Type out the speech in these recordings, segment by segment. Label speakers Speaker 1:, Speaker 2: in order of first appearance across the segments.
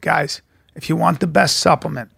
Speaker 1: guys. If you want the best supplement,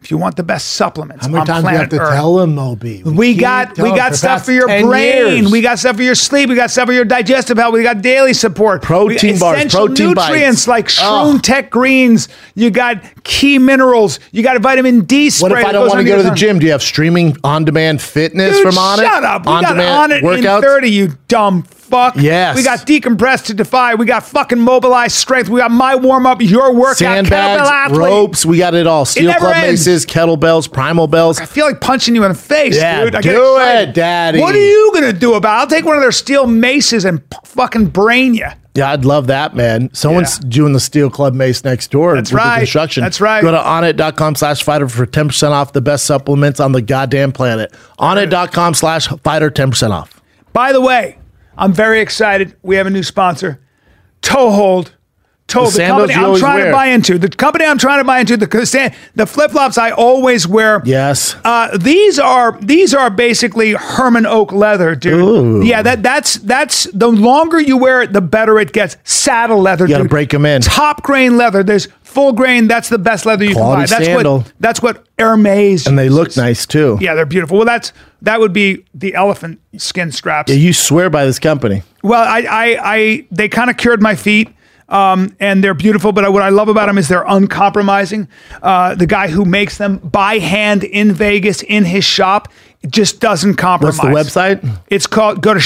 Speaker 1: if you want the best supplements
Speaker 2: How many
Speaker 1: on
Speaker 2: times do you
Speaker 1: planet
Speaker 2: have to
Speaker 1: Earth,
Speaker 2: tell him, Moby?
Speaker 1: we
Speaker 2: keep
Speaker 1: got we
Speaker 2: telling him
Speaker 1: got
Speaker 2: for
Speaker 1: stuff
Speaker 2: past
Speaker 1: for your
Speaker 2: 10
Speaker 1: brain.
Speaker 2: years.
Speaker 1: We got stuff for your sleep. We got stuff for your digestive health. We got daily support.
Speaker 3: Protein
Speaker 1: we,
Speaker 3: bars,
Speaker 1: essential
Speaker 3: protein bites.
Speaker 1: nutrients like
Speaker 3: Ugh.
Speaker 1: Shroom Tech greens. You got key minerals. You got vitamin D spray.
Speaker 3: What if I
Speaker 1: that
Speaker 3: don't
Speaker 1: goes
Speaker 3: want to
Speaker 1: under
Speaker 3: go
Speaker 1: your
Speaker 3: to the
Speaker 1: tongue.
Speaker 3: gym? Do you have streaming on-demand fitness
Speaker 1: Dude,
Speaker 3: from On It?
Speaker 1: Shut up. We got on it
Speaker 3: on-demand
Speaker 1: in 30, you dumb fuck.
Speaker 3: Yes.
Speaker 1: We got decompressed to defy. We got fucking mobilized strength. We got my warm up, your workout, kettlebell
Speaker 3: sandbags,
Speaker 1: athlete.
Speaker 3: ropes. We got it all. Steel
Speaker 1: never
Speaker 3: club
Speaker 1: ends.
Speaker 3: maces, kettlebells, primal bells.
Speaker 1: I feel like punching you in the face,
Speaker 3: Yeah,
Speaker 1: dude. I get
Speaker 3: do
Speaker 1: excited.
Speaker 3: it, daddy.
Speaker 1: What are you gonna do about? it? I'll take one of their steel maces and p- fucking brain you.
Speaker 3: Yeah, I'd love that, man. Someone's
Speaker 1: Yeah.
Speaker 3: doing the steel club mace next door.
Speaker 1: That's
Speaker 3: with the
Speaker 1: right.
Speaker 3: construction.
Speaker 1: That's right.
Speaker 3: Go to onit.com slash fighter for 10% off the best supplements on the goddamn planet. Onit.com slash fighter 10% off.
Speaker 1: By the way, I'm very excited. We have a new sponsor, Toehold. Toe, the,
Speaker 3: sandals
Speaker 1: company
Speaker 3: you
Speaker 1: I'm
Speaker 3: always
Speaker 1: trying
Speaker 3: wear.
Speaker 1: to buy into. The company I'm trying to buy into. The sand- the flip flops I always wear.
Speaker 3: Yes.
Speaker 1: Uh, these are these are basically Herman Oak leather, dude. Yeah, that that's that's the longer you wear it, the better it gets. Saddle leather,
Speaker 3: gotta
Speaker 1: dude.
Speaker 3: break 'em in.
Speaker 1: Top grain leather. There's full grain. That's the best leather you
Speaker 3: Quality
Speaker 1: can buy. That's
Speaker 3: sandal.
Speaker 1: what that's what Hermes.
Speaker 3: and they look nice too.
Speaker 1: yeah, they're beautiful. Well, that's that would be the elephant skin straps.
Speaker 3: Yeah, You swear by this company.
Speaker 1: Well, I, I, I they kind of cured my feet. Um, and they're beautiful, but what I love about them is they're uncompromising. Uh, the guy who makes them by hand in Vegas in his shop just doesn't compromise.
Speaker 3: What's the website?
Speaker 1: It's called go to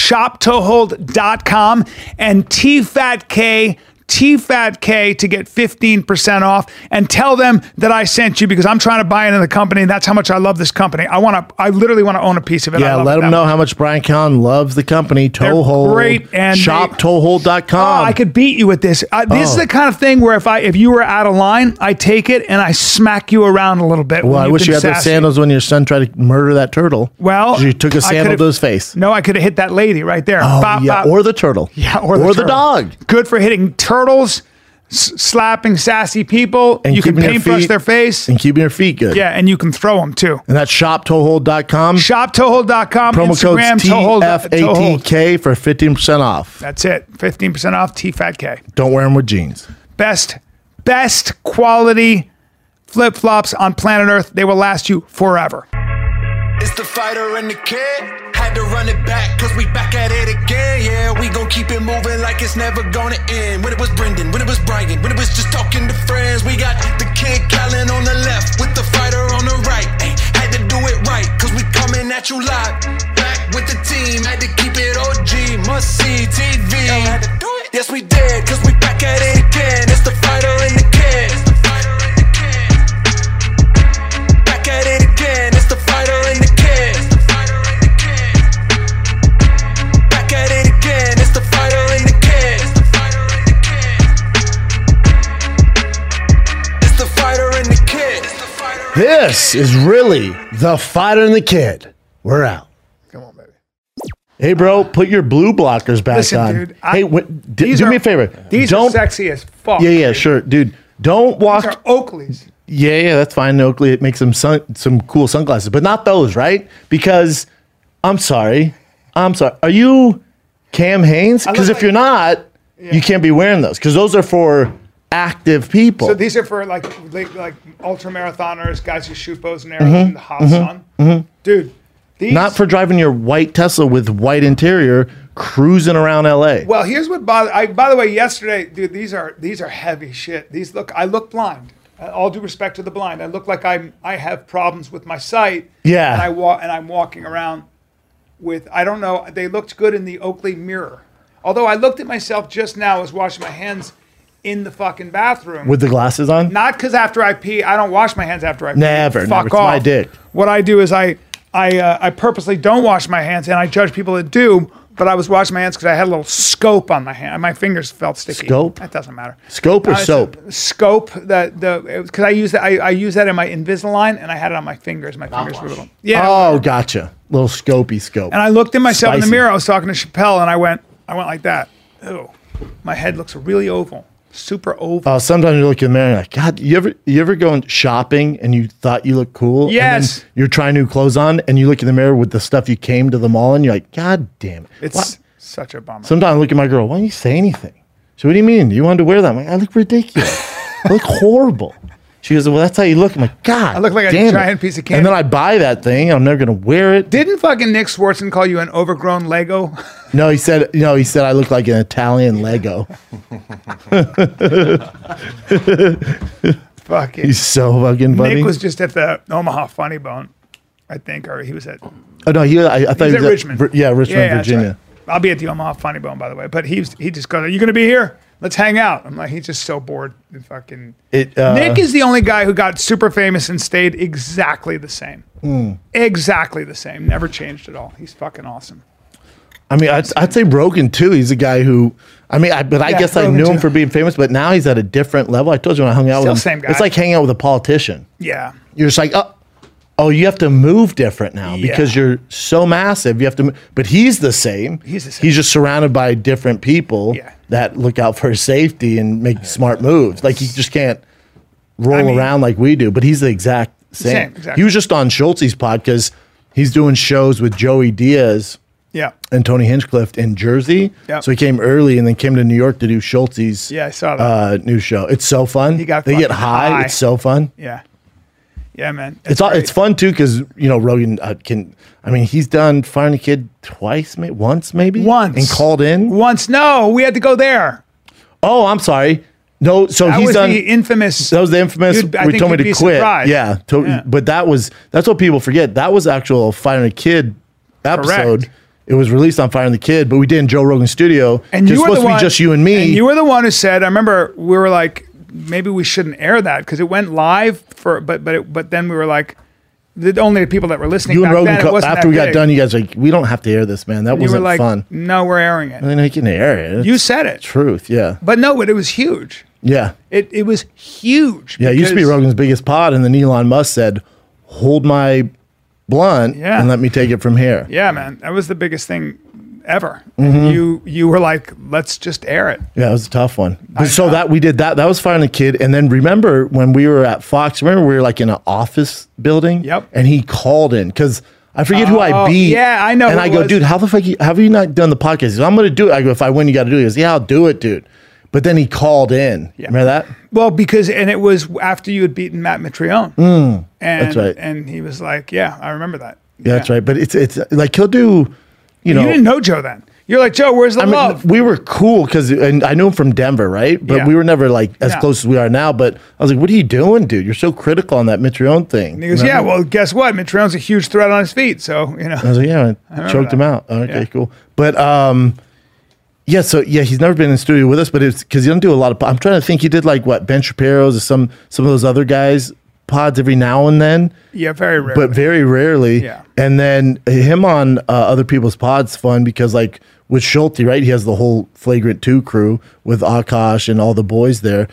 Speaker 1: shoptohold.com and TFATK TFATK to get 15% off and tell them that I sent you because I'm trying to buy into the company. That's how much I love this company. I want to I literally want to own a piece of it. I
Speaker 3: Yeah,
Speaker 1: love
Speaker 3: let
Speaker 1: it
Speaker 3: them
Speaker 1: that
Speaker 3: know how much Brian Cowan loves the company. Toehold.
Speaker 1: great, and they-
Speaker 3: shop toehold.com.
Speaker 1: Oh, I could beat you with this. Uh, this is
Speaker 3: Oh.
Speaker 1: the kind of thing where if I if you were out of line, I take it and I smack you around a little bit.
Speaker 3: Well,
Speaker 1: when
Speaker 3: I
Speaker 1: you've
Speaker 3: wish
Speaker 1: been
Speaker 3: you had those
Speaker 1: sassy.
Speaker 3: sandals when your son tried to murder that turtle.
Speaker 1: Well,
Speaker 3: you took a
Speaker 1: I
Speaker 3: sandal
Speaker 1: could've-
Speaker 3: to his face.
Speaker 1: No, I could have hit that lady right there.
Speaker 3: Oh,
Speaker 1: Bop,
Speaker 3: yeah,
Speaker 1: bop.
Speaker 3: or the turtle.
Speaker 1: Yeah, or the, turtle.
Speaker 3: dog.
Speaker 1: Good for hitting turtles, s- slapping sassy people. you can
Speaker 3: keeping their
Speaker 1: paintbrush
Speaker 3: feet-
Speaker 1: their face.
Speaker 3: And keeping your feet good.
Speaker 1: yeah, and you can throw them too.
Speaker 3: And that's shoptoehold.com.
Speaker 1: ShopToehold.com,
Speaker 3: Promo code
Speaker 1: Instagram, Toehold. Toehold.
Speaker 3: TFATK for 15% off.
Speaker 1: That's it. 15% off TFATK.
Speaker 3: Don't wear them with jeans.
Speaker 1: best best quality flip-flops on planet earth they will last you forever
Speaker 4: It's the fighter and the kid. Had to run it back, cause we back at it again. Yeah, we gon' keep it moving like it's never gonna end. When it was Brendan, when it was Brian, when it was just talking to friends. We got the kid Callan on the left, with the fighter on the right. Ay, had to do it right, cause we coming at you live. Back with the team, had to keep it OG, must see TV. Yes, we did, cause we back at it again. It's the fighter and the kid. It's the fighter and the kid. Back at it again, it's the fighter and the kid. Back at it again, it's the fighter and the kid. It's the fighter and the kid.
Speaker 2: This is really the fighter and the kid. We're out.
Speaker 1: come on baby
Speaker 3: Hey, bro, put your blue blockers back
Speaker 1: listen
Speaker 3: on.
Speaker 1: dude I-
Speaker 3: hey, wh- d-
Speaker 1: these
Speaker 3: do
Speaker 1: are-
Speaker 3: me a favor.
Speaker 1: these
Speaker 3: Don't,
Speaker 1: are sexy as fuck
Speaker 3: Yeah, yeah,
Speaker 1: dude.
Speaker 3: sure. Dude, don't walk.
Speaker 1: these are oakleys
Speaker 3: Yeah, yeah, that's fine. Oakley, it makes some sun, some cool sunglasses, but not those, right? Because I'm sorry, I'm sorry. Are you Cam Haynes? Because if
Speaker 1: like-
Speaker 3: you're not, you can't be wearing those. Because those are for active people.
Speaker 1: so these are for like like, like ultra marathoners guys who shoot bows and arrows in the hot sun dude these
Speaker 3: not for driving your white Tesla with white interior, cruising around LA.
Speaker 1: well here's what bothered i by the way yesterday dude these are these are heavy shit these look i look blind Uh, all due respect to the blind i look like i'm i have problems with my sight
Speaker 3: Yeah.
Speaker 1: and i walk and i'm walking around with I don't know. They looked good in the Oakley mirror. Although I looked at myself just now, I was washing my hands in the fucking bathroom.
Speaker 3: with the glasses on?
Speaker 1: not because after I pee, I don't wash my hands after I pee.
Speaker 3: Never,
Speaker 1: Fuck
Speaker 3: never. It's
Speaker 1: off.
Speaker 3: my dick.
Speaker 1: What I do is I I uh, I purposely don't wash my hands, and I judge people that do. But I was washing my hands because I had a little scope on my hand. My fingers felt sticky.
Speaker 3: Scope?
Speaker 1: That doesn't matter.
Speaker 3: Scope or
Speaker 1: Uh, it's a
Speaker 3: soap?
Speaker 1: Scope that the because I use that I, I use that in my Invisalign and I had it on my fingers. My fingers were little. Yeah.
Speaker 3: Oh, gotcha. Little scopy scope.
Speaker 1: And I looked at myself in
Speaker 3: Spicy.
Speaker 1: the mirror. I was talking to Chappelle, and I went, I went like that. Ew, my head looks really oval, super oval.
Speaker 3: Uh, sometimes you look in the mirror and you're like, God, you ever you ever go shopping and you thought you looked cool? and then
Speaker 1: Yes.
Speaker 3: you're trying new clothes on and you look in the mirror with the stuff you came to the mall and you're like, God damn it.
Speaker 1: it's
Speaker 3: Why-
Speaker 1: such a bummer.
Speaker 3: Sometimes I look at my girl, why don't you say anything? So what do you mean? You wanted to wear that? I'm like, I look ridiculous. I look horrible. She goes, well, that's how you look. I'm like, God, I
Speaker 1: look like a
Speaker 3: damn it."
Speaker 1: giant piece of candy.
Speaker 3: And then I buy that thing. I'm never gonna wear it.
Speaker 1: Didn't fucking Nick Swartzen call you an overgrown Lego?
Speaker 3: No, he said. No, he said I look like an Italian Lego.
Speaker 1: fucking.
Speaker 3: He's so fucking funny.
Speaker 1: Nick was just at the Omaha Funny Bone, I think, or he was at
Speaker 3: oh no, he. I, I thought
Speaker 1: He's
Speaker 3: he
Speaker 1: at
Speaker 3: was
Speaker 1: Richmond.
Speaker 3: Vir- Yeah, Richmond,
Speaker 1: Yeah, that's
Speaker 3: Virginia.
Speaker 1: right. I'll be at the Omaha Funny Bone, by the way. But he's he just goes, "Are you going to be here? Let's hang out." I'm like, he's just so bored. And fucking
Speaker 3: It, uh,
Speaker 1: Nick is the only guy who got super famous and stayed exactly the same,
Speaker 3: Hmm.
Speaker 1: exactly the same. Never changed at all. He's fucking awesome.
Speaker 3: I mean, I'd, I'd say Rogan too. He's a guy who, I mean, I, but I
Speaker 1: Yeah,
Speaker 3: guess I
Speaker 1: Rogan,
Speaker 3: knew him
Speaker 1: too.
Speaker 3: for being famous, but now he's at a different level. I told you when I hung out
Speaker 1: Still
Speaker 3: with him,
Speaker 1: same guy.
Speaker 3: it's like hanging out with a politician.
Speaker 1: Yeah,
Speaker 3: You're just like, oh, oh, you have to move different now because
Speaker 1: Yeah.
Speaker 3: you're so massive. You have to, mo- but he's the same.
Speaker 1: He's the same.
Speaker 3: He's just surrounded by different people
Speaker 1: Yeah.
Speaker 3: that look out for his safety and make smart moves. Like he just can't roll
Speaker 1: I mean-
Speaker 3: around like we do. But he's the exact same.
Speaker 1: Same, exactly.
Speaker 3: He was just on Schultz's podcast. He's doing shows with Joey Diaz
Speaker 1: yeah,
Speaker 3: and Tony Hinchcliffe in Jersey.
Speaker 1: Yep.
Speaker 3: So he came early and then came to New York to do Schultz's
Speaker 1: Yeah, I saw that.
Speaker 3: Uh, new show. It's so fun.
Speaker 1: got
Speaker 3: they get
Speaker 1: fucking
Speaker 3: high.
Speaker 1: high.
Speaker 3: It's so fun.
Speaker 1: yeah, yeah, man.
Speaker 3: It's all, it's fun too because you know Rogan uh, can. I mean, he's done Finding a Kid twice, maybe once, maybe
Speaker 1: once
Speaker 3: and called in.
Speaker 1: once. No, we had to go there.
Speaker 3: Oh, I'm sorry. No, so
Speaker 1: That
Speaker 3: he's
Speaker 1: was
Speaker 3: done.
Speaker 1: the infamous.
Speaker 3: that was the infamous.
Speaker 1: You'd- I
Speaker 3: we
Speaker 1: think
Speaker 3: told me
Speaker 1: you'd be
Speaker 3: to quit.
Speaker 1: surprised.
Speaker 3: Yeah, to-
Speaker 1: Yeah.
Speaker 3: but that was that's what people forget. That was actual Fire and the Kid episode.
Speaker 1: Correct.
Speaker 3: It was released on Fire and the Kid, but we did in Joe Rogan studio.
Speaker 1: And you
Speaker 3: It's
Speaker 1: were
Speaker 3: supposed
Speaker 1: the
Speaker 3: to be
Speaker 1: one,
Speaker 3: just you and me.
Speaker 1: And you were the one who said, I remember we were like, maybe we shouldn't air that because it went live for, but but it, but then we were like, the only the people that were listening.
Speaker 3: you
Speaker 1: back
Speaker 3: and Rogan
Speaker 1: then, it
Speaker 3: co-
Speaker 1: wasn't
Speaker 3: after
Speaker 1: that
Speaker 3: we got
Speaker 1: big.
Speaker 3: done. You guys were like we don't have to air this, man. That
Speaker 1: you were
Speaker 3: wasn't
Speaker 1: like,
Speaker 3: fun.
Speaker 1: no, we're airing it.
Speaker 3: I mean, I can air it. It's
Speaker 1: You said it,
Speaker 3: truth. Yeah,
Speaker 1: but no, but it was huge.
Speaker 3: yeah,
Speaker 1: It it was huge.
Speaker 3: yeah. It used to be
Speaker 1: because-
Speaker 3: Rogan's biggest pod, and then Elon Musk said, "Hold my blunt
Speaker 1: Yeah.
Speaker 3: and let me take it from here."
Speaker 1: Yeah, man, that was the biggest thing ever.
Speaker 3: Mm-hmm.
Speaker 1: You you were like, let's just air it.
Speaker 3: Yeah, it was a tough one. But so that we did that. That was firing the kid. And then remember when we were at Fox? Remember we were like in an office building.
Speaker 1: Yep.
Speaker 3: And he called in because I forget who
Speaker 1: Oh,
Speaker 3: I beat.
Speaker 1: yeah, I know
Speaker 3: And
Speaker 1: who
Speaker 3: I
Speaker 1: it
Speaker 3: go,
Speaker 1: was.
Speaker 3: dude, how the fuck you, have you not done the podcast? He goes, I'm gonna do it. I go, if I win, you got to do it. He goes, yeah, I'll do it, dude. But then he called in.
Speaker 1: Yeah.
Speaker 3: Remember that?
Speaker 1: Well, because and it was after you had beaten Matt Mitrione, and
Speaker 3: Hmm, that's right.
Speaker 1: and he was like, yeah, I remember that.
Speaker 3: Yeah, that's right. But it's it's like he'll do, you know.
Speaker 1: You didn't know Joe then. You're like Joe. Where's the
Speaker 3: I mean,
Speaker 1: love?
Speaker 3: we were cool because, and I knew him from Denver, right? But
Speaker 1: Yeah.
Speaker 3: we were never like as
Speaker 1: No.
Speaker 3: close as we are now. But I was like, "What are you doing, dude? You're so critical on that Mitrione thing."
Speaker 1: and he goes, yeah. Well, guess what? Mitrione's a huge threat on his feet. So you know.
Speaker 3: I was like, yeah, I
Speaker 1: remember
Speaker 3: choked him
Speaker 1: that.
Speaker 3: out. Okay,
Speaker 1: Yeah.
Speaker 3: cool. But um, yeah, so yeah, he's never been in studio with us, but it's because he doesn't do a lot of. po- I'm trying to think. He did like what Ben Shapiro's or some some of those other guys pods every now and then,
Speaker 1: yeah, very rare.
Speaker 3: but very rarely.
Speaker 1: Yeah.
Speaker 3: And then him on uh, other people's pods fun because like with Schulte, right? He has the whole Flagrant Two crew with Akash and all the boys there.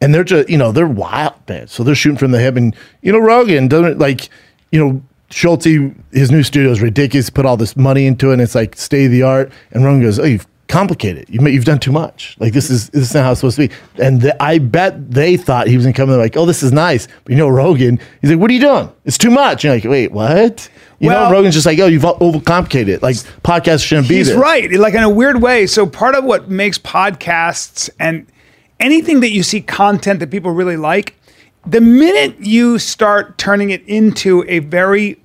Speaker 3: And they're just, you know, they're wild, man. So they're shooting from the hip. And, you know, Rogan doesn't like, you know, Schulte, his new studio is ridiculous. Put all this money into it, and it's like state of the art. And Rogan goes, "Oh, you've complicated. You ma- you've done too much. Like this is this is not how it's supposed to be." And the, I bet they thought he was gonna come in like, "Oh, this is nice," but you know, Rogan, he's like, "What are you doing? It's too much." You're like, "Wait, what?" You
Speaker 1: Well-
Speaker 3: know, Rogan's just like, "Oh, you've overcomplicated. it. Like podcasts shouldn't be
Speaker 1: he's
Speaker 3: there."
Speaker 1: right. Like in a weird way. So part of what makes podcasts and anything that you see content that people really like, the minute you start turning it into a very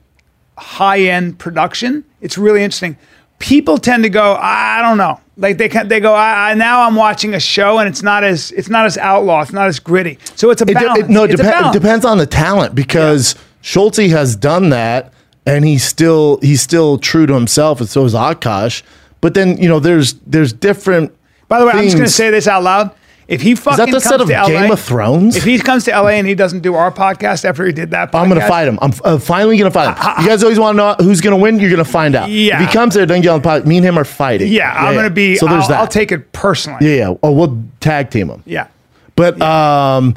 Speaker 1: high end production, it's really interesting. People tend to go, I don't know. Like they can, they go. I, I now I'm watching a show and it's not as it's not as outlaw. It's not as gritty. So it's a
Speaker 3: It de- it-
Speaker 1: balance.
Speaker 3: no, it,
Speaker 1: It's a
Speaker 3: depen- it
Speaker 1: balance.
Speaker 3: depends on the talent because Schulte has done that, and he's still he's still true to himself, and so is Akash. But then you know, there's there's different.
Speaker 1: By the way, I'm just going to
Speaker 3: things.
Speaker 1: say this out loud. If he fucking
Speaker 3: the
Speaker 1: comes
Speaker 3: set of
Speaker 1: to LA,
Speaker 3: Game of Thrones?
Speaker 1: If he comes to LA and he doesn't do our podcast after he did that, podcast,
Speaker 3: I'm gonna fight him. I'm f- uh, finally gonna fight him. You guys always want to know who's gonna win. You're gonna find out.
Speaker 1: Yeah.
Speaker 3: If he comes there, doesn't get on the pod. Me and him are fighting.
Speaker 1: Yeah, I'm gonna be.
Speaker 3: So there's
Speaker 1: I'll,
Speaker 3: that.
Speaker 1: I'll take it personally.
Speaker 3: Yeah, yeah. Oh, we'll tag team him.
Speaker 1: Yeah.
Speaker 3: But um,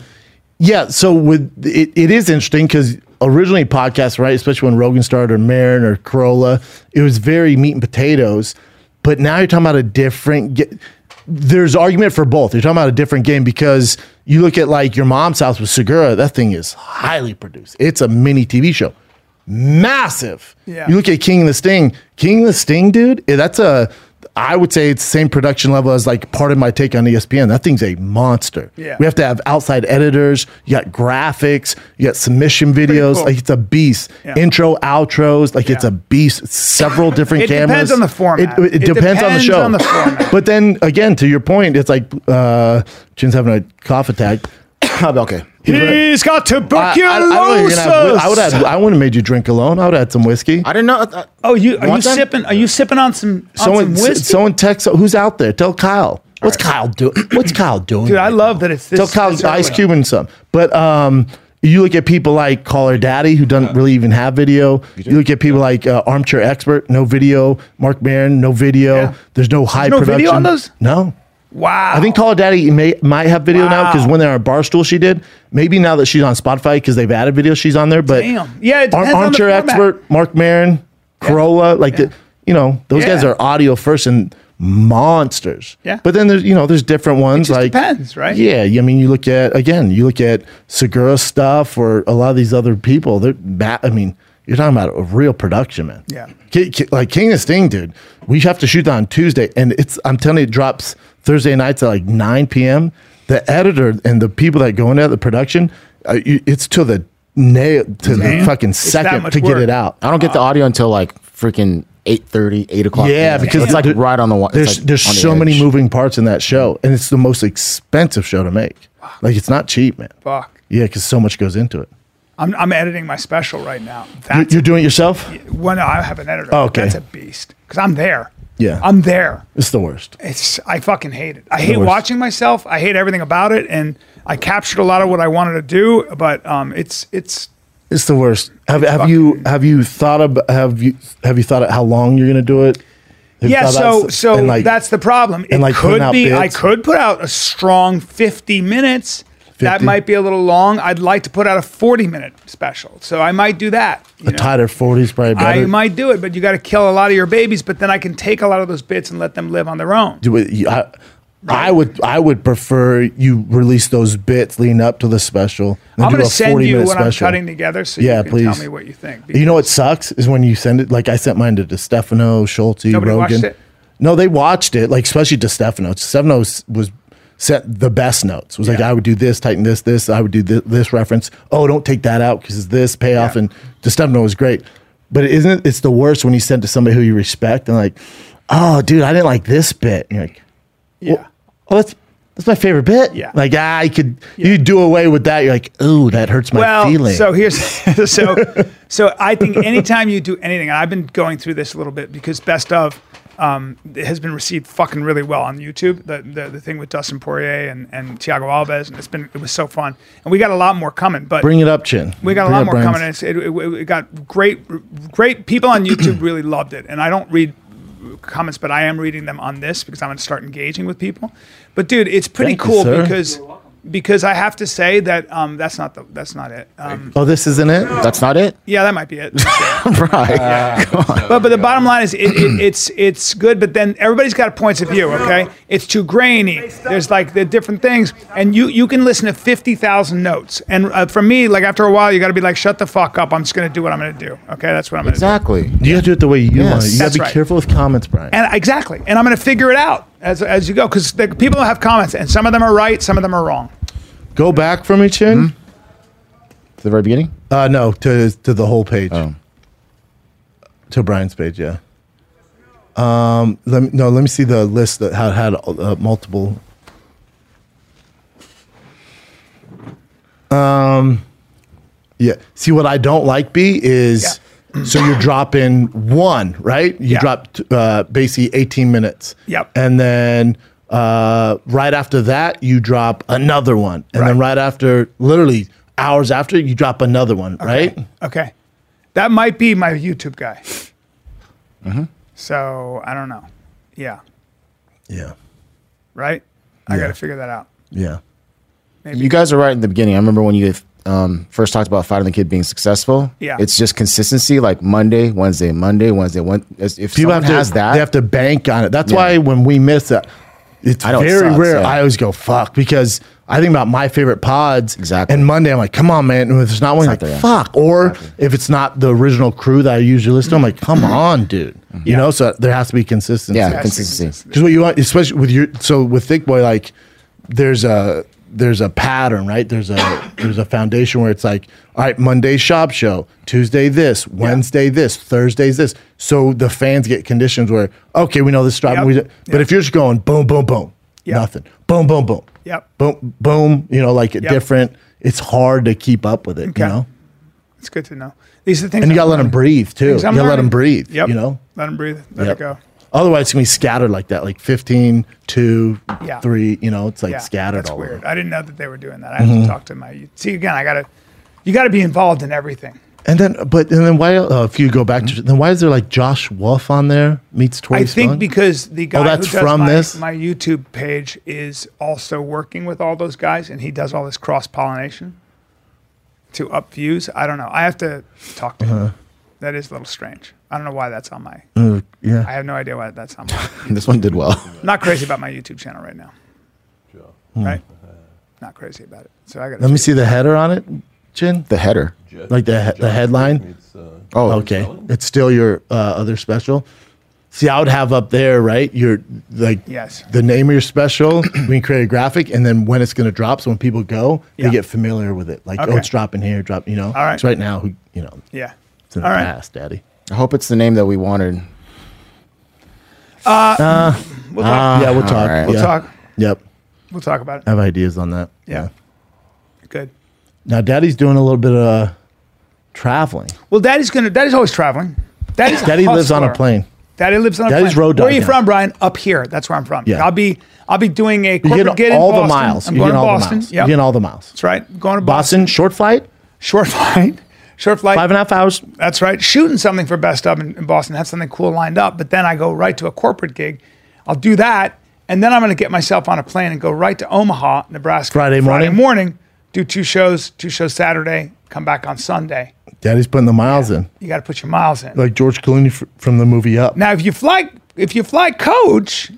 Speaker 3: yeah. So with it, it is interesting because originally podcasts, right? Especially when Rogan started or Marin or Corolla, it was very meat and potatoes. But now you're talking about a different. Ge- there's argument for both. You're talking about a different game because you look at like your mom's house with Segura. That thing is highly produced. It's a mini TV show, massive.
Speaker 1: Yeah.
Speaker 3: You look at King of the Sting. King of the Sting, dude. eh, That's a. I would say it's the same production level as like part of my take on E ESPN. That thing's a monster.
Speaker 1: Yeah.
Speaker 3: We have to have outside editors. You got graphics. You got submission videos.
Speaker 1: cool.
Speaker 3: Like it's a beast.
Speaker 1: Yeah.
Speaker 3: Intro, outros. Like it's
Speaker 1: Yeah.
Speaker 3: a beast. It's several different
Speaker 1: It
Speaker 3: cameras.
Speaker 1: depends on the format.
Speaker 3: It, it
Speaker 1: It
Speaker 3: depends, on the
Speaker 1: depends
Speaker 3: show.
Speaker 1: on the format.
Speaker 3: but then again, to your point, it's like uh, Jim's having a cough attack.
Speaker 2: okay.
Speaker 1: He's got
Speaker 3: I, I, I don't know if
Speaker 1: tuberculosis.
Speaker 3: you're gonna have- I would have. I wouldn't have made you drink alone. I would have had some whiskey.
Speaker 2: I didn't know. I,
Speaker 1: oh, you are you
Speaker 2: Want that?
Speaker 1: sipping? Are you sipping on some on
Speaker 3: Someone,
Speaker 1: some whiskey?
Speaker 3: someone text. Who's out there? Tell Kyle. What's Kyle doing? What's Kyle doing?
Speaker 1: Dude, I love that it's this.
Speaker 3: Tell Kyle
Speaker 1: this
Speaker 3: Ice
Speaker 1: early.
Speaker 3: Cube and some. But um, you look at people like Caller Daddy, who doesn't really even have video. You, look at people like uh, Armchair Expert, no video. Mark Maron, no video.
Speaker 1: Yeah.
Speaker 3: There's no high
Speaker 1: no
Speaker 3: production.
Speaker 1: video on those?
Speaker 3: No.
Speaker 1: Wow.
Speaker 3: I think Call of Daddy may, might have video now because when they're on Barstool, she did. Maybe now that she's on Spotify because they've added video, she's on there. But
Speaker 1: Damn. Yeah, it depends on the
Speaker 3: Armchair
Speaker 1: format.
Speaker 3: Expert, Mark Marin, Corolla, like the, you know, those guys
Speaker 1: Yeah.
Speaker 3: are audio first and monsters.
Speaker 1: Yeah.
Speaker 3: But then there's you know there's different ones
Speaker 1: just
Speaker 3: like
Speaker 1: depends, right?
Speaker 3: Yeah. I mean, you look at again, you look at Segura stuff or a lot of these other people. They're ma- I mean. You're talking about a real production, man.
Speaker 1: Yeah.
Speaker 3: Ki- ki- like King of Sting, dude. We have to shoot that on Tuesday, and it's I'm telling you, it drops Thursday nights at like 9 p.m. The editor and the people that go into the production, uh, you, it's to the nail to
Speaker 1: Man,
Speaker 3: the fucking
Speaker 1: it's that
Speaker 3: second
Speaker 1: much
Speaker 3: to get
Speaker 1: work.
Speaker 3: it out.
Speaker 2: don't get the audio until like freaking 8.30, 8 o'clock.
Speaker 3: Yeah, because
Speaker 2: it's like
Speaker 3: there-
Speaker 2: right on the wa- it's,
Speaker 3: There's
Speaker 2: like,
Speaker 3: there's
Speaker 2: on the
Speaker 3: so many
Speaker 2: edge.
Speaker 3: moving parts in that show, and it's the most expensive show to make. Like it's not cheap, man.
Speaker 1: Fuck.
Speaker 3: Yeah, because so much goes into it.
Speaker 1: I'm, I'm editing my special right now.
Speaker 3: You're,
Speaker 1: That's
Speaker 3: you're doing it yourself.
Speaker 1: when I have an editor.
Speaker 3: Oh, Okay.
Speaker 1: That's a beast because I'm there.
Speaker 3: Yeah.
Speaker 1: I'm there.
Speaker 3: It's the worst.
Speaker 1: It's I fucking hate it. I hate
Speaker 3: worst.
Speaker 1: watching myself. I hate everything about it, and I captured a lot of what I wanted to do, but um, it's it's
Speaker 3: It's the worst. Have have you have you thought of have you have you thought of how long you're gonna do it? Have you
Speaker 1: Yeah,
Speaker 3: thought about
Speaker 1: so
Speaker 3: s-
Speaker 1: so
Speaker 3: and, like,
Speaker 1: that's the problem. It
Speaker 3: and, like, putting
Speaker 1: could
Speaker 3: out
Speaker 1: be I
Speaker 3: bids?
Speaker 1: could put out a strong 50 minutes. That
Speaker 3: 50?
Speaker 1: might be a little long. I'd like to put out a 40 minute special. So I might do that. you
Speaker 3: a
Speaker 1: know.
Speaker 3: tighter forties probably better.
Speaker 1: I might do it, but you got to kill a lot of your babies, but then I can take a lot of those bits and let them live on their own.
Speaker 3: do it. you- I, I would I would prefer you release those bits leading up to the special. and
Speaker 1: I'm
Speaker 3: do
Speaker 1: going
Speaker 3: a
Speaker 1: to send you
Speaker 3: 40-minute
Speaker 1: what I'm cutting together so
Speaker 3: Yeah,
Speaker 1: you can
Speaker 3: please.
Speaker 1: tell me what you think.
Speaker 3: You know what sucks is when you send it. Like I sent mine to DeStefano, Schulte,
Speaker 1: Nobody watched
Speaker 3: Rogan.
Speaker 1: it?
Speaker 3: No, they watched it. Like especially DeStefano. DeStefano was, was sent the best notes. Was like
Speaker 1: Yeah.
Speaker 3: I would do this, tighten this, this. I would do this, this reference. Oh, don't take that out because this payoff.
Speaker 1: Yeah.
Speaker 3: And DeStefano was great. But it isn't it's the worst when you send it to somebody who you respect and like, oh, dude, I didn't like this bit. And you're like,
Speaker 1: yeah.
Speaker 3: oh, that's that's my favorite bit.
Speaker 1: Yeah.
Speaker 3: Like ah, I could you do away with that. You're like, oh, that hurts my
Speaker 1: well,
Speaker 3: feeling.
Speaker 1: So here's so so I think anytime you do anything, and I've been going through this a little bit because best of um, it has been received fucking really well on YouTube. The the, the thing with Dustin Poirier and and Thiago Alves, and it's been it was so fun, and we got a lot more coming. But
Speaker 3: Bring it up, Chin.
Speaker 1: we got a
Speaker 3: Bring
Speaker 1: lot
Speaker 3: up
Speaker 1: more
Speaker 3: Brian's-
Speaker 1: coming. and It's, it, it, it got great, great people on YouTube really loved it, and I don't read comments, but I am reading them on this because I'm going to start engaging with people. But dude, it's pretty
Speaker 3: Thank you,
Speaker 1: cool
Speaker 3: sir.
Speaker 1: because because I have to say that um, that's not the that's not it. Um,
Speaker 3: Oh, this isn't it?
Speaker 2: That's not it?
Speaker 1: yeah, that might be it.
Speaker 2: right.
Speaker 1: but but the bottom line is it, it, it's it's good. But then everybody's got points of view. Okay, it's too grainy. There's like the different things, and you you can listen to fifty thousand notes. And uh, for me, like after a while, you got to be like, shut the fuck up. I'm just gonna do what I'm gonna do. Okay, that's what I'm gonna
Speaker 2: Exactly.
Speaker 3: You gotta do it the way you want it. You gotta
Speaker 1: That's
Speaker 3: be
Speaker 1: right.
Speaker 3: careful with comments, Brian.
Speaker 1: do. And exactly, and I'm gonna figure it out as as you go because people have comments, and some of them are right, some of them are wrong.
Speaker 3: Go back from each
Speaker 1: Hmm?
Speaker 3: end.
Speaker 2: To the very beginning?
Speaker 3: Uh, no, to to the whole page.
Speaker 1: Oh.
Speaker 3: To Brian's page, yeah. Um, let me, no, let me see the list that had had uh, multiple. Um, yeah. See, what I don't like, B, is so you're dropping one, right? You
Speaker 1: Yeah.
Speaker 3: dropped uh, basically 18 minutes.
Speaker 1: Yep.
Speaker 3: And then uh, right after that, you drop another one. And then
Speaker 1: Right.
Speaker 3: right after, literally hours after, you drop another one, right?
Speaker 1: Okay, that might be my YouTube guy. So I don't know. Yeah,
Speaker 3: Yeah.
Speaker 1: right. I
Speaker 3: Yeah.
Speaker 1: got to figure that out.
Speaker 3: Yeah.
Speaker 2: You guys are right in the beginning. I remember when you um, first talked about fighting the kid being successful.
Speaker 1: Yeah.
Speaker 2: It's just consistency, like Monday, Wednesday, Monday, Wednesday. One, if if
Speaker 3: people
Speaker 2: someone
Speaker 3: have to
Speaker 2: has that,
Speaker 3: they have to bank on it. That's
Speaker 2: Yeah.
Speaker 3: why when we miss that, it's
Speaker 2: I know it
Speaker 3: very
Speaker 2: sucks,
Speaker 3: rare.
Speaker 2: yeah.
Speaker 3: I always go fuck because I think about my favorite pods.
Speaker 2: Exactly.
Speaker 3: And Monday, I'm like, come on, man. And if it's not one, like,
Speaker 2: It's not there, yeah.
Speaker 3: fuck. Or if it's not the original crew that I usually listen, to, I'm like, come on, dude. You know, so there has to be consistency.
Speaker 2: Mm-hmm. Yeah, consistency.
Speaker 3: Because what you want, especially with your so with thick boy, like there's a there's a pattern, right? There's a there's a foundation where it's like, all right, Monday shop show, Tuesday this, Wednesday this, Thursdays this. So the fans get conditions where okay, we know this drop.
Speaker 1: Yep.
Speaker 3: We, but
Speaker 1: Yep.
Speaker 3: if you're just going boom, boom, boom,
Speaker 1: Yep.
Speaker 3: nothing, boom, boom, boom,
Speaker 1: Yep.
Speaker 3: boom, boom, you know, like different. It's hard to keep up with it,
Speaker 1: Okay.
Speaker 3: you know.
Speaker 1: It's good to know. These are the things.
Speaker 3: And you
Speaker 1: I'm
Speaker 3: gotta let them
Speaker 1: learning.
Speaker 3: breathe too. You
Speaker 1: Things I'm
Speaker 3: gotta let
Speaker 1: learning.
Speaker 3: them breathe.
Speaker 1: Yep.
Speaker 3: You know.
Speaker 1: Let them breathe. Let
Speaker 3: Yep.
Speaker 1: it go.
Speaker 3: Otherwise, it's gonna be scattered like that, like 15, 2,
Speaker 1: Yeah.
Speaker 3: 3, you know, it's like
Speaker 1: Yeah,
Speaker 3: scattered
Speaker 1: that's
Speaker 3: all
Speaker 1: weird.
Speaker 3: over. Mm-hmm.
Speaker 1: I didn't know that they were doing that. I have to talk to my. See again, I gotta. You got to be involved in everything.
Speaker 3: And then, but, and then why, uh, if you go back to, then why is there like Josh Wolf on there meets Tori
Speaker 1: I think
Speaker 3: Spelling?
Speaker 1: because the guy
Speaker 3: Oh, that's
Speaker 1: who does
Speaker 3: from
Speaker 1: my,
Speaker 3: this?
Speaker 1: my YouTube page is also working with all those guys, and he does all this cross pollination to up views. I don't know. I have to talk to
Speaker 3: Uh-huh.
Speaker 1: him. That is a little strange. I don't know why that's on my. I
Speaker 3: Mm. yeah.
Speaker 1: have no idea why that's on my.
Speaker 2: This one did well.
Speaker 1: I'm not crazy about my YouTube channel right now. Right? Not crazy about it. So I got.
Speaker 3: Hmm. Let me see the header on it, Chin.
Speaker 2: The header.
Speaker 3: Like the, the headline.
Speaker 2: Oh,
Speaker 3: Okay. It's still your uh, other special. See, I would have up there, right? Your like
Speaker 1: Yes.
Speaker 3: the name of your special. we can create a graphic, and then when it's going to drop, so when people go,
Speaker 1: Yeah.
Speaker 3: they get familiar with it. Like,
Speaker 1: Okay.
Speaker 3: oh, it's dropping here, drop. You know,
Speaker 1: All right.
Speaker 3: It's right now. Who you know?
Speaker 1: Yeah.
Speaker 3: It's in
Speaker 1: All
Speaker 3: the
Speaker 1: right.
Speaker 3: past, Daddy.
Speaker 2: I hope it's the name that we wanted.
Speaker 1: We'll talk.
Speaker 3: yeah, we'll
Speaker 2: all
Speaker 3: talk. Yeah. Uh,
Speaker 2: right.
Speaker 1: We'll talk.
Speaker 3: Yep,
Speaker 1: We'll talk about
Speaker 3: I
Speaker 1: it.
Speaker 3: have ideas on that.
Speaker 1: Yeah. Good.
Speaker 3: Now, Daddy's doing a little bit of uh, traveling.
Speaker 1: Well, Daddy's gonna. Daddy's always traveling. Daddy's a
Speaker 3: Daddy lives on a
Speaker 1: hustler.
Speaker 3: plane.
Speaker 1: Daddy lives on a
Speaker 3: Daddy's
Speaker 1: plane.
Speaker 3: road
Speaker 1: Where are
Speaker 3: dog
Speaker 1: you
Speaker 3: now.
Speaker 1: from, Brian? Up here. That's where I'm from.
Speaker 3: Yeah.
Speaker 1: I'll be. I'll be doing a
Speaker 3: You
Speaker 1: corporate
Speaker 3: get
Speaker 1: get
Speaker 3: all
Speaker 1: in
Speaker 3: the
Speaker 1: Boston.
Speaker 3: miles.
Speaker 1: I'm
Speaker 3: You
Speaker 1: going
Speaker 3: get
Speaker 1: to
Speaker 3: all the
Speaker 1: Boston.
Speaker 3: miles. You get all the miles.
Speaker 1: That's right. Going to Boston.
Speaker 3: Boston short flight,
Speaker 1: Short flight. Short flight.
Speaker 3: five and a half hours.
Speaker 1: That's right. Shooting something for Best of in, in Boston. Have something cool lined up. But then I go right to a corporate gig. I'll do that. And then I'm going to get myself on a plane and go right to Omaha, Nebraska.
Speaker 3: Friday
Speaker 1: Friday
Speaker 3: morning?
Speaker 1: morning. Do two shows, two shows Saturday, come back on Sunday.
Speaker 3: Daddy's putting the miles in,
Speaker 1: You got to put your miles in.
Speaker 3: like George Clooney fr- from the movie Up.
Speaker 1: Now, if you fly, if you fly coach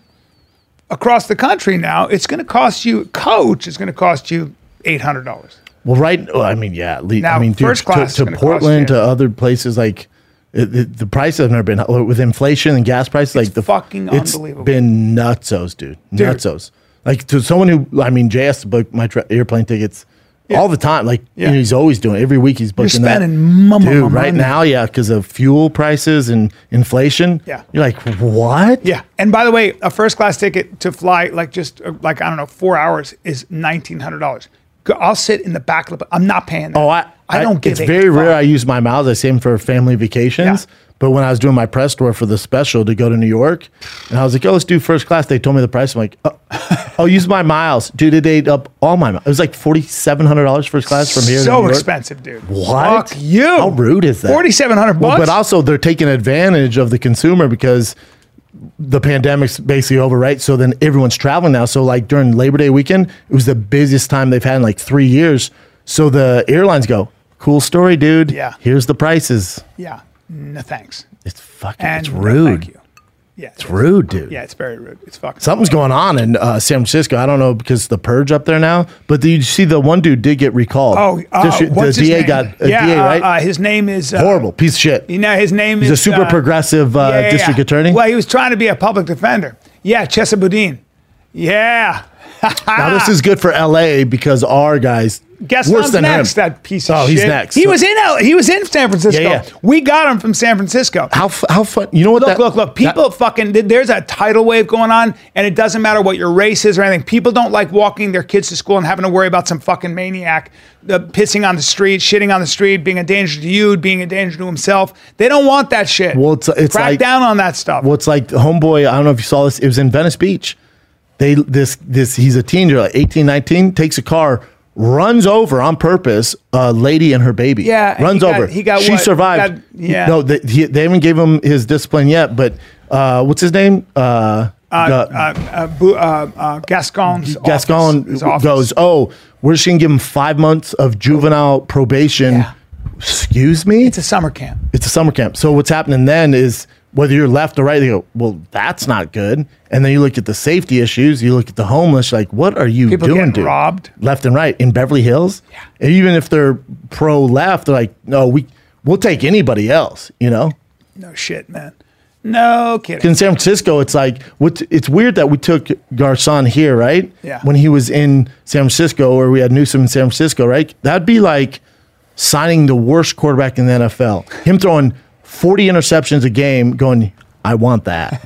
Speaker 1: across the country now, it's going to cost you, coach is going to cost you $800.
Speaker 3: Well, right. Well, I mean, yeah. Le-
Speaker 1: Now,
Speaker 3: I mean, dude,
Speaker 1: first class is
Speaker 3: to, to
Speaker 1: gonna cost
Speaker 3: Portland
Speaker 1: you-
Speaker 3: to other places like it, it, the price has never been with inflation and gas prices. Like the
Speaker 1: fucking
Speaker 3: it's
Speaker 1: unbelievable.
Speaker 3: Been nutsos, dude.
Speaker 1: Dude.
Speaker 3: Nutsos. Like to someone who I mean, Jay has to book my tra- airplane tickets all the time. Like you
Speaker 1: Yeah.
Speaker 3: know, he's always doing it. every week. He's booking that.
Speaker 1: spending mama
Speaker 3: dude
Speaker 1: money.
Speaker 3: right now. Yeah, because of fuel prices and inflation.
Speaker 1: Yeah.
Speaker 3: you're like what?
Speaker 1: Yeah. And by the way, a first class ticket to fly like just uh, like, I don't know, four hours is $1,900. Go- I'll sit in the back of the, I'm not paying that.
Speaker 3: Oh, I,
Speaker 1: I don't give
Speaker 3: It's
Speaker 1: a
Speaker 3: very rare.
Speaker 1: fuck.
Speaker 3: I use my miles. I save them for family vacations.
Speaker 1: Yeah.
Speaker 3: But when I was doing my press tour for the special to go to New York, and I was like, "Oh, let's do first class." They told me the price. I'm like, "Oh, I'll use my miles." Dude, it ate up all my. miles. It was like forty seven hundred dollars first class from here. to New
Speaker 1: So
Speaker 3: York.
Speaker 1: expensive, dude.
Speaker 3: What?
Speaker 1: Fuck you.
Speaker 3: How rude is that?
Speaker 1: 4,700 bucks.
Speaker 3: Well, but also they're taking advantage of the consumer because the pandemic's basically over, right? So then everyone's traveling now. So like during Labor Day weekend, it was the busiest time they've had in like three years. So the airlines go, "Cool story, dude.
Speaker 1: Yeah.
Speaker 3: here's the prices."
Speaker 1: yeah. No thanks.
Speaker 3: It's fucking.
Speaker 1: And
Speaker 3: it's
Speaker 1: no,
Speaker 3: rude.
Speaker 1: thank you. Yeah. It's
Speaker 3: Rude, dude.
Speaker 1: Yeah. It's very rude. It's fucking.
Speaker 3: Something's going on in uh, San Francisco. I don't know because the purge up there now. But did you see the one dude did get recalled?
Speaker 1: Oh, uh,
Speaker 3: Just-
Speaker 1: what's
Speaker 3: the
Speaker 1: his
Speaker 3: DA
Speaker 1: name?
Speaker 3: got a
Speaker 1: yeah,
Speaker 3: DA
Speaker 1: uh,
Speaker 3: right.
Speaker 1: uh, his name is uh,
Speaker 3: Horrible piece of shit.
Speaker 1: You know, his name
Speaker 3: He's
Speaker 1: is
Speaker 3: a super
Speaker 1: uh,
Speaker 3: progressive uh,
Speaker 1: yeah, yeah,
Speaker 3: district
Speaker 1: yeah.
Speaker 3: attorney.
Speaker 1: Well, he was trying to be a public defender. Yeah, Chesapeake. Yeah.
Speaker 3: Now this is good for LA because our guys
Speaker 1: Ah. Guess
Speaker 3: worse
Speaker 1: who's
Speaker 3: than
Speaker 1: next?
Speaker 3: him.
Speaker 1: That piece of
Speaker 3: Oh,
Speaker 1: shit.
Speaker 3: he's next.
Speaker 1: He
Speaker 3: So-
Speaker 1: was in L- he was in San Francisco.
Speaker 3: Yeah, yeah.
Speaker 1: We got him from San Francisco.
Speaker 3: How f- how fun? You know what?
Speaker 1: Look,
Speaker 3: that,
Speaker 1: look, look. People fucking, th- there's a tidal wave going on, and it doesn't matter what your race is or anything. People don't like walking their kids to school and having to worry about some fucking maniac uh, pissing on the street, shitting on the street, being a danger to you, being a danger to himself. They don't want that shit.
Speaker 3: Well, it's- it's
Speaker 1: Crack
Speaker 3: like-
Speaker 1: down on that stuff.
Speaker 3: Well, it's like homeboy. I don't know if you saw this. It was in Venice Beach. They this this he's a teenager, like 18, 19, takes a car, runs over on purpose a lady and her baby.
Speaker 1: Yeah, and
Speaker 3: runs
Speaker 1: he got-
Speaker 3: over.
Speaker 1: he got
Speaker 3: She
Speaker 1: what?
Speaker 3: survived.
Speaker 1: Got- yeah.
Speaker 3: No, they, he, they haven't gave him his discipline yet. But uh, what's his name? Uh,
Speaker 1: uh,
Speaker 3: the-
Speaker 1: uh, uh, Bu- uh, uh, Gascon's
Speaker 3: Gascon
Speaker 1: office, his office.
Speaker 3: goes, "Oh, we're just gonna give him five months of juvenile probation."
Speaker 1: Yeah.
Speaker 3: Excuse me,
Speaker 1: It's a summer camp.
Speaker 3: it's a summer camp. So what's happening then is whether you're left or right, they go, "Well, that's not good." And then you look at the safety issues. You look at the homeless. Like, what are you
Speaker 1: People
Speaker 3: doing?
Speaker 1: getting
Speaker 3: dude?
Speaker 1: robbed.
Speaker 3: left and right in Beverly Hills. Yeah. And even if they're pro left, they're like, "No, we we'll take anybody else." You know.
Speaker 1: No shit, man. No kidding.
Speaker 3: in San Francisco, it's like what it's weird that we took Garcon here, right?
Speaker 1: Yeah.
Speaker 3: When he was in San Francisco, or we had Newsom in San Francisco, right? That'd be like signing the worst quarterback in the NFL. Him throwing forty interceptions a game, going, I want that.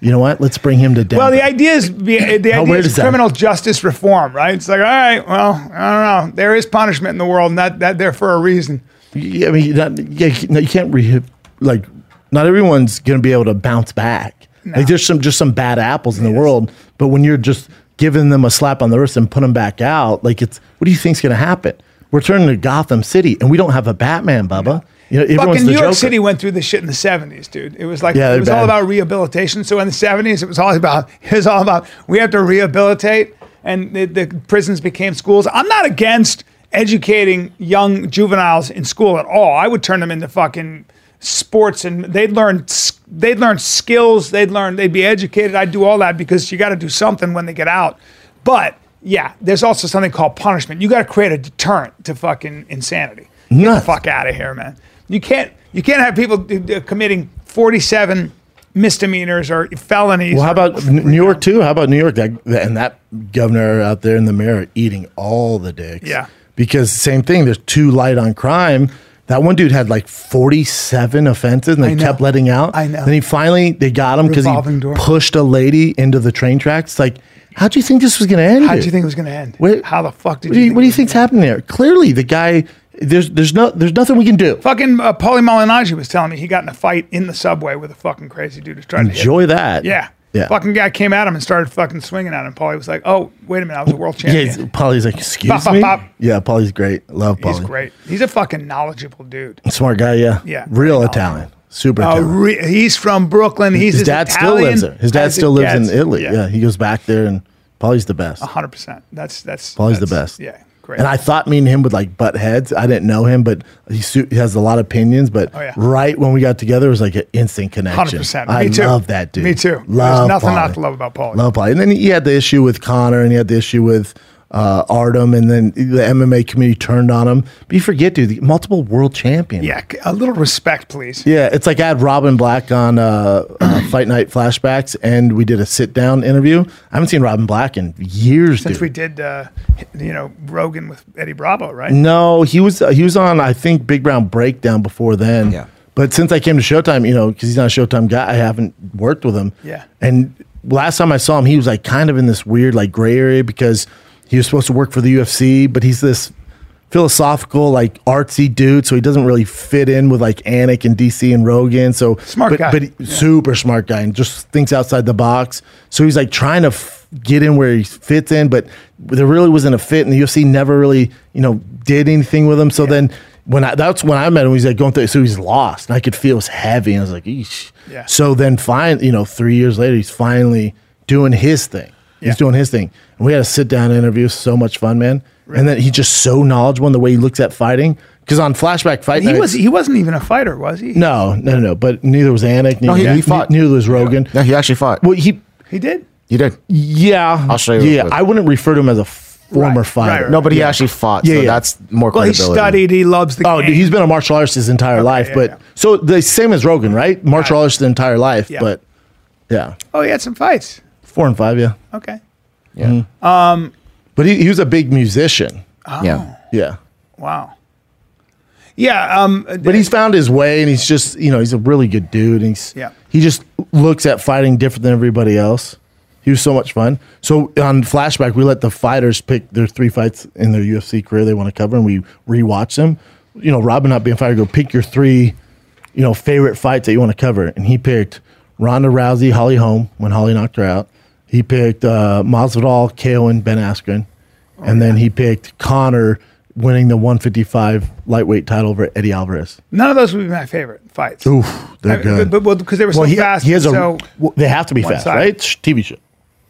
Speaker 3: you know what? Let's bring him to Denver.
Speaker 1: Well, the idea is the idea
Speaker 3: weird
Speaker 1: is
Speaker 3: is that?
Speaker 1: criminal justice reform, right? It's like, all right, well, I don't know. There is punishment in the world, and that that there for a reason.
Speaker 3: Yeah, I mean, that, yeah, you no, you can't re- like. Not everyone's going to be able to bounce back. Like, there's some just some bad apples in the world, but when you're just giving them a slap on the wrist and put them back out, like it's what do you think's going to happen? We're turning to Gotham City, and we don't have a Batman, Bubba. You know, everyone's
Speaker 1: Fucking
Speaker 3: the
Speaker 1: New York
Speaker 3: Joker.
Speaker 1: City went through this shit in the seventies, dude. It was like it
Speaker 3: Yeah, they're
Speaker 1: was all
Speaker 3: bad.
Speaker 1: about rehabilitation. So in the seventies, it was all about it was all about we have to rehabilitate, and the, the prisons became schools. I'm not against educating young juveniles in school at all. I would turn them into fucking sports, and they'd learn s- they'd learn skills. They'd learn they'd be educated. I'd do all that because you got to do something when they get out. But yeah, there's also something called punishment. You got to create a deterrent to fucking insanity. Get the
Speaker 3: Nuts.
Speaker 1: fuck out of here, man. You can't you can't have people d- d- committing 47 misdemeanors or felonies.
Speaker 3: Well, how about N- New York too? How about New York? That, that- and that governor out there in the mayor are eating all the dicks.
Speaker 1: Yeah.
Speaker 3: because same thing. There's too light on crime. That one dude had like 47 offenses, and
Speaker 1: I
Speaker 3: they
Speaker 1: know.
Speaker 3: kept letting out.
Speaker 1: I know.
Speaker 3: Then he finally they got him because
Speaker 1: Revolving
Speaker 3: he
Speaker 1: door.
Speaker 3: pushed a lady into the train tracks. Like, how do you think this was going to end?
Speaker 1: how do you
Speaker 3: dude?
Speaker 1: think it was going to end?
Speaker 3: What-
Speaker 1: how the fuck did
Speaker 3: What do you, what do
Speaker 1: it
Speaker 3: you
Speaker 1: was
Speaker 3: think's happening there? Clearly, the guy there's there's no there's nothing we can do.
Speaker 1: gonna end? Fucking uh, Paulie Malignaggi was telling me he got in a fight in the subway with a fucking crazy dude who's trying to hit him.
Speaker 3: Enjoy that.
Speaker 1: Yeah.
Speaker 3: Yeah.
Speaker 1: Fucking guy came at him and started fucking swinging at him. Paulie was like, "Oh, wait a minute, I was a world
Speaker 3: Yeah,
Speaker 1: champion."
Speaker 3: he's- Polly's like, excuse
Speaker 1: Pop, pop,
Speaker 3: me.
Speaker 1: pop.
Speaker 3: Yeah, Polly's great. Love Polly.
Speaker 1: He's great. He's a fucking knowledgeable dude.
Speaker 3: Smart guy, yeah.
Speaker 1: Yeah.
Speaker 3: Real
Speaker 1: Right on.
Speaker 3: Italian. Super
Speaker 1: Uh,
Speaker 3: Italian.
Speaker 1: re- he's from Brooklyn. He's
Speaker 3: His
Speaker 1: as
Speaker 3: dad still
Speaker 1: Italian
Speaker 3: lives there. His dad
Speaker 1: as it
Speaker 3: still lives in
Speaker 1: gets.
Speaker 3: Italy. Yeah. He goes back there and Polly's the best.
Speaker 1: hundred percent. That's that's
Speaker 3: Polly's the
Speaker 1: that's-
Speaker 3: best.
Speaker 1: Yeah, great.
Speaker 3: And I thought me and him would like butt heads. I didn't know him, but he, su- he has a lot of opinions. But
Speaker 1: Oh, yeah.
Speaker 3: right when we got together, it was like an instant connection.
Speaker 1: hundred percent.
Speaker 3: I
Speaker 1: Me too.
Speaker 3: love that dude.
Speaker 1: Me too.
Speaker 3: Love
Speaker 1: There's nothing not
Speaker 3: Pauly.
Speaker 1: to love about Paulie.
Speaker 3: Love Polly. And then he had the issue with Connor and he had the issue with uh, Artem. And then the MMA community turned on him. But you forget, dude, the multiple world champion.
Speaker 1: Yeah, c- a little respect, please.
Speaker 3: Yeah, it's like I had Robin Black on uh, uh, Fight Night Flashbacks, and we did a sit down interview. I haven't seen Robin Black in years.
Speaker 1: Since
Speaker 3: dude.
Speaker 1: we did, uh, you know, Rogan with Eddie Bravo, right?
Speaker 3: no, he was uh, he was on I think Big Brown Breakdown before then.
Speaker 5: Yeah.
Speaker 3: But since I came to Showtime, you know, because he's not a Showtime guy, I haven't worked with him.
Speaker 1: Yeah.
Speaker 3: And last time I saw him, he was like kind of in this weird like gray area because he was supposed to work for the UFC, but he's this philosophical like artsy dude, so he doesn't really fit in with like Anik and DC and Rogan. So
Speaker 1: Smart
Speaker 3: but,
Speaker 1: guy.
Speaker 3: but he- super smart guy and just thinks outside the box. So he's like trying to f- get in where he fits in, but there really wasn't a fit, and the UFC never really, you know, did anything with him. So then when I that's when I met him, he's like going through. So he's lost, and I could feel it was heavy, and I was like, Eesh.
Speaker 1: Yeah.
Speaker 3: So then, fine, you know, three years later, he's finally doing his thing.
Speaker 1: Yeah.
Speaker 3: He's doing his thing, and we had a sit down interview. So much fun, man. And then he's just so knowledgeable in the way he looks at fighting. Because on flashback fight,
Speaker 1: He
Speaker 3: night-
Speaker 1: was he wasn't even a fighter, was he?
Speaker 3: no, no, no. But neither was Anik. Neither,
Speaker 2: No, he- he
Speaker 3: ne-
Speaker 2: fought.
Speaker 3: Neither was Rogan.
Speaker 2: No, he actually fought.
Speaker 3: Well, he,
Speaker 1: he did.
Speaker 2: he did.
Speaker 3: yeah.
Speaker 2: I'll show you real
Speaker 3: Yeah,
Speaker 2: quick.
Speaker 3: I wouldn't refer to him as a former
Speaker 1: Right,
Speaker 3: fighter.
Speaker 1: right, right.
Speaker 2: No, but he actually fought.
Speaker 3: Yeah,
Speaker 2: so
Speaker 3: yeah.
Speaker 2: that's more
Speaker 1: Well, he
Speaker 2: credibility.
Speaker 1: studied. He loves the.
Speaker 3: Oh,
Speaker 1: game.
Speaker 3: dude, he's been a martial artist his entire life.
Speaker 1: yeah,
Speaker 3: but
Speaker 1: yeah.
Speaker 3: so the same as Rogan, right? Martial artist his entire life.
Speaker 1: Yeah.
Speaker 3: But yeah,
Speaker 1: Oh, he had some fights.
Speaker 3: four and five. Yeah,
Speaker 1: Okay.
Speaker 2: Yeah.
Speaker 3: Mm-hmm. but he, he was a big musician.
Speaker 2: Yeah.
Speaker 3: Yeah,
Speaker 1: Wow. Yeah. Um.
Speaker 3: but he's found his way, and he's just you know he's a really good dude, and he's
Speaker 1: Yeah.
Speaker 3: he just looks at fighting different than everybody else. He was so much fun. So on flashback, we let the fighters pick their three fights in their UFC career they want to cover, and we rewatch them. You know, Robin not being fired, go pick your three, you know, favorite fights that you want to cover, and he picked Ronda Rousey, Holly Holm when Holly knocked her out. He picked uh, Masvidal, KO, and Ben Askren, and then he picked Connor winning the 155 lightweight title over Eddie Alvarez.
Speaker 1: none of those would be my favorite fights.
Speaker 3: Oof, they're
Speaker 1: I- but- But well, because they were so
Speaker 3: well, he,
Speaker 1: fast.
Speaker 3: he has a.
Speaker 1: so,
Speaker 3: well, they have to be
Speaker 1: one
Speaker 3: fast,
Speaker 1: side.
Speaker 3: right? Sh- TV show.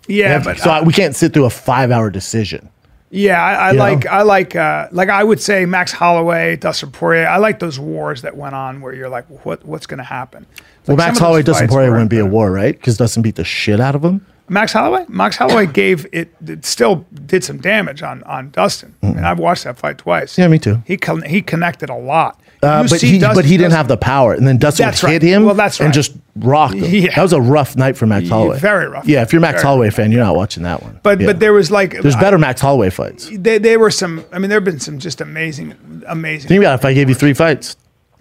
Speaker 3: They
Speaker 1: yeah,
Speaker 3: have to-
Speaker 1: but
Speaker 3: so I- we can't sit through a five-hour decision.
Speaker 1: Yeah, I, I
Speaker 3: You
Speaker 1: like
Speaker 3: know?
Speaker 1: I like uh, like I would say Max Holloway, Dustin Poirier. I like those wars that went on where you're like, what what's going to happen?
Speaker 3: Well, Max Holloway, Dustin Poirier wouldn't be a
Speaker 1: war.
Speaker 3: war, right? Because Dustin beat the shit out of him.
Speaker 1: Max Holloway. Max Holloway gave it, it still did some damage on on Dustin. And I've watched that fight twice.
Speaker 3: Yeah, me too.
Speaker 1: He con- he connected a lot.
Speaker 3: Uh,
Speaker 1: You
Speaker 3: but
Speaker 1: see
Speaker 3: he,
Speaker 1: Dustin-
Speaker 3: but he didn't
Speaker 1: Dustin-
Speaker 3: have the power, and then Dustin
Speaker 1: That's
Speaker 3: would
Speaker 1: right.
Speaker 3: hit him.
Speaker 1: Well, that's right.
Speaker 3: and just rocked him.
Speaker 1: Yeah.
Speaker 3: That was a rough night for Max Holloway.
Speaker 1: very rough.
Speaker 3: Yeah, if you're a Max
Speaker 1: Very
Speaker 3: Holloway fan, you're not watching that one.
Speaker 1: But
Speaker 3: Yeah.
Speaker 1: but there was like
Speaker 3: there's better Max Holloway fights. Think
Speaker 1: They, they were some. I mean, there have been some just amazing, amazing.
Speaker 3: about it, if I gave you three fights.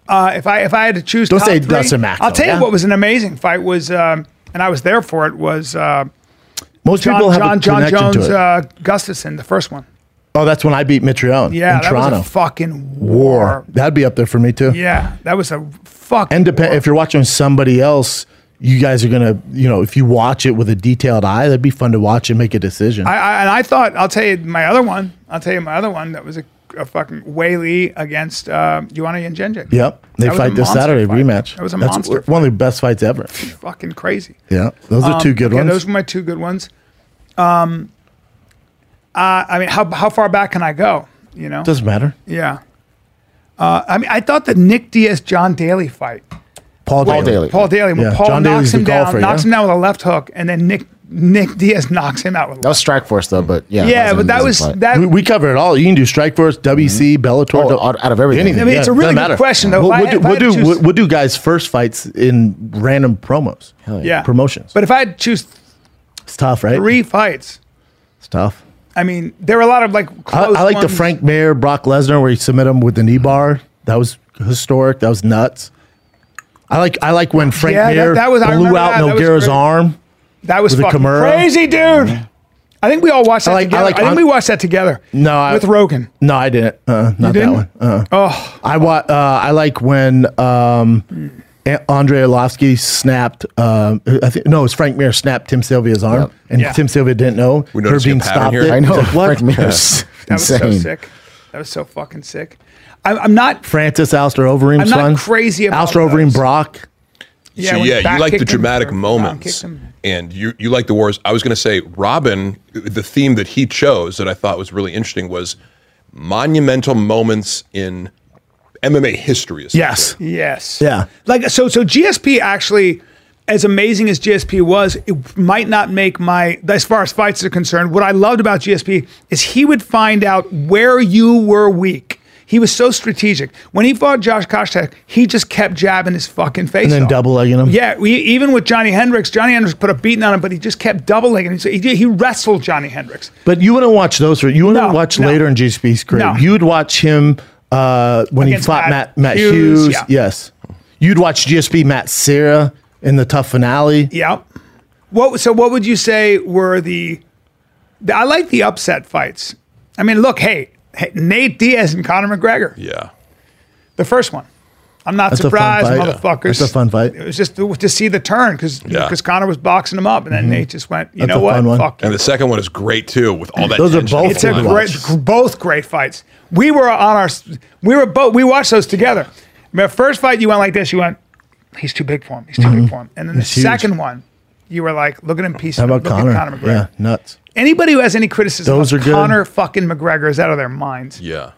Speaker 1: Uh, if I if I had to choose,
Speaker 3: Don't
Speaker 1: top
Speaker 3: say
Speaker 1: three,
Speaker 3: Dustin Mack,
Speaker 1: I'll
Speaker 3: though,
Speaker 1: tell
Speaker 3: yeah?
Speaker 1: you what was an amazing fight was, um, and I was there for it. Was uh,
Speaker 3: Most
Speaker 1: John
Speaker 3: people have
Speaker 1: John,
Speaker 3: a
Speaker 1: John
Speaker 3: connection
Speaker 1: Jones
Speaker 3: to it.
Speaker 1: uh, Gustafson, the first one.
Speaker 3: oh, that's when I beat Mitrione
Speaker 1: Yeah,
Speaker 3: in
Speaker 1: that
Speaker 3: Toronto.
Speaker 1: was a fucking war.
Speaker 3: war. That'd be up there for me too.
Speaker 1: Yeah, that was a fucking.
Speaker 3: And depend if you're watching somebody else, you guys are gonna, you know, if you watch it with a detailed eye, that'd be fun to watch and make a decision.
Speaker 1: I, I and I thought I'll tell you my other one. I'll tell you my other one that was a, a fucking Whaley against uh, Joanna Jenjic.
Speaker 3: yep, they
Speaker 1: That was a
Speaker 3: fight this
Speaker 1: monster
Speaker 3: Saturday
Speaker 1: fight.
Speaker 3: rematch.
Speaker 1: That was a
Speaker 3: That's
Speaker 1: monster
Speaker 3: one of the best fights ever.
Speaker 1: Fucking crazy.
Speaker 3: Yeah, those are two
Speaker 1: Um,
Speaker 3: good
Speaker 1: okay,
Speaker 3: ones.
Speaker 1: Those were my two good ones. Um, uh, I mean, how how far back can I go? You know.
Speaker 3: Doesn't matter.
Speaker 1: yeah. Uh, I mean, I thought the Nick Diaz John Daly fight.
Speaker 3: Paul,
Speaker 2: Paul
Speaker 3: Daly.
Speaker 2: Daly.
Speaker 1: Paul Daly. When
Speaker 3: Yeah,
Speaker 1: Paul
Speaker 3: John
Speaker 1: knocks
Speaker 3: Daly's the
Speaker 1: him down,
Speaker 3: golfer,
Speaker 1: knocks
Speaker 3: yeah?
Speaker 1: him down with a left hook, and then Nick Nick Diaz knocks him out with. a
Speaker 2: That was
Speaker 1: left.
Speaker 2: Strike Force though, but yeah.
Speaker 1: yeah,
Speaker 2: an
Speaker 1: but that
Speaker 2: amazing
Speaker 1: was
Speaker 2: fight.
Speaker 1: that.
Speaker 3: We, we cover it all. You can do Strike Force, WC, Bellator,
Speaker 2: Oh,
Speaker 3: don't-
Speaker 2: out- out of everything.
Speaker 1: I mean,
Speaker 2: Yeah,
Speaker 1: it's a really
Speaker 3: doesn't
Speaker 1: good
Speaker 3: matter.
Speaker 1: question though.
Speaker 3: We'll,
Speaker 1: If I
Speaker 3: we'll
Speaker 1: had-
Speaker 3: do,
Speaker 1: if I
Speaker 3: we'll,
Speaker 1: had to
Speaker 3: do,
Speaker 1: choose-
Speaker 3: we'll, we'll do guys' first fights in random promos.
Speaker 1: yeah,
Speaker 3: promotions.
Speaker 1: But if I had to choose
Speaker 3: It's tough, right?
Speaker 1: three fights,
Speaker 3: It's tough.
Speaker 1: I mean, there were a lot of like
Speaker 3: I,
Speaker 1: close
Speaker 3: I like the
Speaker 1: ones.
Speaker 3: Frank Mayer, Brock Lesnar, where he submit him with the knee bar. That was historic. That was nuts. I like I like when Frank
Speaker 1: Yeah, that-
Speaker 3: Mayer
Speaker 1: that was- I
Speaker 3: blew
Speaker 1: remember
Speaker 3: out
Speaker 1: that. That was
Speaker 3: Noguera's
Speaker 1: great.
Speaker 3: arm.
Speaker 1: That was
Speaker 3: With the
Speaker 1: fucking
Speaker 3: Camaro.
Speaker 1: crazy, dude. I think we all watched that
Speaker 3: I like- I
Speaker 1: together. I,
Speaker 3: like
Speaker 1: think
Speaker 3: on-
Speaker 1: we watched that together.
Speaker 3: No, I-
Speaker 1: with Rogan.
Speaker 3: No, I didn't. Uh, not that
Speaker 1: didn't?
Speaker 3: one. Uh,
Speaker 1: Oh,
Speaker 3: I wa- uh, I like when um, A- Andre Arlovsky snapped. Um, I think no, it was Frank Mir snapped Tim Sylvia's arm, and
Speaker 1: Yeah.
Speaker 3: Tim Sylvia didn't know.
Speaker 5: We noticing a pattern here?
Speaker 3: it.
Speaker 5: I
Speaker 2: I know.
Speaker 3: He's like, what?
Speaker 2: Frank Mir's
Speaker 1: that was so
Speaker 2: insane.
Speaker 1: sick. That was so fucking sick. I'm, I'm not.
Speaker 3: Francis Alistair Overeem's
Speaker 1: I'm not
Speaker 3: son.
Speaker 1: crazy about
Speaker 3: Alistair Overeem
Speaker 1: those.
Speaker 3: Brock.
Speaker 1: Yeah,
Speaker 5: so
Speaker 1: when
Speaker 5: yeah,
Speaker 1: back
Speaker 5: you like the
Speaker 1: kicked him
Speaker 5: dramatic
Speaker 1: or down kicked
Speaker 5: moments,
Speaker 1: him.
Speaker 5: and you you like the wars. I was going to say Robin. The theme that he chose that I thought was really interesting was monumental moments in MMA history. essentially.
Speaker 3: Yes.
Speaker 1: Yes.
Speaker 3: Yeah.
Speaker 1: Like so. So GSP actually, as amazing as GSP was, it might not make my as far as fights are concerned. What I loved about GSP is he would find out where you were weak. He was so strategic. When he fought Josh Koscheck, he just kept jabbing his fucking face.
Speaker 3: And then
Speaker 1: off.
Speaker 3: double legging him.
Speaker 1: Yeah, we, even with Johnny Hendricks, Johnny Hendricks put a beating on him, but he just kept double legging. him. So he, did- he wrestled Johnny Hendricks.
Speaker 3: But you wouldn't watch those. For, you wouldn't
Speaker 1: No,
Speaker 3: watch
Speaker 1: no.
Speaker 3: later in GSP's career.
Speaker 1: No.
Speaker 3: You would watch him uh, when
Speaker 1: Against
Speaker 3: he fought
Speaker 1: Matt
Speaker 3: Matt Matt
Speaker 1: Hughes,
Speaker 3: Hughes.
Speaker 1: yeah.
Speaker 3: Yes. You'd watch GSP Matt Sarah in the tough finale.
Speaker 1: Yep. What so what would you say were the, the- I like the upset fights. I mean, look, hey, hey, Nate Diaz and Conor McGregor.
Speaker 5: yeah.
Speaker 1: The first one. I'm not
Speaker 3: That's a fun
Speaker 1: surprised,
Speaker 3: fight.
Speaker 1: motherfuckers.
Speaker 3: That's a fun fight.
Speaker 1: It was just to, to see the turn because
Speaker 5: Yeah.
Speaker 1: Connor was boxing him up, and then Nate just went, you
Speaker 3: Mm-hmm. That's
Speaker 1: know
Speaker 3: a
Speaker 1: what?
Speaker 3: fun one.
Speaker 1: Fuck you.
Speaker 5: And the second one is great too, with all that.
Speaker 3: Those are
Speaker 5: tension
Speaker 3: both
Speaker 5: on
Speaker 1: It's
Speaker 5: the
Speaker 1: a
Speaker 3: fun to
Speaker 5: line.
Speaker 1: great,
Speaker 3: watch.
Speaker 1: gr- both great fights. We were on our, we were both, we watched those together. My first fight, you went like this. You went, he's too big for him. He's too big for him. And then the
Speaker 3: Mm-hmm. He's huge.
Speaker 1: second one, you were like, look at him piecing.
Speaker 3: How about
Speaker 1: him. Look
Speaker 3: Connor?
Speaker 1: At Conor McGregor.
Speaker 3: Yeah, nuts.
Speaker 1: Anybody who has any criticism
Speaker 3: Those
Speaker 1: of
Speaker 3: are good.
Speaker 1: Connor fucking McGregor is out of their minds.
Speaker 5: Yeah.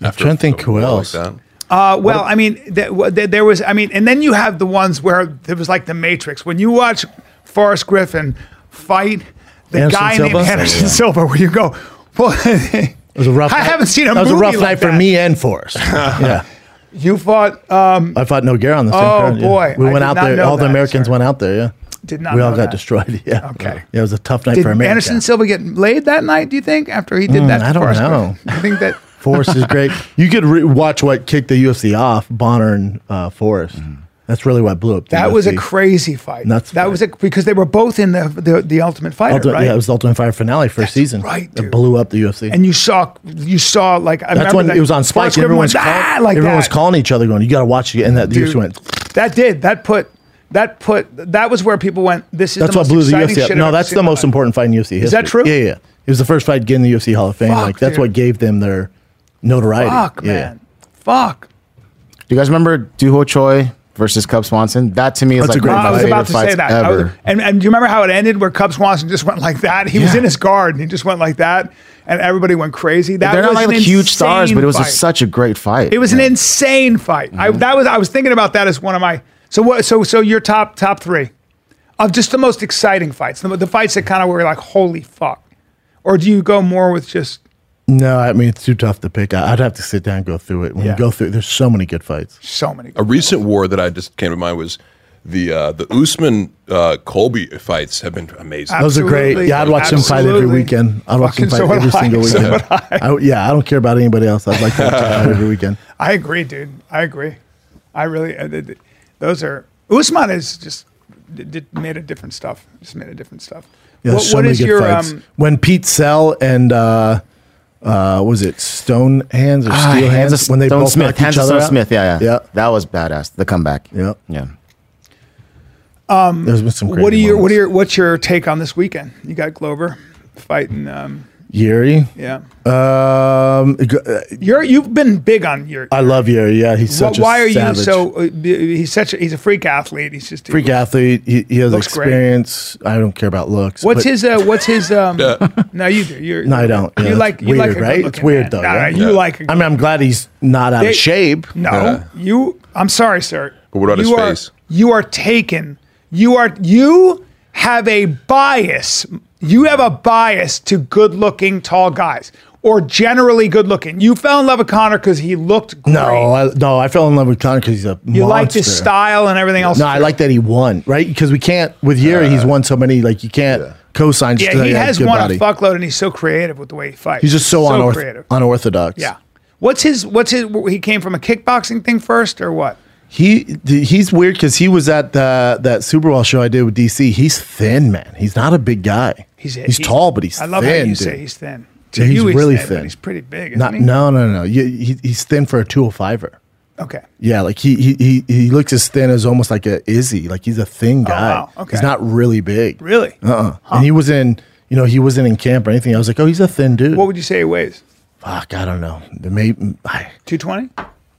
Speaker 3: trying to think
Speaker 5: a
Speaker 3: who
Speaker 5: war like
Speaker 3: else.
Speaker 5: that.
Speaker 1: Uh, well, I mean, th- w- th- there was, I mean, and then you have the ones where there was like the Matrix. When you watch Forrest Griffin fight the
Speaker 3: Anderson
Speaker 1: guy named
Speaker 3: Silva?
Speaker 1: Anderson
Speaker 3: Yeah.
Speaker 1: Silva, where you go, well, it
Speaker 3: It was a rough.
Speaker 1: I
Speaker 3: night.
Speaker 1: haven't seen a
Speaker 3: That was a
Speaker 1: movie
Speaker 3: rough
Speaker 1: like
Speaker 3: night for
Speaker 1: that.
Speaker 3: me and Forrest. yeah,
Speaker 1: You fought, um,
Speaker 3: I fought Noguera on the same.
Speaker 1: Oh,
Speaker 3: card, yeah.
Speaker 1: boy.
Speaker 3: we
Speaker 1: I did
Speaker 3: went out
Speaker 1: not
Speaker 3: there.
Speaker 1: know
Speaker 3: All the
Speaker 1: that,
Speaker 3: Americans
Speaker 1: sorry.
Speaker 3: went out there. Yeah,
Speaker 1: Did not
Speaker 3: We all
Speaker 1: know
Speaker 3: got
Speaker 1: that.
Speaker 3: destroyed. Yeah.
Speaker 1: Okay.
Speaker 3: Yeah, it was a tough night
Speaker 1: did
Speaker 3: for America. Hmm,
Speaker 1: Anderson Silva get laid that night, do you think, after he did that? to
Speaker 3: I don't
Speaker 1: Forrest
Speaker 3: know.
Speaker 1: Griffin? You think that,
Speaker 3: Forrest is great. You could re- watch what kicked the UFC off, Bonner and uh, Forrest. That's really what blew up. The
Speaker 1: that was a
Speaker 3: UFC.
Speaker 1: crazy fight.
Speaker 3: Nuts
Speaker 1: that
Speaker 3: fight.
Speaker 1: was a, because they were both in the, the, the Ultimate Fighter,
Speaker 3: Ultimate,
Speaker 1: right?
Speaker 3: Yeah, it was the Ultimate Fire finale first season.
Speaker 1: right,
Speaker 3: it
Speaker 1: dude.
Speaker 3: blew up the UFC.
Speaker 1: and you saw, you saw like, I
Speaker 3: that's
Speaker 1: remember
Speaker 3: when
Speaker 1: that
Speaker 3: it was on Spike.
Speaker 1: Forrest
Speaker 3: and
Speaker 1: Griffin
Speaker 3: Everyone's
Speaker 1: went,
Speaker 3: call-
Speaker 1: "Ah," like
Speaker 3: everyone was
Speaker 1: that.
Speaker 3: calling each other, going, "You got to watch it." And that the
Speaker 1: Dude,
Speaker 3: UFC went.
Speaker 1: That did. That put. That put. That was where people went. This is.
Speaker 3: That's
Speaker 1: the most
Speaker 3: what blew the
Speaker 1: exciting
Speaker 3: UFC up.
Speaker 1: shit
Speaker 3: No,
Speaker 1: I've
Speaker 3: that's
Speaker 1: seen
Speaker 3: the
Speaker 1: in my
Speaker 3: most
Speaker 1: life."
Speaker 3: important fight in UFC history.
Speaker 1: Is that true?
Speaker 3: Yeah, yeah. yeah. It was the first fight to get in the UFC Hall of Fame.
Speaker 1: Fuck,
Speaker 3: like that's
Speaker 1: dude.
Speaker 3: what gave them their notoriety.
Speaker 1: Fuck
Speaker 3: Yeah.
Speaker 1: man. Fuck.
Speaker 2: Do you guys remember Duho Choi versus Cub Swanson? That to me is
Speaker 3: That's a
Speaker 2: like
Speaker 3: great
Speaker 1: I
Speaker 2: one of my
Speaker 1: was
Speaker 2: favorite
Speaker 1: about to
Speaker 2: fights
Speaker 1: say that. I was-
Speaker 2: ever.
Speaker 1: and and do you remember how it ended? Where Cub Swanson just went like that. He was
Speaker 2: Yeah.
Speaker 1: in his guard and he just went like that, and everybody went crazy. That
Speaker 2: They're not
Speaker 1: was
Speaker 2: like
Speaker 1: an
Speaker 2: huge stars,
Speaker 1: insane
Speaker 2: but it was a,
Speaker 1: fight.
Speaker 2: such a great fight.
Speaker 1: It was an
Speaker 3: Mm-hmm.
Speaker 1: insane fight. I that was. I was thinking about that as one of my. So what? So so your top top three. of just the most exciting fights, the, the fights that kind of were like, holy fuck? Or do you go more with just
Speaker 3: No, I mean it's too tough to pick. I- I'd have to sit down and go through it. When
Speaker 1: Yeah.
Speaker 3: you go through, there's so many good fights.
Speaker 1: so many?
Speaker 5: A recent war that I just came to mind was the uh, the Usman uh, Colby fights have been amazing.
Speaker 3: Those are
Speaker 1: Absolutely.
Speaker 3: great. Yeah, I'd watch them fight every
Speaker 1: Absolutely.
Speaker 3: weekend. I'd watch them fight
Speaker 1: Fucking so
Speaker 3: every
Speaker 1: would I.
Speaker 3: single
Speaker 1: So
Speaker 3: weekend.
Speaker 1: would I.
Speaker 3: I- yeah, I don't care about anybody else. I'd like to watch them fight every weekend.
Speaker 1: I agree, dude. I agree. I really, uh, th- th- those are, Usman is just d- d- made a different stuff. Just made a different stuff.
Speaker 3: Yeah, there's so many good fights.
Speaker 1: um,
Speaker 3: when Pete Sell and uh, uh, was it Stone Hands or Steel
Speaker 2: Ah,
Speaker 3: Hands,
Speaker 2: Hansa
Speaker 3: when they
Speaker 2: Stone
Speaker 3: both
Speaker 2: Smith,
Speaker 3: knocked each
Speaker 2: Hansa
Speaker 3: other
Speaker 2: Stone
Speaker 3: out?
Speaker 2: Smith, yeah, yeah,
Speaker 3: Yeah.
Speaker 2: that was badass. The comeback,
Speaker 3: Yeah.
Speaker 2: yeah.
Speaker 3: There's been some. Great
Speaker 1: what are your, what are
Speaker 3: moments.
Speaker 1: your, what's your take on this weekend? You got Glover fighting, um,
Speaker 3: Yuri?
Speaker 1: yeah.
Speaker 3: Um, g- uh,
Speaker 1: You're, you've been big on your,
Speaker 3: I love Yuri. Yeah, he's
Speaker 1: Wh-
Speaker 3: such.
Speaker 1: why
Speaker 3: a
Speaker 1: are
Speaker 3: savage.
Speaker 1: you so? Uh, b- he's such. A, he's a freak athlete. He's just
Speaker 3: freak athlete? He, he has
Speaker 1: Looks great.
Speaker 3: experience. I don't care about looks.
Speaker 1: What's
Speaker 3: but-
Speaker 1: his? Uh, what's his? Um, no, you do. You're,
Speaker 3: No, I don't. Yeah,
Speaker 1: you
Speaker 3: that's
Speaker 1: like you like
Speaker 3: weird,
Speaker 1: a
Speaker 3: right? It's
Speaker 1: good-looking
Speaker 3: weird,
Speaker 1: man.
Speaker 3: though,
Speaker 1: No,
Speaker 3: right?
Speaker 1: You like. a-
Speaker 3: I mean, I'm glad he's not out
Speaker 1: They-
Speaker 3: of shape.
Speaker 1: no,
Speaker 5: Yeah.
Speaker 1: you. I'm sorry, sir.
Speaker 5: But what about
Speaker 1: you
Speaker 5: his
Speaker 1: are,
Speaker 5: face?
Speaker 1: You are taken. You are. You have a bias. You have a bias to good-looking tall guys or generally good-looking. You fell in love with Connor because he looked great.
Speaker 3: No, I, no, I fell in love with Connor because he's a
Speaker 1: you liked his style and everything else.
Speaker 3: No, I like that he won, right? Because we can't with Yuri, he's won so many. Like you can't co-sign. just
Speaker 1: Uh, Yeah,
Speaker 3: to-
Speaker 1: he has
Speaker 3: good
Speaker 1: won
Speaker 3: body.
Speaker 1: a fuckload, and he's so creative with the way he fights.
Speaker 3: He's just so, unorth-
Speaker 1: creative.
Speaker 3: unorthodox.
Speaker 1: Yeah. What's his? What's his? He came from a kickboxing thing first, or what?
Speaker 3: he th- he's weird because he was at the, that Super Bowl show I did with DC. He's thin, man. He's not a big guy.
Speaker 1: He's
Speaker 3: he's tall, but he's
Speaker 1: I love
Speaker 3: thin,
Speaker 1: how you
Speaker 3: dude.
Speaker 1: say he's thin.
Speaker 3: Yeah, he's really
Speaker 1: but
Speaker 3: thin.
Speaker 1: he's pretty big. Isn't
Speaker 3: not
Speaker 1: he?
Speaker 3: no no no. You, he, he's thin for a two hundred fiver.
Speaker 1: Okay.
Speaker 3: Yeah, like he, he he he looks as thin as almost like a Izzy. Like he's a thin guy.
Speaker 1: Oh, wow. Okay.
Speaker 3: He's not really big.
Speaker 1: Really?
Speaker 3: Uh. uh And he was in. You know, he wasn't in camp or anything. I was like, oh, he's a thin dude.
Speaker 1: What would you say he weighs?
Speaker 3: Fuck, I don't know. Maybe I,
Speaker 1: Two twenty?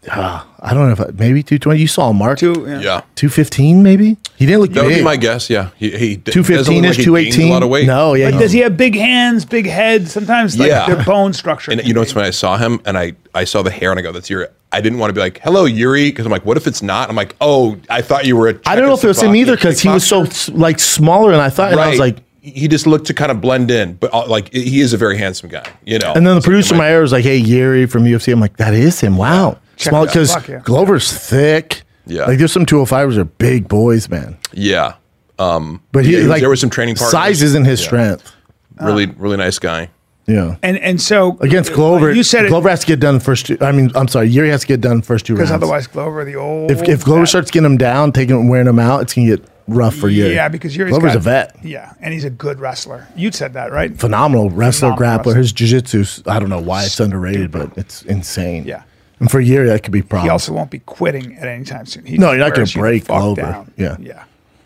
Speaker 3: uh, I don't know if I, maybe two twenty. You saw Mark
Speaker 1: Two? Yeah.
Speaker 5: yeah.
Speaker 3: two fifteen, maybe he didn't look
Speaker 5: That would be
Speaker 3: big.
Speaker 5: my guess. Yeah, he, he d-
Speaker 3: Two
Speaker 5: doesn't
Speaker 3: fifteen
Speaker 5: look
Speaker 3: ish,
Speaker 5: like
Speaker 3: two
Speaker 5: he gains
Speaker 3: eighteen.
Speaker 5: A lot of weight.
Speaker 3: No, yeah,
Speaker 1: Like,
Speaker 3: no.
Speaker 1: does he have big hands, big head? Sometimes, like
Speaker 5: Yeah.
Speaker 1: their bone structure.
Speaker 5: And
Speaker 1: can
Speaker 5: you
Speaker 1: be-
Speaker 5: know what's when I saw him and I I saw the hair and I go, that's Yuri. I didn't want to be like, hello Yuri, because I'm like, what if it's not? I'm like, oh, I thought you were. A
Speaker 3: I don't know if it was him
Speaker 5: Czechoslovakian
Speaker 3: either because he was so
Speaker 5: kickboxer.
Speaker 3: s- like smaller, and I thought, and I was like,
Speaker 5: he just looked to kind of blend in, but uh, like he is a very handsome guy, you know.
Speaker 3: and then the
Speaker 5: It's like,
Speaker 3: producer
Speaker 5: am
Speaker 3: my
Speaker 5: I-
Speaker 3: air was like, hey, Yuri from UFC. I'm like, that is him. Wow,
Speaker 1: Check
Speaker 3: small
Speaker 1: it out.
Speaker 3: because
Speaker 1: Fuck yeah.
Speaker 3: Glover's thick.
Speaker 5: Yeah.
Speaker 3: like there's some two hundred fivers are big boys, man.
Speaker 5: yeah, um,
Speaker 3: But he
Speaker 5: yeah,
Speaker 3: like
Speaker 5: there was some training partners.
Speaker 3: Size isn't uh, his
Speaker 5: Yeah.
Speaker 3: strength.
Speaker 5: Really, really nice guy.
Speaker 3: Yeah.
Speaker 1: and and so
Speaker 3: Against
Speaker 1: uh,
Speaker 3: Glover,
Speaker 1: you said
Speaker 3: Glover has to get done first. Two, I mean, I'm sorry, Yuri has to get done first two
Speaker 1: because
Speaker 3: rounds.
Speaker 1: otherwise Glover, the old
Speaker 3: if, if Glover
Speaker 1: vet.
Speaker 3: starts getting him down, taking wearing him out, it's gonna get rough for you.
Speaker 1: yeah, because Yuri's
Speaker 3: Glover's
Speaker 1: got-
Speaker 3: a vet,
Speaker 1: Yeah, and he's a good wrestler. You said that right?
Speaker 3: phenomenal wrestler,
Speaker 1: Phenomenal
Speaker 3: grappler.
Speaker 1: wrestler.
Speaker 3: His jiu-jitsu, I don't know why it's underrated, but it's insane.
Speaker 1: Yeah.
Speaker 3: and for Yuri, that could be problems.
Speaker 1: He also won't be quitting at any time soon. He
Speaker 3: No,
Speaker 1: just
Speaker 3: you're not gonna
Speaker 1: wears you
Speaker 3: break
Speaker 1: the fuck
Speaker 3: Glover. Yeah.
Speaker 1: yeah.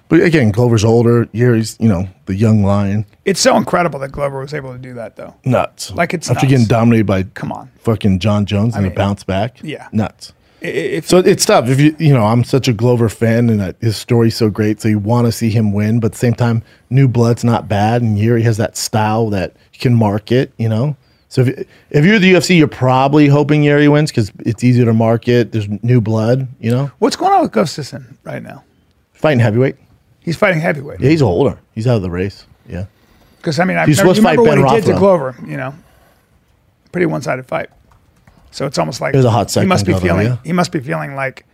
Speaker 3: but again, Glover's older. Yuri's, you know, the young lion.
Speaker 1: It's so incredible that Glover was able to do that, though.
Speaker 3: Nuts.
Speaker 1: Like, it's
Speaker 3: after
Speaker 1: nuts.
Speaker 3: getting dominated by
Speaker 1: Come on.
Speaker 3: fucking John Jones and
Speaker 1: mean,
Speaker 3: a bounce back.
Speaker 1: yeah.
Speaker 3: nuts.
Speaker 1: I- I- If
Speaker 3: So it's tough. If you you know, I'm such a Glover fan, and that his story's so great, so you want to see him win. But at the same time, new blood's not bad, and Yuri has that style that he can market. You know, so if if you're the UFC, you're probably hoping Yuri wins because it's easier to market. There's new blood. You know,
Speaker 1: what's going on with Gustafson right now?
Speaker 3: fighting heavyweight.
Speaker 1: He's fighting heavyweight.
Speaker 3: Yeah, he's older. He's out of the race. Yeah,
Speaker 1: Because I mean, I
Speaker 3: He's
Speaker 1: remember,
Speaker 3: supposed
Speaker 1: you
Speaker 3: to fight
Speaker 1: remember what he
Speaker 3: Ben
Speaker 1: did to
Speaker 3: Rothwell.
Speaker 1: Glover. You know, pretty one-sided fight. So it's almost like
Speaker 3: It was a hot
Speaker 1: He must be
Speaker 3: second, though,
Speaker 1: feeling.
Speaker 3: yeah.
Speaker 1: He must be feeling like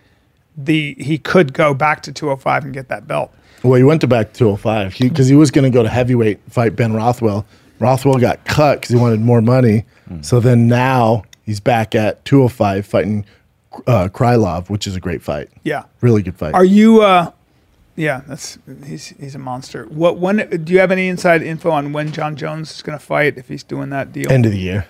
Speaker 1: the he could go back to 205 and get that belt.
Speaker 3: Well, he went to back 205 because he, was going to go to heavyweight fight Ben Rothwell. Rothwell got cut because he wanted more money.
Speaker 2: Hmm.
Speaker 3: So then now he's back at 205 fighting uh, Krylov, which is a great fight.
Speaker 1: Yeah.
Speaker 3: Really good fight.
Speaker 1: Are you? uh Yeah, that's he's he's a monster. What when do you have any inside info on when John Jones is going to fight if he's doing that deal?
Speaker 3: end of the year.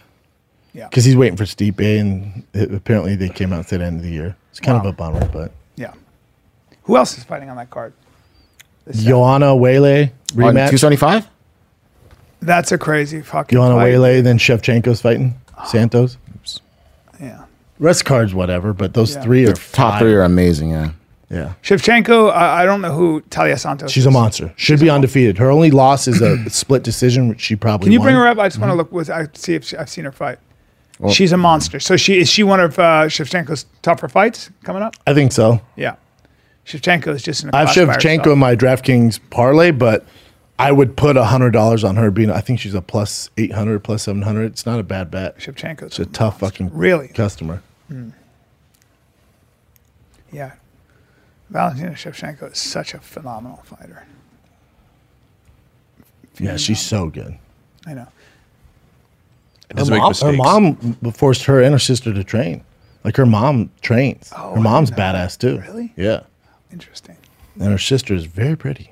Speaker 1: Yeah.
Speaker 3: Because he's waiting for Stipe, and it- apparently they came out and said end of the year. It's kind
Speaker 1: Wow.
Speaker 3: of a bummer, but.
Speaker 1: yeah. Who else is fighting on that card?
Speaker 3: Joanna Wele
Speaker 2: Two
Speaker 3: rematch.
Speaker 2: seventy five.
Speaker 1: That's a crazy fucking.
Speaker 3: Joanna
Speaker 1: fight.
Speaker 3: Wele, then Shevchenko's fighting Santos.
Speaker 1: Yeah.
Speaker 3: Rest cards, whatever, but those
Speaker 1: Ah. Yeah.
Speaker 3: three are
Speaker 2: Top
Speaker 3: fire.
Speaker 2: three are amazing. Yeah,
Speaker 3: Yeah.
Speaker 1: Shevchenko, I, I don't know who Talia Santos.
Speaker 3: She's a
Speaker 1: is.
Speaker 3: monster. Should be undefeated. Her only loss is a split decision, which she probably.
Speaker 1: Can you bring
Speaker 3: won.
Speaker 1: her up? I just want to look with. I see if she, I've seen her fight. She's a monster. So she is she one of uh, Shevchenko's tougher fights coming up?
Speaker 3: I think so.
Speaker 1: Yeah. Shevchenko is just in a
Speaker 3: I have
Speaker 1: class by herself.
Speaker 3: Shevchenko in my DraftKings parlay, but I would put hundred dollars on her being. I think she's a plus eight hundred, plus seven hundred. It's not a bad bet. She's
Speaker 1: Shevchenko's
Speaker 3: a tough fucking
Speaker 1: Really?
Speaker 3: customer.
Speaker 1: Yeah. Valentina Shevchenko is such a phenomenal fighter. Mm-hmm.
Speaker 3: Yeah, she's so good.
Speaker 1: I know.
Speaker 3: Her
Speaker 5: It doesn't make
Speaker 3: mom, her
Speaker 5: mistakes.
Speaker 3: mom forced her and her sister to train. Like her mom trains.
Speaker 1: Oh, I
Speaker 3: her mom's
Speaker 1: didn't know that.
Speaker 3: badass too.
Speaker 1: Really?
Speaker 3: Yeah.
Speaker 1: Interesting.
Speaker 3: And her sister is very pretty.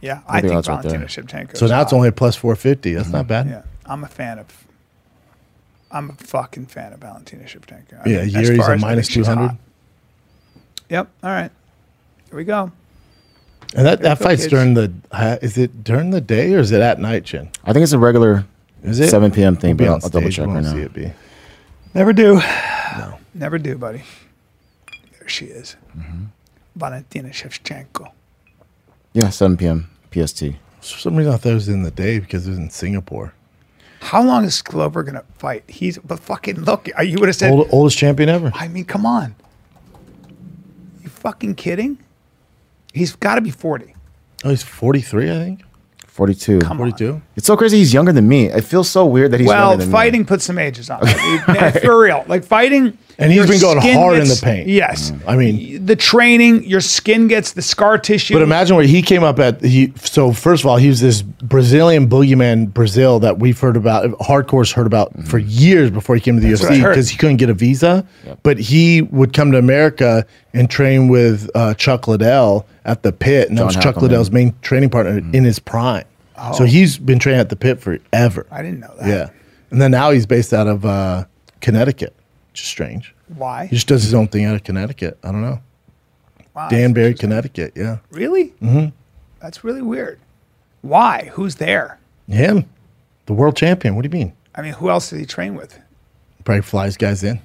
Speaker 1: Yeah, I
Speaker 2: think
Speaker 1: think
Speaker 2: that's right there.
Speaker 1: Valentina Shevchenko.
Speaker 3: So
Speaker 1: is
Speaker 3: now it's
Speaker 1: hot.
Speaker 3: only a plus four fifty. That's not bad.
Speaker 1: Mm-hmm. Yeah, I'm a fan of. I'm a fucking fan of Valentina Shevchenko. I
Speaker 3: Yeah,
Speaker 1: mean, as far
Speaker 3: Yuri's a
Speaker 1: as I think
Speaker 3: minus two
Speaker 1: she's
Speaker 3: hundred.
Speaker 1: hot. Yep. All right. Here we go.
Speaker 3: And that, that
Speaker 1: go,
Speaker 3: fight's
Speaker 1: kids.
Speaker 3: during the uh, is it during the day or is it at night, Chin?
Speaker 2: I think it's a regular
Speaker 3: Is it
Speaker 2: 7 p.m. thing,
Speaker 3: Be
Speaker 2: but I'll,
Speaker 3: on
Speaker 2: I'll double
Speaker 3: stage,
Speaker 2: check
Speaker 3: we
Speaker 2: right
Speaker 3: won't
Speaker 2: now.
Speaker 3: see it be.
Speaker 1: Never do. Never do, buddy. There she is. Valentina Shevchenko.
Speaker 2: Yeah, 7 p.m. PST.
Speaker 3: For some reason, I thought it was in the day because it was in Singapore.
Speaker 1: How long is Glover gonna fight? He's but fucking look. uh, You would have said.
Speaker 3: Old, oldest champion ever.
Speaker 1: I mean, come on. You fucking kidding? He's got to be forty.
Speaker 3: Oh, he's 43, I think.
Speaker 2: 42.
Speaker 1: Come on.
Speaker 3: 42.
Speaker 2: It's so crazy. He's younger than me. It feels so weird that he's
Speaker 1: Well,
Speaker 2: younger than
Speaker 1: fighting
Speaker 2: me.
Speaker 1: puts some ages on it. Man, For real. Like fighting.
Speaker 3: And he's
Speaker 1: your
Speaker 3: been going
Speaker 1: skin
Speaker 3: hard in
Speaker 1: gets-
Speaker 3: the paint.
Speaker 1: Yes.
Speaker 3: I mean-
Speaker 1: the training, your skin gets the scar tissue.
Speaker 3: But imagine where he came up at. He so first of all, he was this Brazilian boogeyman, Brazil that we've heard about, hardcore's heard about
Speaker 2: Mm-hmm.
Speaker 3: for years before he came to the
Speaker 1: what I
Speaker 3: UFC
Speaker 1: heard.
Speaker 3: because he couldn't get a visa. But he would come to America and train with uh, Chuck Liddell at the pit, and that was
Speaker 2: John Mm-hmm. Oh.
Speaker 3: Chuck
Speaker 2: Hackelman.
Speaker 3: Liddell's main training partner in his prime. So he's been training at the pit forever.
Speaker 1: I didn't know that.
Speaker 3: Yeah, and then now he's based out of uh, Connecticut, which is strange.
Speaker 1: Why?
Speaker 3: He just does his own thing out of Connecticut. I don't know.
Speaker 1: Wow.
Speaker 3: Danbury, Connecticut. Yeah.
Speaker 1: Really? Mm-hmm. That's really weird. Why? Who's there?
Speaker 3: Him, the world champion. What do you mean?
Speaker 1: I mean, who else did he train with?
Speaker 3: Probably flies guys in.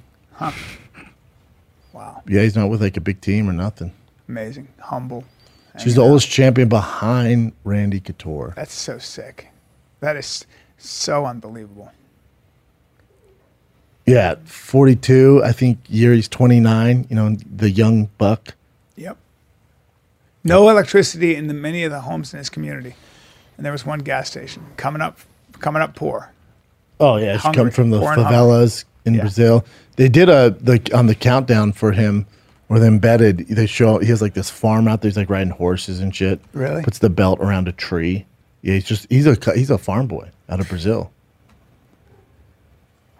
Speaker 1: Wow.
Speaker 3: Yeah, he's not with like a big team or nothing.
Speaker 1: Amazing. Humble.
Speaker 3: She's the oldest champion behind Randy Couture.
Speaker 1: That's so sick. That is so unbelievable.
Speaker 3: Yeah, 42. I think Yuri's 29. You know, the young buck.
Speaker 1: Yep. No electricity in the, many of the homes in his community, and there was one gas station coming up, coming up poor.
Speaker 3: Oh yeah, she
Speaker 1: Hungry,
Speaker 3: come from the
Speaker 1: born
Speaker 3: favelas in
Speaker 1: Yeah.
Speaker 3: Brazil. They did a the on the countdown for him or the embedded. They show he has like this farm out there. He's like riding horses and shit.
Speaker 1: Really?
Speaker 3: Puts the belt around a tree. Yeah, he's just he's a cu- he's a farm boy out of Brazil.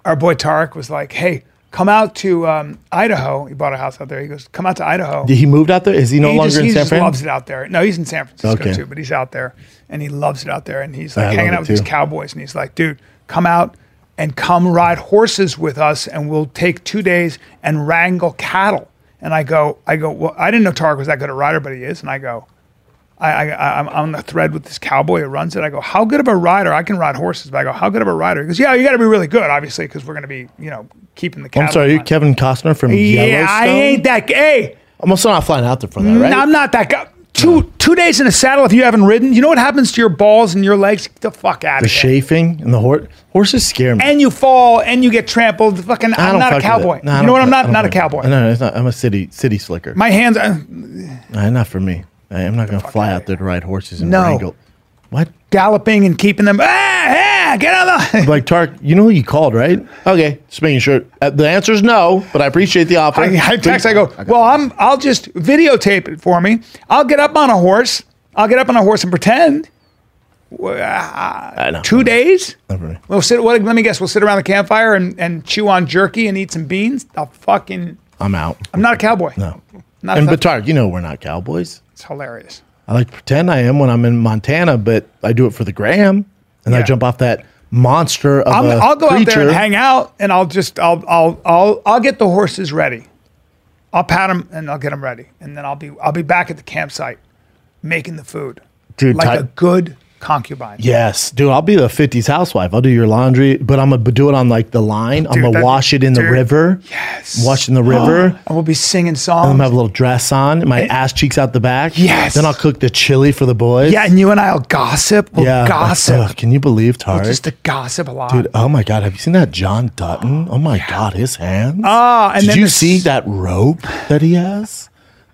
Speaker 1: Our boy Tarek was like, "Hey, come out to um, Idaho." He bought a house out there. He goes, "Come out to Idaho."
Speaker 3: Did he moved out there? Is he no
Speaker 1: he
Speaker 3: longer
Speaker 1: just,
Speaker 3: in
Speaker 1: he
Speaker 3: San
Speaker 1: just
Speaker 3: Fran?
Speaker 1: loves it out there. No, he's in San Francisco
Speaker 3: Okay.
Speaker 1: too, but he's out there and he loves it out there. And he's
Speaker 3: I
Speaker 1: like hanging out
Speaker 3: love it
Speaker 1: with these
Speaker 3: too.
Speaker 1: cowboys, and he's like, "Dude, come out and come ride horses with us, and we'll take two days and wrangle cattle." And I go, I go, well, I didn't know Tarek was that good a rider, but he is. And I go, I, I, I'm on the thread with this cowboy who runs it. I go, how good of a rider? I can ride horses, but I go, how good of a rider? He goes, yeah, you got to be really good, obviously, because we're going to be, you know, keeping the cattle.
Speaker 3: I'm sorry,
Speaker 1: in
Speaker 3: you
Speaker 1: line."
Speaker 3: Kevin Costner from
Speaker 1: Yeah,
Speaker 3: Yellowstone.
Speaker 1: I ain't that. Hey,
Speaker 3: I'm also not flying out there for that, right?
Speaker 1: I'm not that guy. Two two days in a saddle if you haven't ridden. You know what happens to your balls and your legs? Get the fuck out
Speaker 3: the
Speaker 1: of here.
Speaker 3: chafing and the horse horses scare me.
Speaker 1: And you fall and you get trampled. Fucking,
Speaker 3: I
Speaker 1: I'm
Speaker 3: don't
Speaker 1: not a
Speaker 3: fuck with it.
Speaker 1: cowboy.
Speaker 3: No, I
Speaker 1: you know
Speaker 3: don't
Speaker 1: what? I'm
Speaker 3: fuck- I
Speaker 1: not not
Speaker 3: don't
Speaker 1: a
Speaker 3: fuck with
Speaker 1: cowboy.
Speaker 3: it. No, no, it's not, I'm a city city slicker.
Speaker 1: My hands. I,
Speaker 3: Nah, not for me. I, am not going to fly
Speaker 1: outta
Speaker 3: out there to ride horses and
Speaker 1: No.
Speaker 3: wrangle. What?
Speaker 1: galloping and keeping them. Ah, ah, get out of the.
Speaker 3: Like Tark, you know who you called, right? Okay, just making sure. Uh, the answer is no, but I appreciate the offer.
Speaker 1: I, I text. I go. Well, I'm. I'll just videotape it for me. I'll get up on a horse. I'll get up on a horse and pretend. uh,
Speaker 3: I know.
Speaker 1: Two days.
Speaker 3: Not for me.
Speaker 1: We'll sit. What, let me guess. We'll sit around the campfire and, and chew on jerky and eat some beans. I'll fucking.
Speaker 3: I'm out.
Speaker 1: I'm not a cowboy.
Speaker 3: no.
Speaker 1: Not
Speaker 3: and
Speaker 1: that-
Speaker 3: but Tark, you know we're not cowboys.
Speaker 1: It's hilarious.
Speaker 3: I like to pretend I am when I'm in Montana, but I do it for the gram, and I
Speaker 1: Yeah.
Speaker 3: jump off that monster of
Speaker 1: I'm,
Speaker 3: a
Speaker 1: I'll go out there
Speaker 3: creature.
Speaker 1: and hang out, and I'll just I'll I'll I'll I'll get the horses ready. I'll pat them and I'll get them ready, and then I'll be I'll be back at the campsite making the food,
Speaker 3: Dude,
Speaker 1: like
Speaker 3: Ty-
Speaker 1: a good concubine.
Speaker 3: Yes, dude, I'll be the 50s housewife. I'll do your laundry, but I'm gonna do it on like the line. I'm
Speaker 1: Dude,
Speaker 3: gonna
Speaker 1: that'd
Speaker 3: wash
Speaker 1: be-
Speaker 3: it in the
Speaker 1: dude,
Speaker 3: river.
Speaker 1: yes. Oh.
Speaker 3: Wash in the river.
Speaker 1: and we'll be singing songs.
Speaker 3: I'm gonna have a little dress on, my ass cheeks out the back.
Speaker 1: Yes.
Speaker 3: Then I'll cook the chili for the boys.
Speaker 1: yeah, and you and I'll gossip. We'll
Speaker 3: yeah.
Speaker 1: gossip.
Speaker 3: Ugh, can you believe Tari?
Speaker 1: We'll just to gossip a lot.
Speaker 3: Dude, oh my god, have you seen that John Dutton? Oh my god, his hands.
Speaker 1: Ah, and
Speaker 3: did
Speaker 1: then
Speaker 3: you
Speaker 1: the
Speaker 3: see
Speaker 1: s-
Speaker 3: that rope that he has?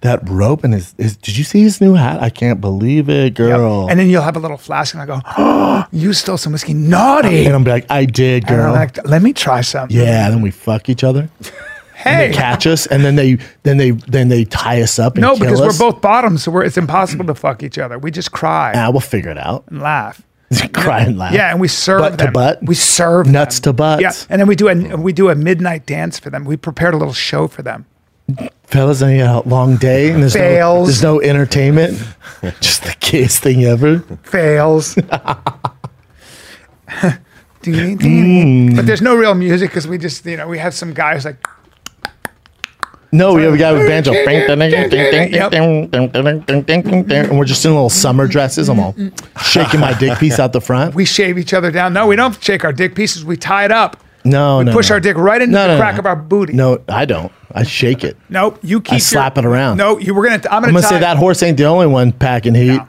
Speaker 3: that rope and his, his. Did you see his new hat? I can't believe it, girl.
Speaker 1: And then you'll have a little flask, and I go, "Oh, you stole some whiskey, naughty!"
Speaker 3: And I'm like, I did,
Speaker 1: And
Speaker 3: girl.
Speaker 1: I'm like, "Let me try some."
Speaker 3: yeah. Then we fuck each other.
Speaker 1: Hey,
Speaker 3: catch us, and then they then they then they tie us up. And
Speaker 1: no,
Speaker 3: kill
Speaker 1: because
Speaker 3: us.
Speaker 1: we're both bottoms, so we're, it's impossible to fuck each other. We just cry
Speaker 3: Ah, we'll figure it out.
Speaker 1: and laugh.
Speaker 3: Cry and laugh.
Speaker 1: Yeah, and we serve
Speaker 3: butt
Speaker 1: them.
Speaker 3: to butt.
Speaker 1: We serve
Speaker 3: nuts
Speaker 1: them.
Speaker 3: to butts. Oh.
Speaker 1: Yeah, and then we do a we do a midnight dance for them. We prepared a little show for them.
Speaker 3: fellas, I had a long day, and there's no
Speaker 1: Fails.
Speaker 3: there's no entertainment. Just the gayest thing ever.
Speaker 1: Fails. do you need to-
Speaker 3: Mm.
Speaker 1: But there's no real music because we just you know we have some guys like
Speaker 3: No, we have a guy with banjo,
Speaker 1: Yep.
Speaker 3: and we're just in little summer dresses. I'm all shaking my dick piece out the front.
Speaker 1: we shave each other down. No, we don't shake our dick pieces. We tie it up.
Speaker 3: No,
Speaker 1: we
Speaker 3: no,
Speaker 1: push
Speaker 3: no.
Speaker 1: our dick right into
Speaker 3: No,
Speaker 1: the
Speaker 3: no,
Speaker 1: crack
Speaker 3: no.
Speaker 1: of our booty.
Speaker 3: No, I don't. I shake it.
Speaker 1: nope. You keep your-
Speaker 3: slap it around.
Speaker 1: No, you were gonna. I'm gonna,
Speaker 3: I'm gonna
Speaker 1: tie-
Speaker 3: say that horse ain't the only one packing heat.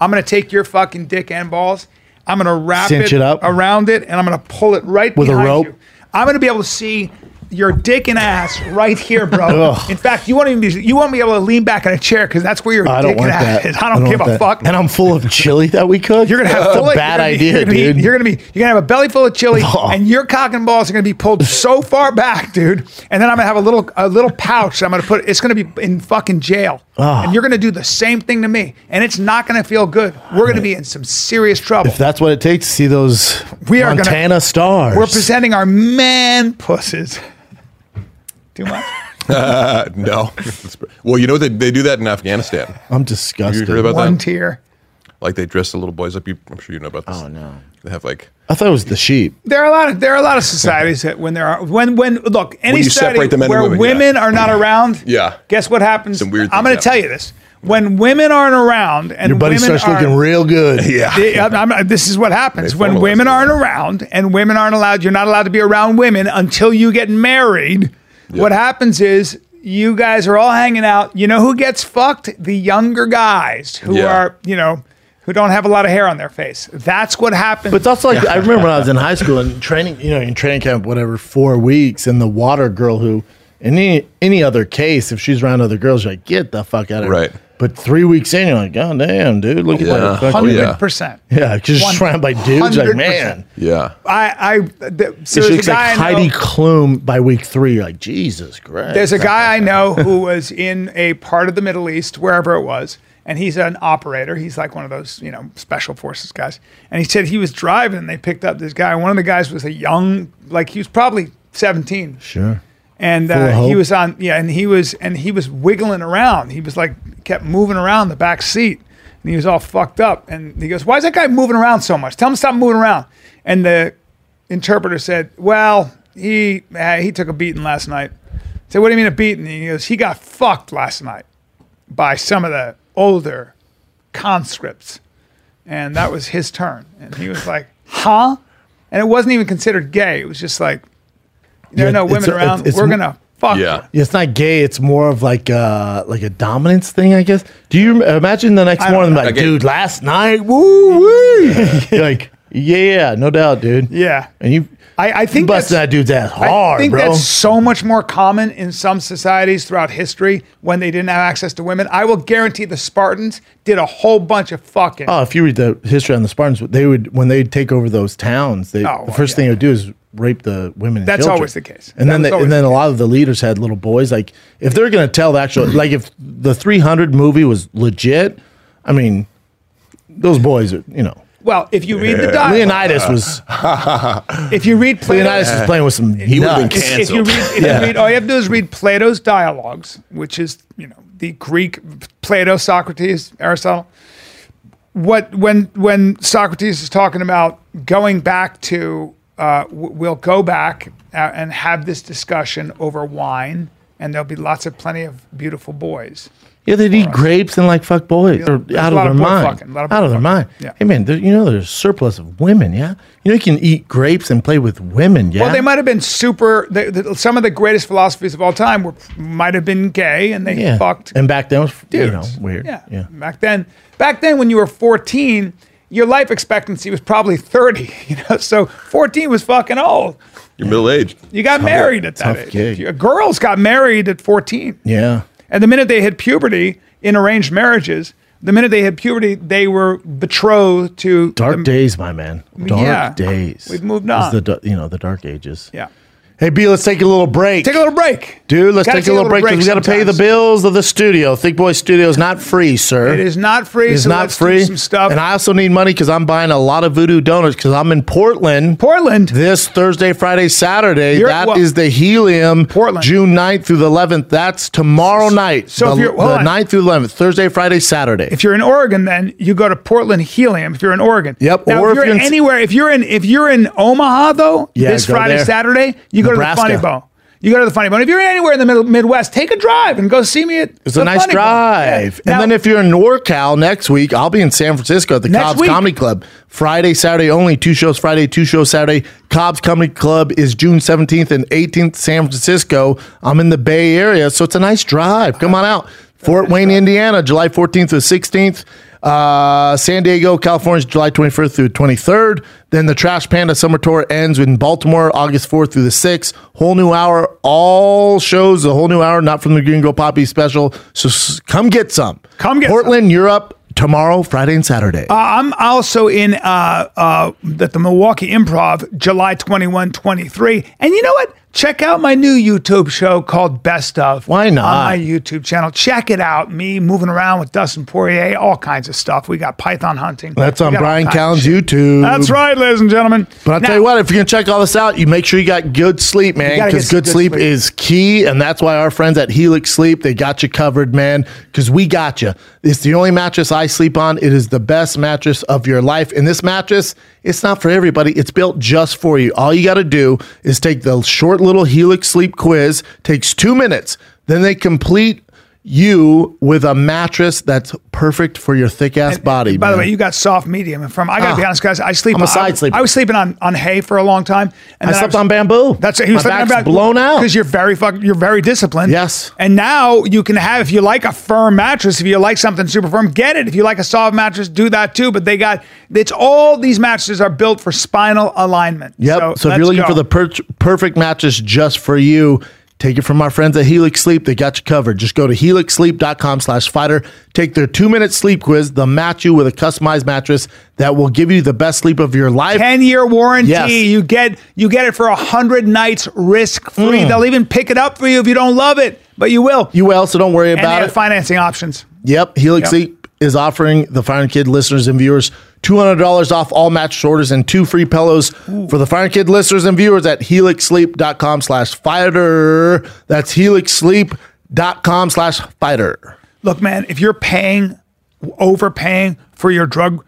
Speaker 1: I'm gonna take your fucking dick and balls. I'm gonna wrap
Speaker 3: Cinch it up.
Speaker 1: around it, and I'm gonna pull it right
Speaker 3: With a
Speaker 1: behind
Speaker 3: rope?
Speaker 1: you. I'm gonna be able to see your dick and ass right here, bro.
Speaker 3: Ugh.
Speaker 1: in fact, you won't even be you won't be able to lean back in a chair because that's where your dick
Speaker 3: I don't
Speaker 1: and
Speaker 3: want
Speaker 1: ass
Speaker 3: that.
Speaker 1: is. I don't, give
Speaker 3: want
Speaker 1: a
Speaker 3: that.
Speaker 1: fuck.
Speaker 3: And I'm full of chili that we cooked.
Speaker 1: you're gonna have
Speaker 3: That's
Speaker 1: full
Speaker 3: a
Speaker 1: of-
Speaker 3: Uh, bad
Speaker 1: you're gonna be-
Speaker 3: idea,
Speaker 1: you're gonna be- you're gonna
Speaker 3: dude.
Speaker 1: be you're gonna have a belly full of chili,
Speaker 3: Oh.
Speaker 1: and your cock and balls are gonna be pulled so far back, dude. And then I'm gonna have a little a little pouch. I'm gonna put. It's gonna be in fucking jail,
Speaker 3: Ah.
Speaker 1: and you're gonna do the same thing to me, and it's not gonna feel good. We're gonna be in some serious trouble.
Speaker 3: if that's what it takes to see those
Speaker 1: We are gonna-
Speaker 3: Montana stars.
Speaker 1: We're presenting our man pusses. Too much.
Speaker 5: Uh, no. well, you know they, they do that in Afghanistan.
Speaker 3: I'm
Speaker 5: You
Speaker 3: disgusted.
Speaker 5: heard about
Speaker 1: One
Speaker 5: that?
Speaker 1: tier.
Speaker 5: like they dress the little boys up. You, I'm sure you know about this. Oh no. They have like
Speaker 3: I thought it was the sheep.
Speaker 1: There are a lot of there are a lot of societies that when there are when when look any
Speaker 5: you
Speaker 1: society
Speaker 5: separate the men and
Speaker 1: where
Speaker 5: women,
Speaker 1: women
Speaker 5: yeah.
Speaker 1: are not around.
Speaker 5: Yeah.
Speaker 1: Guess what happens?
Speaker 5: Some weird
Speaker 1: I'm
Speaker 5: things
Speaker 1: going to
Speaker 5: happen.
Speaker 1: tell you this. When women aren't around and
Speaker 3: Your buddy
Speaker 1: women
Speaker 3: starts
Speaker 1: are-
Speaker 3: looking real good.
Speaker 5: yeah.
Speaker 1: They- I'm- I'm- this is what happens
Speaker 5: They
Speaker 1: when
Speaker 5: formalize
Speaker 1: women
Speaker 5: it.
Speaker 1: aren't around and women aren't allowed. You're not allowed to be around women until you get married. What happens is you guys are all hanging out. You know who gets fucked? The younger guys who
Speaker 5: Yeah.
Speaker 1: are you know who don't have a lot of hair on their face. That's what happens.
Speaker 3: But it's also like I remember when I was in high school and training, you know, in training camp, whatever, four weeks, and the water girl who, in any any other case, if she's around other girls, you're like, get the fuck out of
Speaker 5: Right.
Speaker 3: here. But three weeks in, you're like, god damn, dude, look at
Speaker 5: Yeah.
Speaker 3: that.
Speaker 5: Oh,
Speaker 3: fucking-
Speaker 5: yeah.
Speaker 1: hundred percent.
Speaker 3: Yeah, 'cause you're surrounded by dudes. Like,
Speaker 1: 100%.
Speaker 3: man,
Speaker 5: yeah.
Speaker 1: I I the, so
Speaker 3: it's
Speaker 1: there's a
Speaker 3: just
Speaker 1: guy
Speaker 3: like
Speaker 1: I know-
Speaker 3: Heidi Klum by week three. You're like, Jesus Christ.
Speaker 1: There's a guy I know who was in a part of the Middle East, wherever it was, and he's an operator. He's like one of those, you know, special forces guys. And he said he was driving and they picked up this guy. One of the guys was a young, like he was probably 17.
Speaker 3: sure.
Speaker 1: And
Speaker 3: Full of
Speaker 1: uh, he
Speaker 3: hope.
Speaker 1: was on, yeah, and he was, and he was wiggling around. He was like, kept moving around the back seat and he was all fucked up. And he goes, Why is that guy moving around so much? Tell him to stop moving around. And the interpreter said, Well, he, uh, he took a beating last night. I said, what do you mean a beating? And he goes, he got fucked last night by some of the older conscripts. And that was his turn. And he was like, huh? And it wasn't even considered gay. It was just like, there are
Speaker 3: Yeah,
Speaker 1: no
Speaker 3: it's-
Speaker 1: women around.
Speaker 3: it's- it's
Speaker 1: We're
Speaker 3: mo-
Speaker 1: going to fuck.
Speaker 5: Yeah.
Speaker 1: you."
Speaker 3: Yeah, it's not gay. It's more of like a like a dominance thing, I guess. Do you rem- imagine the next
Speaker 1: don't
Speaker 3: morning,
Speaker 1: know.
Speaker 3: like,
Speaker 5: Again-
Speaker 3: dude, last night, woo wee, You're like, yeah, no doubt, dude.
Speaker 1: Yeah.
Speaker 3: and you,
Speaker 1: I, I
Speaker 3: you
Speaker 1: think
Speaker 3: busted
Speaker 1: that's-
Speaker 3: that dude's ass
Speaker 1: I
Speaker 3: hard,
Speaker 1: think
Speaker 3: bro.
Speaker 1: that's so much more common in some societies throughout history when they didn't have access to women. I will guarantee the Spartans did a whole bunch of fucking.
Speaker 3: Oh, if you read the history on the Spartans, they would when they take over those towns, they
Speaker 1: Oh,
Speaker 3: the first
Speaker 1: yeah.
Speaker 3: thing they would do is rape the women. And
Speaker 1: That's
Speaker 3: children.
Speaker 1: always the case.
Speaker 3: And
Speaker 1: That
Speaker 3: then
Speaker 1: was
Speaker 3: they,
Speaker 1: always
Speaker 3: and then
Speaker 1: the
Speaker 3: a lot of the leaders had little boys. Like if they're gonna tell the actual, like if the 300 movie was legit, I mean, those boys are you know.
Speaker 1: well, if you read the dialogue,
Speaker 3: Leonidas was
Speaker 1: if you read Plato's,
Speaker 3: Leonidas was playing with some. He
Speaker 5: would have been
Speaker 3: nuts.
Speaker 5: can-
Speaker 1: if you
Speaker 5: Canceled.
Speaker 1: read, if you read, all you have to do is read Plato's dialogues, which is you know the Greek Plato, Socrates, Aristotle. What when when Socrates is talking about going back to, uh, w- we'll go back uh, and have this discussion over wine, and there'll be lots of plenty of beautiful boys.
Speaker 3: Yeah, they eat grapes and like fuck boys. They're
Speaker 1: there's
Speaker 3: out
Speaker 1: a lot
Speaker 3: of their
Speaker 1: of boy
Speaker 3: mind.
Speaker 1: fucking, a lot of boy
Speaker 3: out of their
Speaker 1: fucking.
Speaker 3: mind.
Speaker 1: Yeah.
Speaker 3: Hey man, there, you know there's surplus of women. Yeah, you know you can eat grapes and play with women. Yeah.
Speaker 1: Well, they might have been super. They, the, some of the greatest philosophies of all time were might have been gay, and they
Speaker 3: Yeah.
Speaker 1: fucked
Speaker 3: And back then, it was, you know,
Speaker 1: dudes.
Speaker 3: weird.
Speaker 1: Yeah.
Speaker 3: Yeah.
Speaker 1: Back then, back then when you were 14, your life expectancy was probably 30, you know. So 14 was fucking old.
Speaker 5: You're middle aged.
Speaker 1: You got married at that
Speaker 3: tough
Speaker 1: age.
Speaker 3: gig.
Speaker 1: Your girls got married at 14.
Speaker 3: Yeah.
Speaker 1: And the minute they hit puberty in arranged marriages, the minute they hit puberty, they were betrothed to
Speaker 3: Dark
Speaker 1: the-
Speaker 3: days, my man. Dark
Speaker 1: Yeah.
Speaker 3: days.
Speaker 1: We've moved
Speaker 3: It's
Speaker 1: on.
Speaker 3: The, dar- you know, the dark ages.
Speaker 1: Yeah.
Speaker 3: Hey, B, let's take a little break.
Speaker 1: Take a little break.
Speaker 3: Dude, let's
Speaker 1: Gotta
Speaker 3: take a little break 'cause we got to pay the
Speaker 1: sometimes.
Speaker 3: bills of the studio. Think Boy Studio is not free, sir.
Speaker 1: It is not free.
Speaker 3: It's
Speaker 1: so
Speaker 3: not
Speaker 1: let's do
Speaker 3: free.
Speaker 1: some stuff.
Speaker 3: And I also need money because I'm buying a lot of voodoo donuts because I'm in Portland.
Speaker 1: Portland.
Speaker 3: this Thursday, Friday, Saturday. That is
Speaker 1: You're- well-
Speaker 3: the Helium.
Speaker 1: Portland.
Speaker 3: June 9th through the 11th. That's tomorrow night.
Speaker 1: so
Speaker 3: the,
Speaker 1: if you're- hold
Speaker 3: the
Speaker 1: on.
Speaker 3: 9th through 11th, Thursday, Friday, Saturday.
Speaker 1: if you're in Oregon, then you go to Portland Helium. If you're in Oregon,
Speaker 3: Yep,
Speaker 1: Now, if,
Speaker 3: or if
Speaker 1: you're
Speaker 3: you're in-
Speaker 1: anywhere, if you're in if you're in Omaha though,
Speaker 3: Yeah,
Speaker 1: this
Speaker 3: go
Speaker 1: Friday,
Speaker 3: there.
Speaker 1: Saturday, you go
Speaker 3: Nebraska.
Speaker 1: to the Funny Bone. You go to the Funny Bone. If you're anywhere in the middle, Midwest, take a drive and go see me at.
Speaker 3: It's a nice drive. And then if you're in NorCal next week, I'll be in San Francisco at the
Speaker 1: Next
Speaker 3: Cobb's
Speaker 1: week.
Speaker 3: Comedy Club. Friday, Saturday only. Two shows Friday, two shows Saturday. Cobb's Comedy Club is June 17th and 18th, San Francisco. I'm in the Bay Area, so it's a nice drive. Come on out. Fort Wayne, Indiana, July 14th to 16th. Uh, San Diego, California, July 21st through 23rd. Then the Trash Panda Summer Tour ends in Baltimore, August 4th through the 6th. Whole new hour, all shows, the whole new hour, not from the Green Girl Poppy special. So s- come get some.
Speaker 1: Come get
Speaker 3: Portland, Europe, tomorrow, Friday, and Saturday.
Speaker 1: I'm also in uh, uh, at the Milwaukee Improv, July 21, 23. And you know what? Check out my new YouTube show called Best of.
Speaker 3: Why not?
Speaker 1: On my YouTube channel. Check it out. Me moving around with Dustin Poirier, all kinds of stuff. We got python hunting.
Speaker 3: That's
Speaker 1: We
Speaker 3: on
Speaker 1: got all
Speaker 3: Brian
Speaker 1: kinds of
Speaker 3: Callen's
Speaker 1: shit.
Speaker 3: YouTube.
Speaker 1: That's right, ladies and gentlemen.
Speaker 3: But I'll
Speaker 1: Now-
Speaker 3: tell you what, if you're gonna check all this out, you make sure you got good sleep, man.
Speaker 1: gotta
Speaker 3: Because
Speaker 1: get some
Speaker 3: good,
Speaker 1: good
Speaker 3: sleep,
Speaker 1: sleep.
Speaker 3: is key, and that's why our friends at Helix Sleep they got you covered, man. Because we got you. It's the only mattress I sleep on. It is the best mattress of your life, and this mattress, it's not for everybody. It's built just for you. All you got to do is take the short little Helix Sleep quiz. Takes two minutes. Then they complete you with a mattress that's perfect for your thick ass body.
Speaker 1: By the
Speaker 3: man.
Speaker 1: way, you got soft medium. And from I gotta
Speaker 3: Ah.
Speaker 1: be honest, guys, I sleep.
Speaker 3: I'm a
Speaker 1: I-
Speaker 3: side sleeper.
Speaker 1: I was sleeping on on hay for a long time. And
Speaker 3: I
Speaker 1: then
Speaker 3: slept
Speaker 1: was-
Speaker 3: on bamboo.
Speaker 1: That's it.
Speaker 3: My back's blown out.
Speaker 1: because you're very fuck, you're very disciplined.
Speaker 3: Yes.
Speaker 1: And now you can have if you like a firm mattress, if you like something super firm, get it. If you like a soft mattress, do that too. But they got it's all these mattresses are built for spinal alignment.
Speaker 3: Yep. So, if
Speaker 1: let's
Speaker 3: you're looking
Speaker 1: go.
Speaker 3: for the per- perfect mattress just for you, take it from our friends at Helix Sleep. They got you covered. Just go to helixsleep.com slash fighter. Take their two-minute sleep quiz. They'll match you with a customized mattress that will give you the best sleep of your life.
Speaker 1: ten year warranty.
Speaker 3: Yes.
Speaker 1: You get you get it for a hundred nights risk free. They'll even pick it up for you if you don't love it, but you will.
Speaker 3: Mm. you will, so don't worry
Speaker 1: and they
Speaker 3: about
Speaker 1: have
Speaker 3: it.
Speaker 1: financing options.
Speaker 3: Yep, Helix
Speaker 1: Yep.
Speaker 3: Sleep is offering the Fire and Kid listeners and viewers $200 off all mattress orders and two free pillows for the Fire and Kid listeners and viewers at helixsleep.com slash fighter. That's helixsleep.com slash fighter.
Speaker 1: Look, man, if you're paying, overpaying for your drug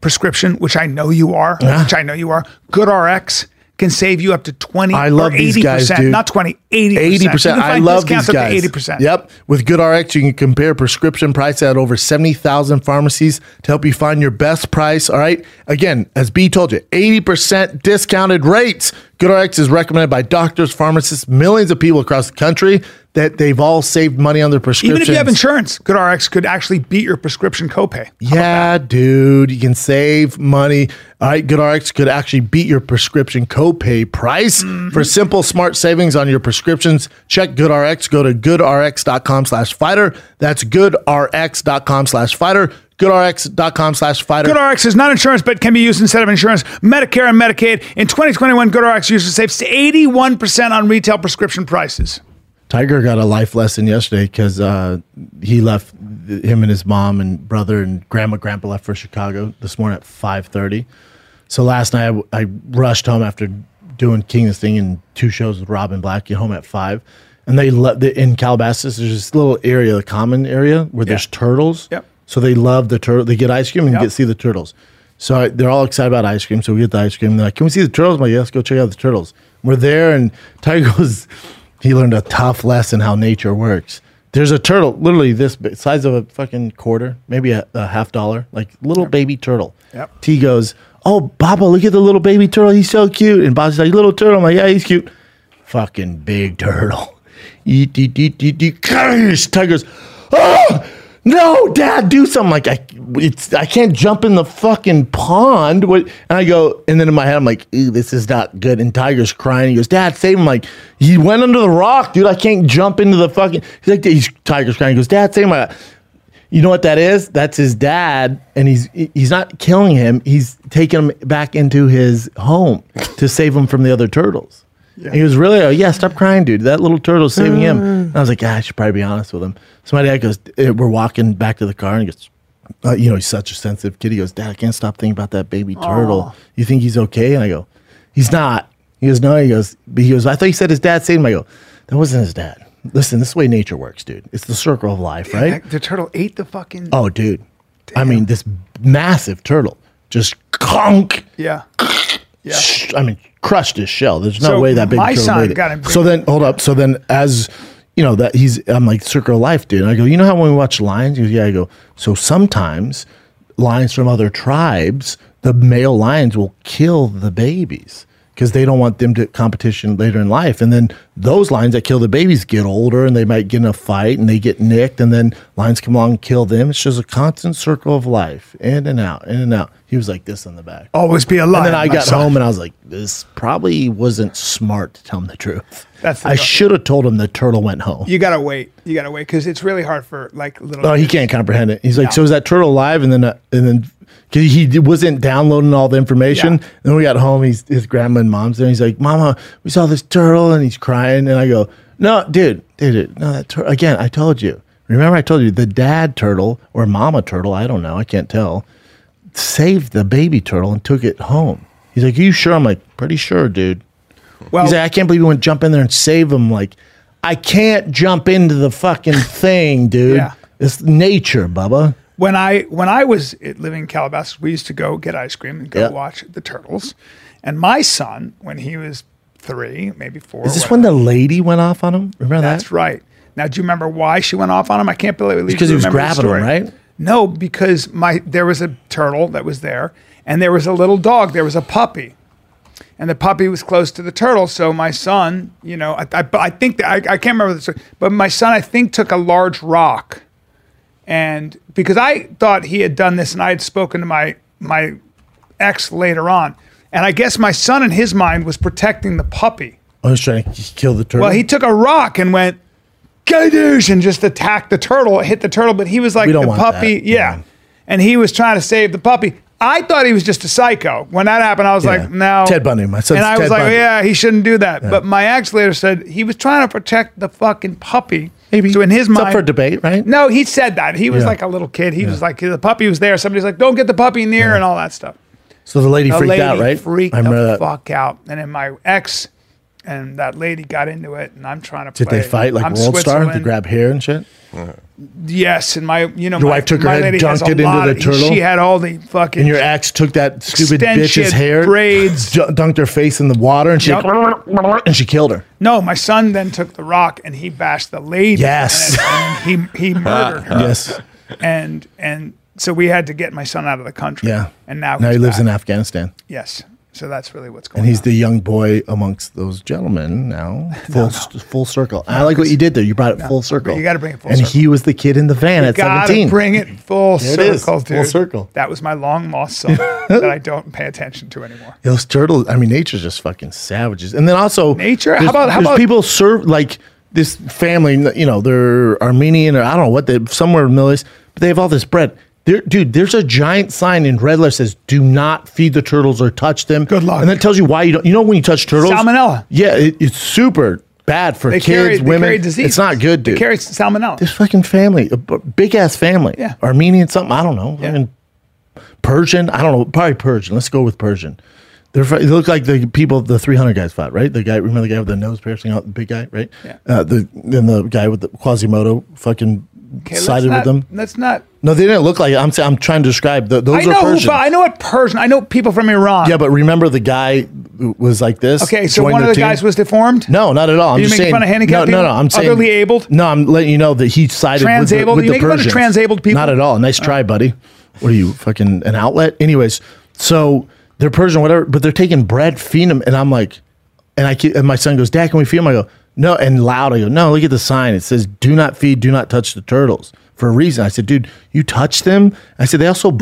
Speaker 1: prescription, which I know you are, which I know you are, GoodRx can save you up to 20
Speaker 3: I love
Speaker 1: or 80%,
Speaker 3: these guys, dude.
Speaker 1: not 20, 80%.
Speaker 3: 80%.
Speaker 1: You can
Speaker 3: I
Speaker 1: find
Speaker 3: love
Speaker 1: discounts
Speaker 3: these
Speaker 1: up to
Speaker 3: guys.
Speaker 1: 80%.
Speaker 3: Yep. With GoodRx, you can compare prescription price at over 70,000 pharmacies to help you find your best price. All right. Again, as B told you, 80% discounted rates. GoodRx is recommended by doctors, pharmacists, millions of people across the country that they've all saved money on their prescriptions.
Speaker 1: Even if you have insurance, GoodRx could actually beat your prescription copay.
Speaker 3: Yeah, dude, you can save money. All right, GoodRx could actually beat your prescription copay price for simple, smart savings on your prescriptions. Check GoodRx. Go to goodrx.com slash fighter. That's goodrx.com slash fighter. GoodRx.com slash fighter.
Speaker 1: GoodRx is not insurance, but can be used instead of insurance. Medicare and Medicaid. In 2021, GoodRx users saved 81% on retail prescription prices.
Speaker 3: Tiger got a life lesson yesterday because uh, he left th- him and his mom and brother and grandma, grandpa left for Chicago this morning at five thirty. So last night I, w- I rushed home after doing King this thing and two shows with Robin Black. Get home at five, and they let the, in Calabasas. There's this little area, the common area where there's turtles.
Speaker 1: Yep.
Speaker 3: So they love the turtle. They get ice cream and
Speaker 1: Yep.
Speaker 3: get see the turtles. So I, they're all excited about ice cream. So we get the ice cream. They're like, "Can we see the turtles?" I'm like, "Yeah, let's go check out the turtles." We're there, and Tiger goes. He learned a tough lesson how nature works. There's a turtle, literally this big, size of a fucking quarter, maybe a, a half dollar, like little baby turtle.
Speaker 1: Yep.
Speaker 3: T goes, "Oh, Baba, look at the little baby turtle. He's so cute." And Baba's like, "Little turtle." I'm like, "Yeah, he's cute." Fucking big turtle. Eat, eat, eat, eat, eat. Tiger's. Oh, no, Dad, do something. Like I, it's I can't jump in the fucking pond. What? And I go, and then in my head, I'm like, "Ew, this is not good. And Tiger's crying. He goes, Dad, save him. Like he went under the rock, dude. I can't jump into the fucking. He's like, he's Tiger's crying. He goes, Dad, save him. I- You know what that is? That's his dad, and he's he's not killing him. He's taking him back into his home to save him from the other turtles. And He was really, oh, yeah, stop crying, dude. That little turtle's saving him. And I was like, ah, I should probably be honest with him. So my dad goes, eh, we're walking back to the car and he goes, uh, you know, he's such a sensitive kid. He goes, Dad, I can't stop thinking about that baby turtle. You think he's okay? And I go, he's not. He goes, no. He goes, but he goes, I thought you said his dad saved him. I go, that wasn't his dad. Listen, this is the way nature works, dude. It's the circle of life, right?
Speaker 1: The turtle ate the fucking.
Speaker 3: Oh, dude. I mean, this massive turtle just conk.
Speaker 1: Yeah. Yeah.
Speaker 3: I mean, crushed his shell. There's no
Speaker 1: So
Speaker 3: way that big
Speaker 1: my
Speaker 3: turtle
Speaker 1: son
Speaker 3: made it.
Speaker 1: got him-
Speaker 3: So then, hold up. So then, as you know, that he's, I'm like, circle of life, dude. And I go, you know how when we watch lions? He goes, yeah. I go, so sometimes lions from other tribes, the male lions will kill the babies because they don't want them to competition later in life. And then those lions that kill the babies get older and they might get in a fight and they get nicked. And then lions come along and kill them. It's just a constant circle of life in and out, in and out. He was like this in the back.
Speaker 1: Always be alive.
Speaker 3: And then I
Speaker 1: my
Speaker 3: got
Speaker 1: son.
Speaker 3: home and I was like, this probably wasn't smart to tell him the truth.
Speaker 1: That's the
Speaker 3: I
Speaker 1: truth.
Speaker 3: should have told him the turtle went home.
Speaker 1: You gotta wait. You gotta wait because it's really hard for like little.
Speaker 3: oh, he can't comprehend it. He's like, so is that turtle alive? And then, uh, and then 'cause he d- wasn't downloading all the information.
Speaker 1: Yeah.
Speaker 3: Then we got home. He's his grandma and mom's there. He's like, Mama, we saw this turtle, and he's crying. And I go, No, dude, dude, dude no, that turtle. Again, I told you. Remember, I told you the dad turtle or mama turtle. I don't know. I can't tell. Saved the baby turtle and took it home. He's like, Are you sure? I'm like, Pretty sure, dude.
Speaker 1: well,
Speaker 3: He's like, I can't believe you wouldn't jump in there and save him. Like, I can't jump into the fucking thing, dude.
Speaker 1: Yeah.
Speaker 3: It's nature, Bubba.
Speaker 1: when I when I was at- living in Calabasas, we used to go get ice cream and go
Speaker 3: Yeah.
Speaker 1: watch the turtles. And my son, when he was three, maybe four,
Speaker 3: Is this
Speaker 1: whatever-
Speaker 3: when the lady went off on him? Remember
Speaker 1: That's
Speaker 3: that?
Speaker 1: right. Now, do you remember why she went off on him? I can't believe you
Speaker 3: because he was
Speaker 1: remember the
Speaker 3: grabbing
Speaker 1: story.
Speaker 3: him, right?
Speaker 1: No, because my there was a turtle that was there, and there was a little dog. There was a puppy, and the puppy was close to the turtle. So my son, you know, I, I, I think that I, I can't remember the story, but my son I think took a large rock, and because I thought he had done this, and I had spoken to my my ex later on, and I guess my son in his mind was protecting the puppy.
Speaker 3: Oh, he's trying to kill the turtle.
Speaker 1: Well, he took a rock and went, Gadoosh, and just attacked the turtle, hit the turtle, but he was like
Speaker 3: We don't
Speaker 1: the
Speaker 3: want
Speaker 1: puppy.
Speaker 3: that.
Speaker 1: Yeah.
Speaker 3: Yeah.
Speaker 1: And he was trying to save the puppy. I thought he was just a psycho. When that happened, I was
Speaker 3: Yeah.
Speaker 1: like, no.
Speaker 3: Ted Bundy, my son's
Speaker 1: And I was
Speaker 3: Ted
Speaker 1: like,
Speaker 3: Bundy.
Speaker 1: yeah, he shouldn't do that. But my ex later said he was trying to protect the fucking puppy.
Speaker 3: maybe
Speaker 1: So in his
Speaker 3: it's
Speaker 1: mind,
Speaker 3: up for debate, right?
Speaker 1: no, he said that. He was
Speaker 3: Yeah.
Speaker 1: like a little kid. He was like, the puppy was there. Somebody's like, don't get the puppy near and all that stuff.
Speaker 3: So the lady
Speaker 1: The
Speaker 3: freaked
Speaker 1: lady
Speaker 3: out, right?
Speaker 1: Freaked
Speaker 3: I remember
Speaker 1: the
Speaker 3: that.
Speaker 1: fuck out. And then my ex and that lady got into it, and I'm trying to.
Speaker 3: Did
Speaker 1: play.
Speaker 3: they fight like
Speaker 1: I'm
Speaker 3: World Star to
Speaker 1: Switzerland.
Speaker 3: grab hair and shit?
Speaker 1: Yes, and my you know
Speaker 3: Your
Speaker 1: my,
Speaker 3: wife took her
Speaker 1: my
Speaker 3: head,
Speaker 1: lady has
Speaker 3: dunked
Speaker 1: a
Speaker 3: it into
Speaker 1: lot
Speaker 3: the
Speaker 1: of-
Speaker 3: turtle?
Speaker 1: She had all the fucking.
Speaker 3: And your ex took that stupid bitch's
Speaker 1: Extension,
Speaker 3: hair,
Speaker 1: braids.
Speaker 3: ju- dunked her face in the water, and she
Speaker 1: Yup.
Speaker 3: and she killed her.
Speaker 1: no, my son then took the rock and he bashed the lady.
Speaker 3: Yes.
Speaker 1: and, and he he murdered her.
Speaker 3: yes,
Speaker 1: and and so we had to get my son out of the country.
Speaker 3: yeah.
Speaker 1: and now
Speaker 3: now
Speaker 1: he's
Speaker 3: he lives in
Speaker 1: back.
Speaker 3: Afghanistan.
Speaker 1: Yes, so that's really what's going
Speaker 3: And he's
Speaker 1: on.
Speaker 3: the young boy amongst those gentlemen now. Full s- full circle. I like what you did there. You brought it full circle.
Speaker 1: you gotta bring it full
Speaker 3: and
Speaker 1: circle.
Speaker 3: he was the kid in the van at
Speaker 1: Gotta
Speaker 3: 17.
Speaker 1: bring it full
Speaker 3: There it is,
Speaker 1: circle, dude.
Speaker 3: full circle.
Speaker 1: That was my long lost son that I don't pay attention to anymore.
Speaker 3: Those turtles, I mean, nature's just fucking savages. And then also
Speaker 1: Nature? How
Speaker 3: there's-
Speaker 1: about- how
Speaker 3: there's
Speaker 1: about-
Speaker 3: people serve like this family, you know, they're Armenian or I don't know what they somewhere in the Middle East, but they have all this bread. There, dude, there's a giant sign in red letter says do not feed the turtles or touch them.
Speaker 1: Good luck.
Speaker 3: And that tells you why you don't you know when you touch turtles?
Speaker 1: Salmonella.
Speaker 3: Yeah, it, it's super bad for
Speaker 1: They
Speaker 3: kids,
Speaker 1: carry they
Speaker 3: women.
Speaker 1: carry disease.
Speaker 3: It's not good, dude.
Speaker 1: They carry salmonella.
Speaker 3: this fucking family, a b- big ass family,
Speaker 1: Yeah.
Speaker 3: Armenian something, I don't know,
Speaker 1: Yeah.
Speaker 3: fucking Persian, I don't know, probably Persian. Let's go with Persian. They're fr- they look like the people the three hundred guys fought, right? The guy, remember the guy with the nose piercing, out, the big guy, right?
Speaker 1: Yeah.
Speaker 3: Uh, the then the guy with the Quasimodo fucking
Speaker 1: Okay, let's
Speaker 3: sided
Speaker 1: not-
Speaker 3: with them.
Speaker 1: Let's not.
Speaker 3: No, they didn't look like. It. I'm saying- I'm trying to describe the, those
Speaker 1: I know
Speaker 3: are
Speaker 1: who.
Speaker 3: Persians.
Speaker 1: fought- I know what Persian. I know people from Iran.
Speaker 3: yeah, but remember the guy who was like this.
Speaker 1: okay, so
Speaker 3: joined
Speaker 1: one of the
Speaker 3: team?
Speaker 1: guys was deformed.
Speaker 3: No, not at all. I'm
Speaker 1: you
Speaker 3: just
Speaker 1: making
Speaker 3: saying.
Speaker 1: fun of handicapped
Speaker 3: no, no, no.
Speaker 1: people?
Speaker 3: I'm saying
Speaker 1: Otherly abled?
Speaker 3: No, I'm letting you know that he sided with the,
Speaker 1: Transabled?
Speaker 3: with
Speaker 1: You
Speaker 3: the
Speaker 1: making fun of
Speaker 3: Persians.
Speaker 1: transabled people?
Speaker 3: Not at all. Nice try, buddy. What are you fucking an outlet? Anyways, so they're Persian, whatever, but they're taking bread, feeding them, and I'm like, and I ke- and my son goes, Dad, can we feed them? I go, No, and loud, I go, No, look at the sign. It says, Do not feed, do not touch the turtles. for a reason. I said, dude, you touch them. I said, they also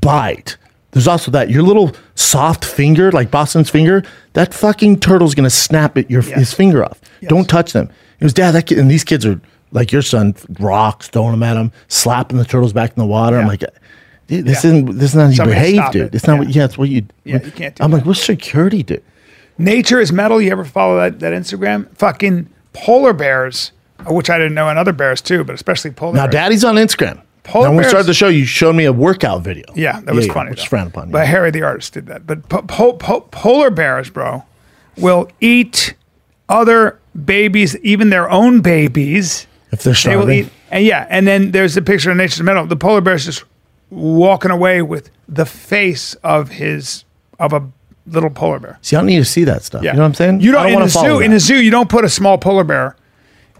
Speaker 3: bite. There's also that your little soft finger, like Boston's finger, that fucking turtle's gonna snap it your his finger off. Don't touch them. He goes, Dad, that kid, and these kids are like your son, rocks throwing them at him, slapping the turtles back in the water. I'm
Speaker 1: Yeah.
Speaker 3: like, dude, this
Speaker 1: Yeah.
Speaker 3: isn't this is not how you
Speaker 1: Somebody
Speaker 3: behave,
Speaker 1: stop
Speaker 3: dude.
Speaker 1: it.
Speaker 3: It's not
Speaker 1: Yeah.
Speaker 3: what. Yeah, it's what you.
Speaker 1: Yeah, you can't do
Speaker 3: I'm
Speaker 1: that.
Speaker 3: like, what's security do?
Speaker 1: Nature is metal. You ever follow that, that Instagram? Fucking polar bears, uh, which I didn't know, and other bears too, but especially polar
Speaker 3: Now,
Speaker 1: bears.
Speaker 3: Daddy's on Instagram.
Speaker 1: Polar
Speaker 3: now, when we
Speaker 1: bears-
Speaker 3: started the show, you showed me a workout video.
Speaker 1: Yeah, that was funny.
Speaker 3: Which is
Speaker 1: though.
Speaker 3: frowned upon.
Speaker 1: But
Speaker 3: yeah.
Speaker 1: Harry the artist did that. But po- po- po- polar bears, bro, will eat other babies, even their own babies.
Speaker 3: If they're
Speaker 1: They will
Speaker 3: starving,
Speaker 1: eat, and yeah, and then there's the picture of Nature's Metal. The polar bear's just walking away with the face of his of a little polar bear.
Speaker 3: see, I don't need to see that stuff.
Speaker 1: Yeah.
Speaker 3: You know what I'm saying?
Speaker 1: You don't,
Speaker 3: I don't
Speaker 1: in
Speaker 3: wanna
Speaker 1: a zoo. In
Speaker 3: that.
Speaker 1: a zoo, you don't put a small polar bear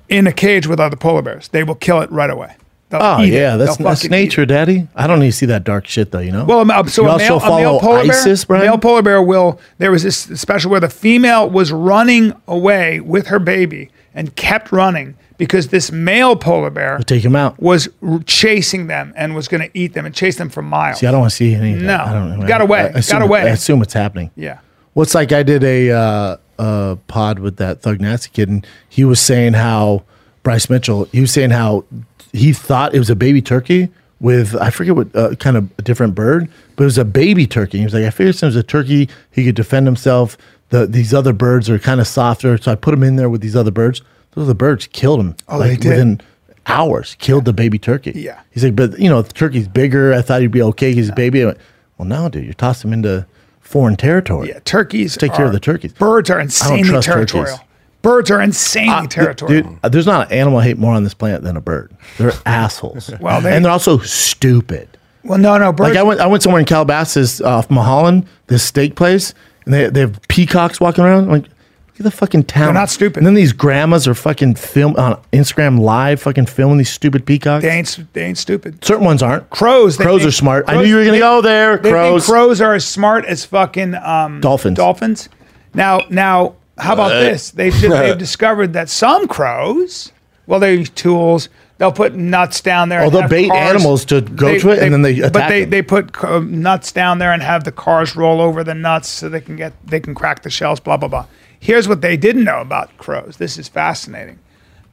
Speaker 1: in a cage with other polar bears. They will kill it right away. They'll
Speaker 3: Oh
Speaker 1: eat it.
Speaker 3: yeah, that's,
Speaker 1: They'll
Speaker 3: that's
Speaker 1: fucking eat it.
Speaker 3: nature, Daddy. I don't need to see that dark shit though. You know.
Speaker 1: Well, um, um, so
Speaker 3: You
Speaker 1: a
Speaker 3: also
Speaker 1: male, a male
Speaker 3: follow
Speaker 1: polar
Speaker 3: ISIS,
Speaker 1: bear,
Speaker 3: Brian?
Speaker 1: male polar bear will. There was this special where the female was running away with her baby and kept running because this male polar bear
Speaker 3: take him out.
Speaker 1: was r- chasing them and was going to eat them and chase them for miles.
Speaker 3: see, I don't want to see any. Of that.
Speaker 1: No.
Speaker 3: I don't,
Speaker 1: Got
Speaker 3: I-
Speaker 1: away.
Speaker 3: I
Speaker 1: Got
Speaker 3: assume-
Speaker 1: away.
Speaker 3: I assume it's happening.
Speaker 1: yeah,
Speaker 3: Well, it's like I did a uh, uh, pod with that Thug Nasty kid, and he was saying how Bryce Mitchell. He was saying how he thought it was a baby turkey with I forget what uh, kind of a different bird, but it was a baby turkey. He was like, I figured since it was a turkey, he could defend himself. The these other birds are kind of softer, so I put him in there with these other birds. Those other birds killed him.
Speaker 1: Oh, they did.
Speaker 3: Within hours, killed the baby turkey.
Speaker 1: Yeah.
Speaker 3: He's like, but you know, the turkey's bigger. I thought he'd be okay. He's a baby. I went, well, no, dude, you're tossing him into foreign territory.
Speaker 1: yeah. Turkeys
Speaker 3: Take care of
Speaker 1: are-
Speaker 3: the turkeys.
Speaker 1: Birds are insanely
Speaker 3: trust turkeys.
Speaker 1: territorial. Birds are insanely
Speaker 3: Uh,
Speaker 1: territorial.
Speaker 3: Dude, uh, there's not an animal I hate more on this planet than a bird. They're assholes.
Speaker 1: Well, they-
Speaker 3: and they're also stupid.
Speaker 1: well, no, no, birds.
Speaker 3: Like I went, I went somewhere in Calabasas uh, off Mulholland, this steak place, and they, they have peacocks walking around. I'm like, look at the fucking town.
Speaker 1: not stupid.
Speaker 3: And then these grandmas are fucking film on Instagram live, fucking filming these stupid peacocks.
Speaker 1: they ain't s- they ain't stupid.
Speaker 3: Certain ones aren't.
Speaker 1: Crows. they
Speaker 3: Crows
Speaker 1: think-
Speaker 3: are smart. I
Speaker 1: crows-
Speaker 3: knew you were gonna
Speaker 1: they-
Speaker 3: go there.
Speaker 1: They think
Speaker 3: Crows.
Speaker 1: crows are as smart as fucking um,
Speaker 3: Dolphins.
Speaker 1: Dolphins. Now, now, how about this? They've they've discovered that some crows, well, they use tools. They'll put nuts down there.
Speaker 3: Oh,
Speaker 1: and
Speaker 3: they'll
Speaker 1: have
Speaker 3: bait animals to go to it, and then they
Speaker 1: But
Speaker 3: attack
Speaker 1: they,
Speaker 3: them.
Speaker 1: they put co- nuts down there and have the cars roll over the nuts so they can get they can crack the shells. Blah blah blah. Here's what they didn't know about crows. This is fascinating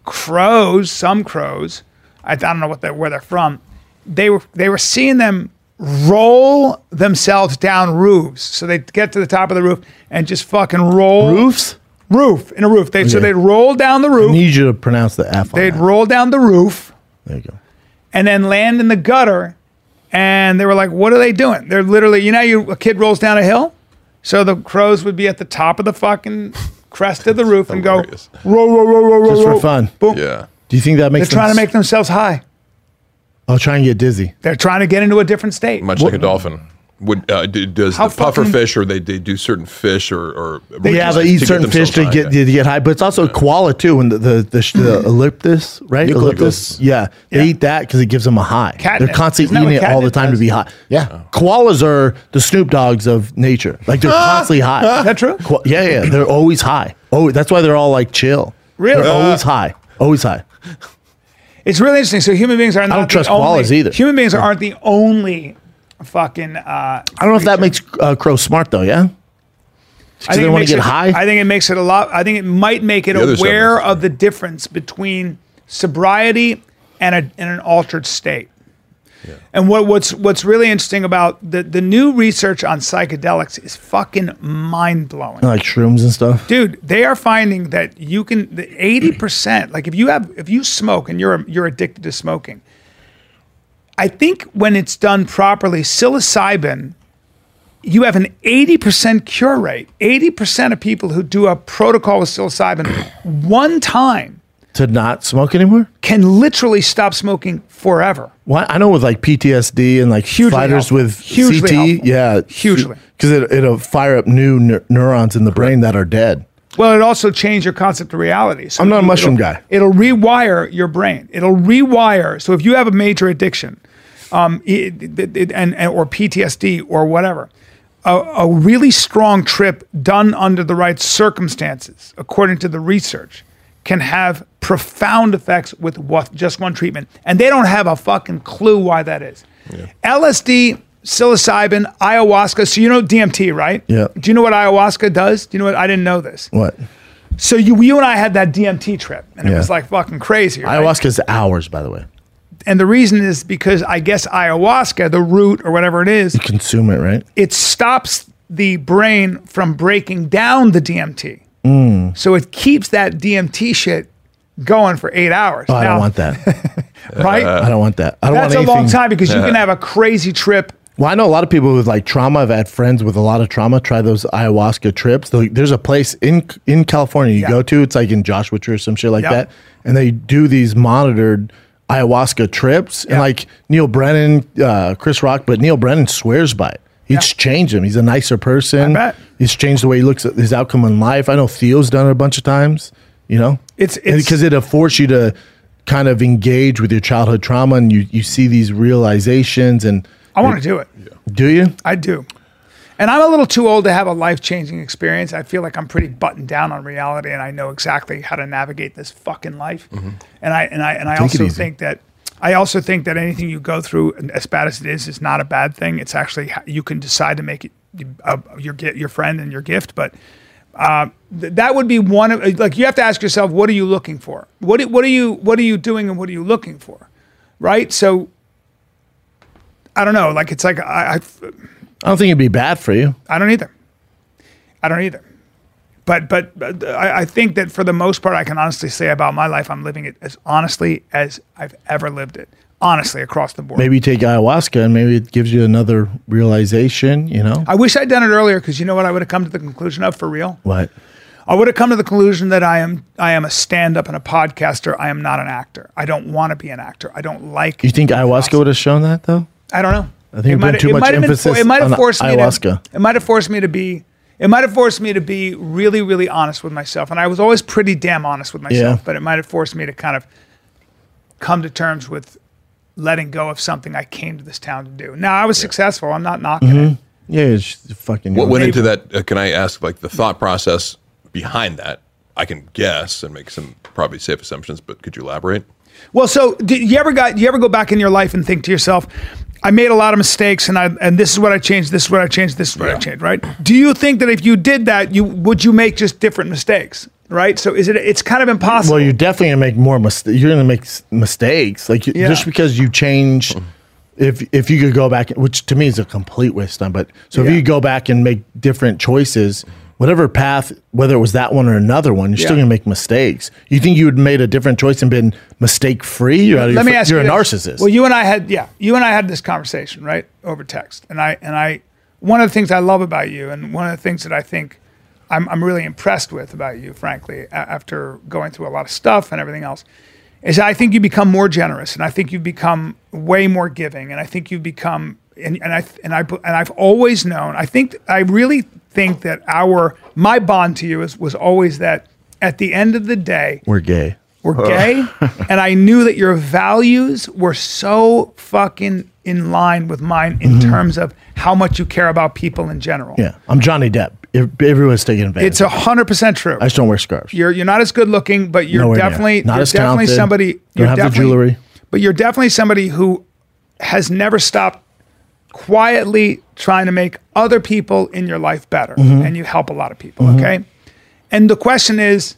Speaker 1: crows, some crows, I, I don't know what they where they're from. They were they were seeing them roll themselves down roofs. So they'd get to the top of the roof and just fucking roll
Speaker 3: Roofs?
Speaker 1: roof in a roof. They so
Speaker 3: Okay.
Speaker 1: they'd roll down the
Speaker 3: I
Speaker 1: roof.
Speaker 3: need you to pronounce the F. on
Speaker 1: They'd
Speaker 3: that.
Speaker 1: roll down the roof
Speaker 3: There you go.
Speaker 1: and then land in the gutter. And they were like, "What are they doing?" They're literally, you know, how you a kid rolls down a hill, so the crows would be at the top of the fucking crest of the roof and go,
Speaker 5: hilarious.
Speaker 1: roll, roll, roll, roll, roll,
Speaker 3: Just for
Speaker 1: roll.
Speaker 3: fun.
Speaker 1: Boom.
Speaker 5: Yeah.
Speaker 3: Do you think that
Speaker 1: They're
Speaker 3: makes?
Speaker 1: trying to
Speaker 3: sense?
Speaker 1: make themselves high.
Speaker 3: I'll try and get dizzy.
Speaker 1: They're trying to get into a different state.
Speaker 5: Much like a dolphin. Would uh, do, does
Speaker 1: How
Speaker 5: the puffer
Speaker 1: fucking-
Speaker 5: fish or they, they do certain fish or, or
Speaker 3: Yeah, they
Speaker 5: to
Speaker 3: eat
Speaker 5: get
Speaker 3: certain fish to
Speaker 5: themselves
Speaker 3: get
Speaker 5: high,
Speaker 3: to get high, but it's also koala too, and the the, the, sh- the elliptus, right?
Speaker 5: Eucalyptus.
Speaker 3: Elliptus. Yeah,
Speaker 1: Mm-hmm.
Speaker 3: they
Speaker 1: Yeah.
Speaker 3: eat that because it gives them a high.
Speaker 1: Catnip.
Speaker 3: They're constantly
Speaker 1: Isn't that
Speaker 3: eating it
Speaker 1: what
Speaker 3: all the
Speaker 1: catnip
Speaker 3: time
Speaker 1: does?
Speaker 3: to be high. Oh.
Speaker 2: Yeah.
Speaker 3: koalas are the Snoop Dogs of nature. Like they're constantly high.
Speaker 1: Is that true?
Speaker 3: Ko- yeah, yeah, they're always high. Oh, that's why they're all like chill.
Speaker 1: Really? Uh.
Speaker 3: They're always high. Always high.
Speaker 1: It's really interesting. So human beings are not
Speaker 3: don't trust
Speaker 1: the only,
Speaker 3: koalas either.
Speaker 1: Human beings aren't the only fucking. Uh,
Speaker 3: I don't know if that makes uh, crow smart though. Yeah,
Speaker 1: I
Speaker 3: do they
Speaker 1: it
Speaker 3: want
Speaker 1: makes
Speaker 3: to get
Speaker 1: it-
Speaker 3: high?
Speaker 1: I think it makes it a lot. I think it might make it
Speaker 5: The other
Speaker 1: aware
Speaker 5: seven is-
Speaker 1: of the difference between sobriety and, a, and an altered state. And what, what's what's really interesting about the, the new research on psychedelics is fucking mind blowing.
Speaker 3: like shrooms and stuff.
Speaker 1: dude they are finding that you can the 80% like if you have if you smoke and you're you're addicted to smoking i think when it's done properly psilocybin you have an 80% cure rate 80% of people who do a protocol with psilocybin one time
Speaker 3: To not smoke anymore.
Speaker 1: can literally stop smoking forever
Speaker 3: Well, I know with like PTSD and like
Speaker 1: Hugely
Speaker 3: fighters
Speaker 1: helpful.
Speaker 3: with
Speaker 1: Hugely
Speaker 3: CT,
Speaker 1: helpful.
Speaker 3: yeah,
Speaker 1: Hugely.
Speaker 3: because it, it'll fire up new neur- neurons in the brain that are dead.
Speaker 1: Well, it also changed your concept of reality. So
Speaker 3: I'm not a
Speaker 1: it'll-
Speaker 3: mushroom guy.
Speaker 1: It'll rewire your brain. It'll rewire. So if you have a major addiction, um, it, it- it- and, and or PTSD or whatever, a, a really strong trip done under the right circumstances, according to the research, can have profound effects with what, just one treatment. And they don't have a fucking clue why that is. LSD, psilocybin, ayahuasca. So you know DMT, right?
Speaker 3: Yeah.
Speaker 1: Do you know what ayahuasca does? Do you know what? I didn't know this.
Speaker 3: What?
Speaker 1: So you, you and I had that DMT trip, and it
Speaker 3: Yeah.
Speaker 1: was like fucking crazy. Right?
Speaker 3: Ayahuasca's hours, by the way.
Speaker 1: and the reason is because I guess ayahuasca, the root or whatever it is,
Speaker 3: Consume it, right?
Speaker 1: it stops the brain from breaking down the DMT.
Speaker 3: Mm.
Speaker 1: So it keeps that DMT shit going for eight hours.
Speaker 3: Oh, I
Speaker 1: Now-
Speaker 3: don't want that.
Speaker 1: Right?
Speaker 3: I don't want that. I don't
Speaker 1: That's a
Speaker 3: want anything.
Speaker 1: long time because you can have a crazy trip.
Speaker 3: Well, I know a lot of people with like trauma. I've had friends with a lot of trauma try those ayahuasca trips. Like, There's a place in in California you
Speaker 1: Yeah.
Speaker 3: go to. It's like in Joshua Tree or some shit like
Speaker 1: Yeah.
Speaker 3: that, and they do these monitored ayahuasca trips.
Speaker 1: Yeah.
Speaker 3: And like Neil Brennan, uh, Chris Rock, but Neil Brennan swears by it. He's changed him. He's a nicer person.
Speaker 1: I bet.
Speaker 3: He's changed the way he looks at his outcome in life. I know Theo's done it a bunch of times. You know,
Speaker 1: It's- it's-
Speaker 3: because it affords you to kind of engage with your childhood trauma, and you you see these realizations and.
Speaker 1: I want to do it.
Speaker 3: Do you?
Speaker 1: I do. And I'm a little too old to have a life changing experience. I feel like I'm pretty buttoned down on reality and I know exactly how to navigate this fucking life. And I and I and I also
Speaker 3: easy.
Speaker 1: think that I also think that anything you go through, and as bad as it is, is not a bad thing. It's actually h- you can decide to make it uh, your gi- your friend and your gift. But uh, th- that would be one of uh, like you have to ask yourself, what are you looking for? What do- what are you what are you doing and what are you looking for? Right. So I don't know. Like it's like I, I
Speaker 3: I don't think it'd be bad for you.
Speaker 1: I don't either. I don't either. But but, but uh, I, I think that for the most part, I can honestly say about my life, I'm living it as honestly as I've ever lived it. Honestly, across the board.
Speaker 3: Maybe you take ayahuasca and maybe it gives you another realization, you know?
Speaker 1: I wish I'd done it earlier because you know what I would have come to the conclusion of for real.
Speaker 3: What?
Speaker 1: I would have come to the conclusion that I am I am a stand up and a podcaster. I am not an actor. I don't want to be an actor. I don't like.
Speaker 3: You think ayahuasca would have shown that though?
Speaker 1: I don't know.
Speaker 3: I think
Speaker 1: It
Speaker 3: we put
Speaker 1: might-
Speaker 3: too
Speaker 1: it
Speaker 3: much
Speaker 1: might have been
Speaker 3: emphasis
Speaker 1: it might have
Speaker 3: on
Speaker 1: forced Me
Speaker 3: ayahuasca.
Speaker 1: to, it might have forced me to be. It might have forced me to be really, really honest with myself, and I was always pretty damn honest with myself.
Speaker 3: Yeah.
Speaker 1: But it might have forced me to kind of come to terms with letting go of something I came to this town to do. Now I was successful. I'm not knocking it.
Speaker 3: Yeah, it's just fucking.
Speaker 5: What went into that? Uh, can I ask, like, the thought process behind that? I can guess and make some probably safe assumptions, but could you elaborate?
Speaker 1: Well, so did you ever got you ever go back in your life and think to yourself, I made a lot of mistakes and I and this is what I changed, this is what I changed, this is what I
Speaker 5: Yeah.
Speaker 1: changed, right? Do you think that if you did that, you would you make just different mistakes? Right? So is it it's kind of impossible.
Speaker 3: well, you're definitely gonna make more mistakes. You're gonna make s- mistakes, like you
Speaker 1: Yeah.
Speaker 3: just because you change. If if you could go back, which to me is a complete waste of time, but so if
Speaker 1: Yeah.
Speaker 3: you go back and make different choices, whatever path, whether it was that one or another one, you're still
Speaker 1: Yeah.
Speaker 3: gonna make mistakes. You think you would have made a different choice and been mistake free? You're out of
Speaker 1: Let
Speaker 3: your,
Speaker 1: me
Speaker 3: fr-
Speaker 1: ask
Speaker 3: You're
Speaker 1: you
Speaker 3: a
Speaker 1: this.
Speaker 3: narcissist.
Speaker 1: Well, you and I had yeah, you and I had this conversation, right? Over text. And I and I one of the things I love about you and one of the things that I think I'm I'm really impressed with about you, frankly, a- after going through a lot of stuff and everything else, is I think you become more generous and I think you've become way more giving and I think you've become and, and I and I and I've always known. I think I really think that our my bond to you is was always that at the end of the day
Speaker 3: We're gay.
Speaker 1: were gay, and I knew that your values were so fucking in line with mine in terms of how much you care about people in general.
Speaker 3: Mm-hmm. Yeah, I'm Johnny Depp. Ev- Everyone's taking advantage.
Speaker 1: It's a hundred percent true.
Speaker 3: I just don't wear scarves.
Speaker 1: You're you're not as good looking, but you're
Speaker 3: Nowhere near.
Speaker 1: definitely
Speaker 3: Not
Speaker 1: you're
Speaker 3: as
Speaker 1: definitely
Speaker 3: talented.
Speaker 1: somebody.
Speaker 3: Don't
Speaker 1: you're
Speaker 3: have the
Speaker 1: definitely-
Speaker 3: jewelry.
Speaker 1: but you're definitely somebody who has never stopped quietly trying to make other people in your life better,
Speaker 3: Mm-hmm.
Speaker 1: and you help a lot of people. Okay, and the question is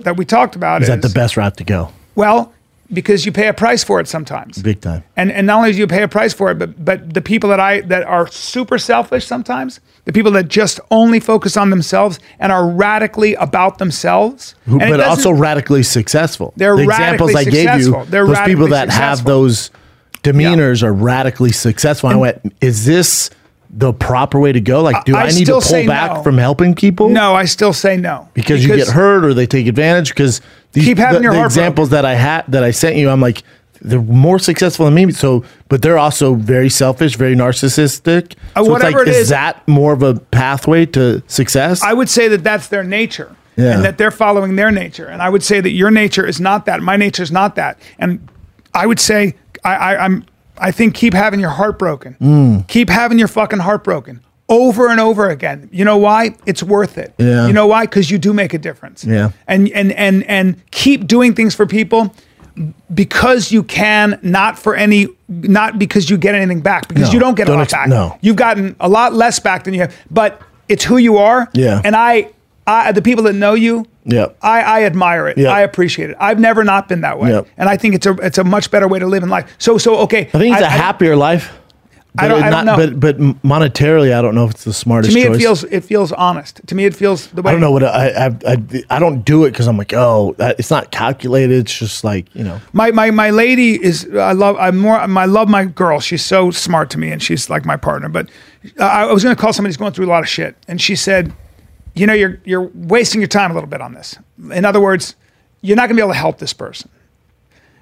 Speaker 1: that we talked about
Speaker 3: Is
Speaker 1: is,
Speaker 3: that the best route to go?
Speaker 1: Well, because you pay a price for it sometimes.
Speaker 3: Big time.
Speaker 1: And and not only do you pay a price for it, but but the people that I that are super selfish sometimes, the people that just only focus on themselves and are radically about themselves,
Speaker 3: Who-
Speaker 1: and it
Speaker 3: but also
Speaker 1: doesn't-
Speaker 3: radically successful.
Speaker 1: They're
Speaker 3: the examples I
Speaker 1: radically
Speaker 3: gave
Speaker 1: successful.
Speaker 3: you.
Speaker 1: They're
Speaker 3: those people
Speaker 1: radically
Speaker 3: that have
Speaker 1: successful.
Speaker 3: those demeanors are radically successful. I went, is this the proper way to go? Like, do
Speaker 1: I
Speaker 3: I, need
Speaker 1: still
Speaker 3: to
Speaker 1: say
Speaker 3: pull back
Speaker 1: no.
Speaker 3: from helping people?
Speaker 1: no, I still say no
Speaker 3: because, you get hurt or they take advantage. Because these
Speaker 1: Keep having
Speaker 3: the,
Speaker 1: your
Speaker 3: the
Speaker 1: heart
Speaker 3: examples that I had that I sent you, I'm like they're more successful than me. So, but they're also very selfish, very narcissistic.
Speaker 1: Uh,
Speaker 3: so it's
Speaker 1: whatever
Speaker 3: like,
Speaker 1: it
Speaker 3: is
Speaker 1: is-
Speaker 3: that more of a pathway to success?
Speaker 1: I would say that that's their nature.
Speaker 3: Yeah.
Speaker 1: And that they're following their nature. And I would say that your nature is not that. My nature is not that. And I would say
Speaker 3: Mm.
Speaker 1: I, I, I'm I think keep having your heart broken. Keep having your fucking heart broken. over and over again. You know why? It's worth it.
Speaker 3: Yeah.
Speaker 1: You know why? Because you do make a difference.
Speaker 3: Yeah.
Speaker 1: And and and and keep doing things for people because you can, not for any, not because you get anything back. Because
Speaker 3: No,
Speaker 1: you don't get a
Speaker 3: don't
Speaker 1: lot
Speaker 3: ex-
Speaker 1: back.
Speaker 3: no.
Speaker 1: You've gotten a lot less back than you have, but it's who you are.
Speaker 3: Yeah.
Speaker 1: And I, I the people that know you.
Speaker 3: Yeah.
Speaker 1: I, I admire it.
Speaker 3: Yeah.
Speaker 1: I appreciate it. I've never not been that way,
Speaker 3: Yeah.
Speaker 1: and I think it's a it's a much better way to live in life. So so okay.
Speaker 3: I think it's a happier life.
Speaker 1: I don't-
Speaker 3: but
Speaker 1: I don't
Speaker 3: not-
Speaker 1: know.
Speaker 3: But, but monetarily, I don't know if it's the smartest
Speaker 1: to me,
Speaker 3: choice.
Speaker 1: it feels it feels honest. To me, it feels the way
Speaker 3: I don't know what I I, I, I don't do it because I'm like oh that- it's not calculated it's just like you know
Speaker 1: My my my lady is I love I'm more I love my girl. She's so smart to me, and she's like my partner. But I, I was going to call somebody who's going through a lot of shit, and she said, "You know, you're you're wasting your time a little bit on this. In other words, you're not going to be able to help this person."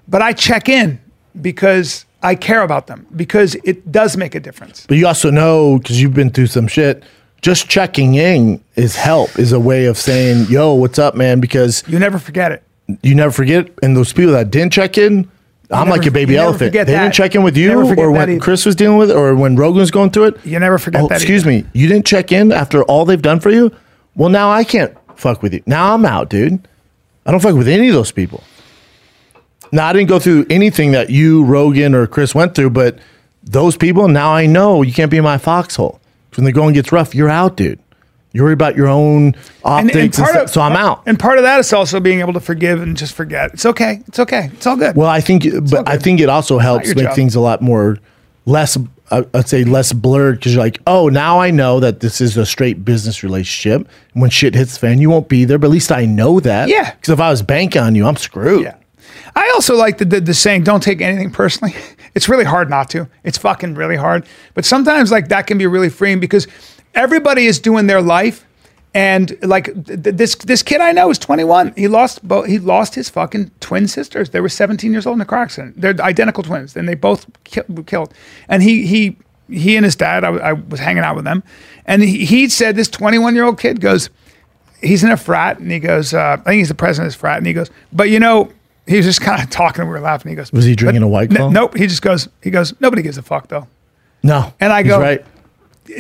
Speaker 1: But I check in because I care about them because it does make a difference.
Speaker 3: but you also know because you've been through some shit just checking in is help is a way of saying yo what's up man because
Speaker 1: You never forget it.
Speaker 3: you never forget. And those people that didn't check in, I'm
Speaker 1: never-
Speaker 3: like a baby
Speaker 1: you never
Speaker 3: elephant. They
Speaker 1: forget that.
Speaker 3: didn't check in with
Speaker 1: You
Speaker 3: you,
Speaker 1: never forget
Speaker 3: or
Speaker 1: that
Speaker 3: when
Speaker 1: either.
Speaker 3: Chris was dealing with, it, or when Rogan was going through it.
Speaker 1: You never forget
Speaker 3: Oh,
Speaker 1: that
Speaker 3: excuse me, you didn't check in after all they've done for you. Well, now I can't fuck with you. Now I'm out, dude. I don't fuck with any of those people. Now I didn't go through anything that you, Rogan, or Chris went through, but those people now I know you can't be in my foxhole. When the going gets rough, you're out, dude. You worry about your own optics, and stuff, so I'm out.
Speaker 1: And part of that is also being able to forgive and just forget. It's okay. It's okay. It's all good.
Speaker 3: Well, I think, but I
Speaker 1: okay.
Speaker 3: think it also helps
Speaker 1: your
Speaker 3: make
Speaker 1: job.
Speaker 3: things a lot more less. I- I'd say less blurred because you're like, oh, now I know that this is a straight business relationship. When shit hits the fan, you won't be there, but at least I know that.
Speaker 1: Yeah.
Speaker 3: Because if I was banking on you, I'm screwed.
Speaker 1: Yeah. I also like the, the, the saying, don't take anything personally. It's really hard not to. It's fucking really hard. But sometimes, like, that can be really freeing because everybody is doing their life. And like th- th- this, this kid I know is 21. He lost both. He lost his fucking twin sisters. They were 17 years old in a car accident. They're identical twins, and they both ki- were killed. And he, he, he and his dad. I, I was hanging out with them, and he, he said this 21 year old kid goes, he's in a frat and he goes, uh, I think he's the president of his frat. And he goes, but you know, he was just kind of talking and we were laughing. He goes,
Speaker 3: Was he
Speaker 1: "But-
Speaker 3: drinking a White
Speaker 1: n-
Speaker 3: Claw?"
Speaker 1: nope. He just goes, he goes, nobody gives a fuck though.
Speaker 3: No.
Speaker 1: And I
Speaker 3: he's
Speaker 1: go-
Speaker 3: right.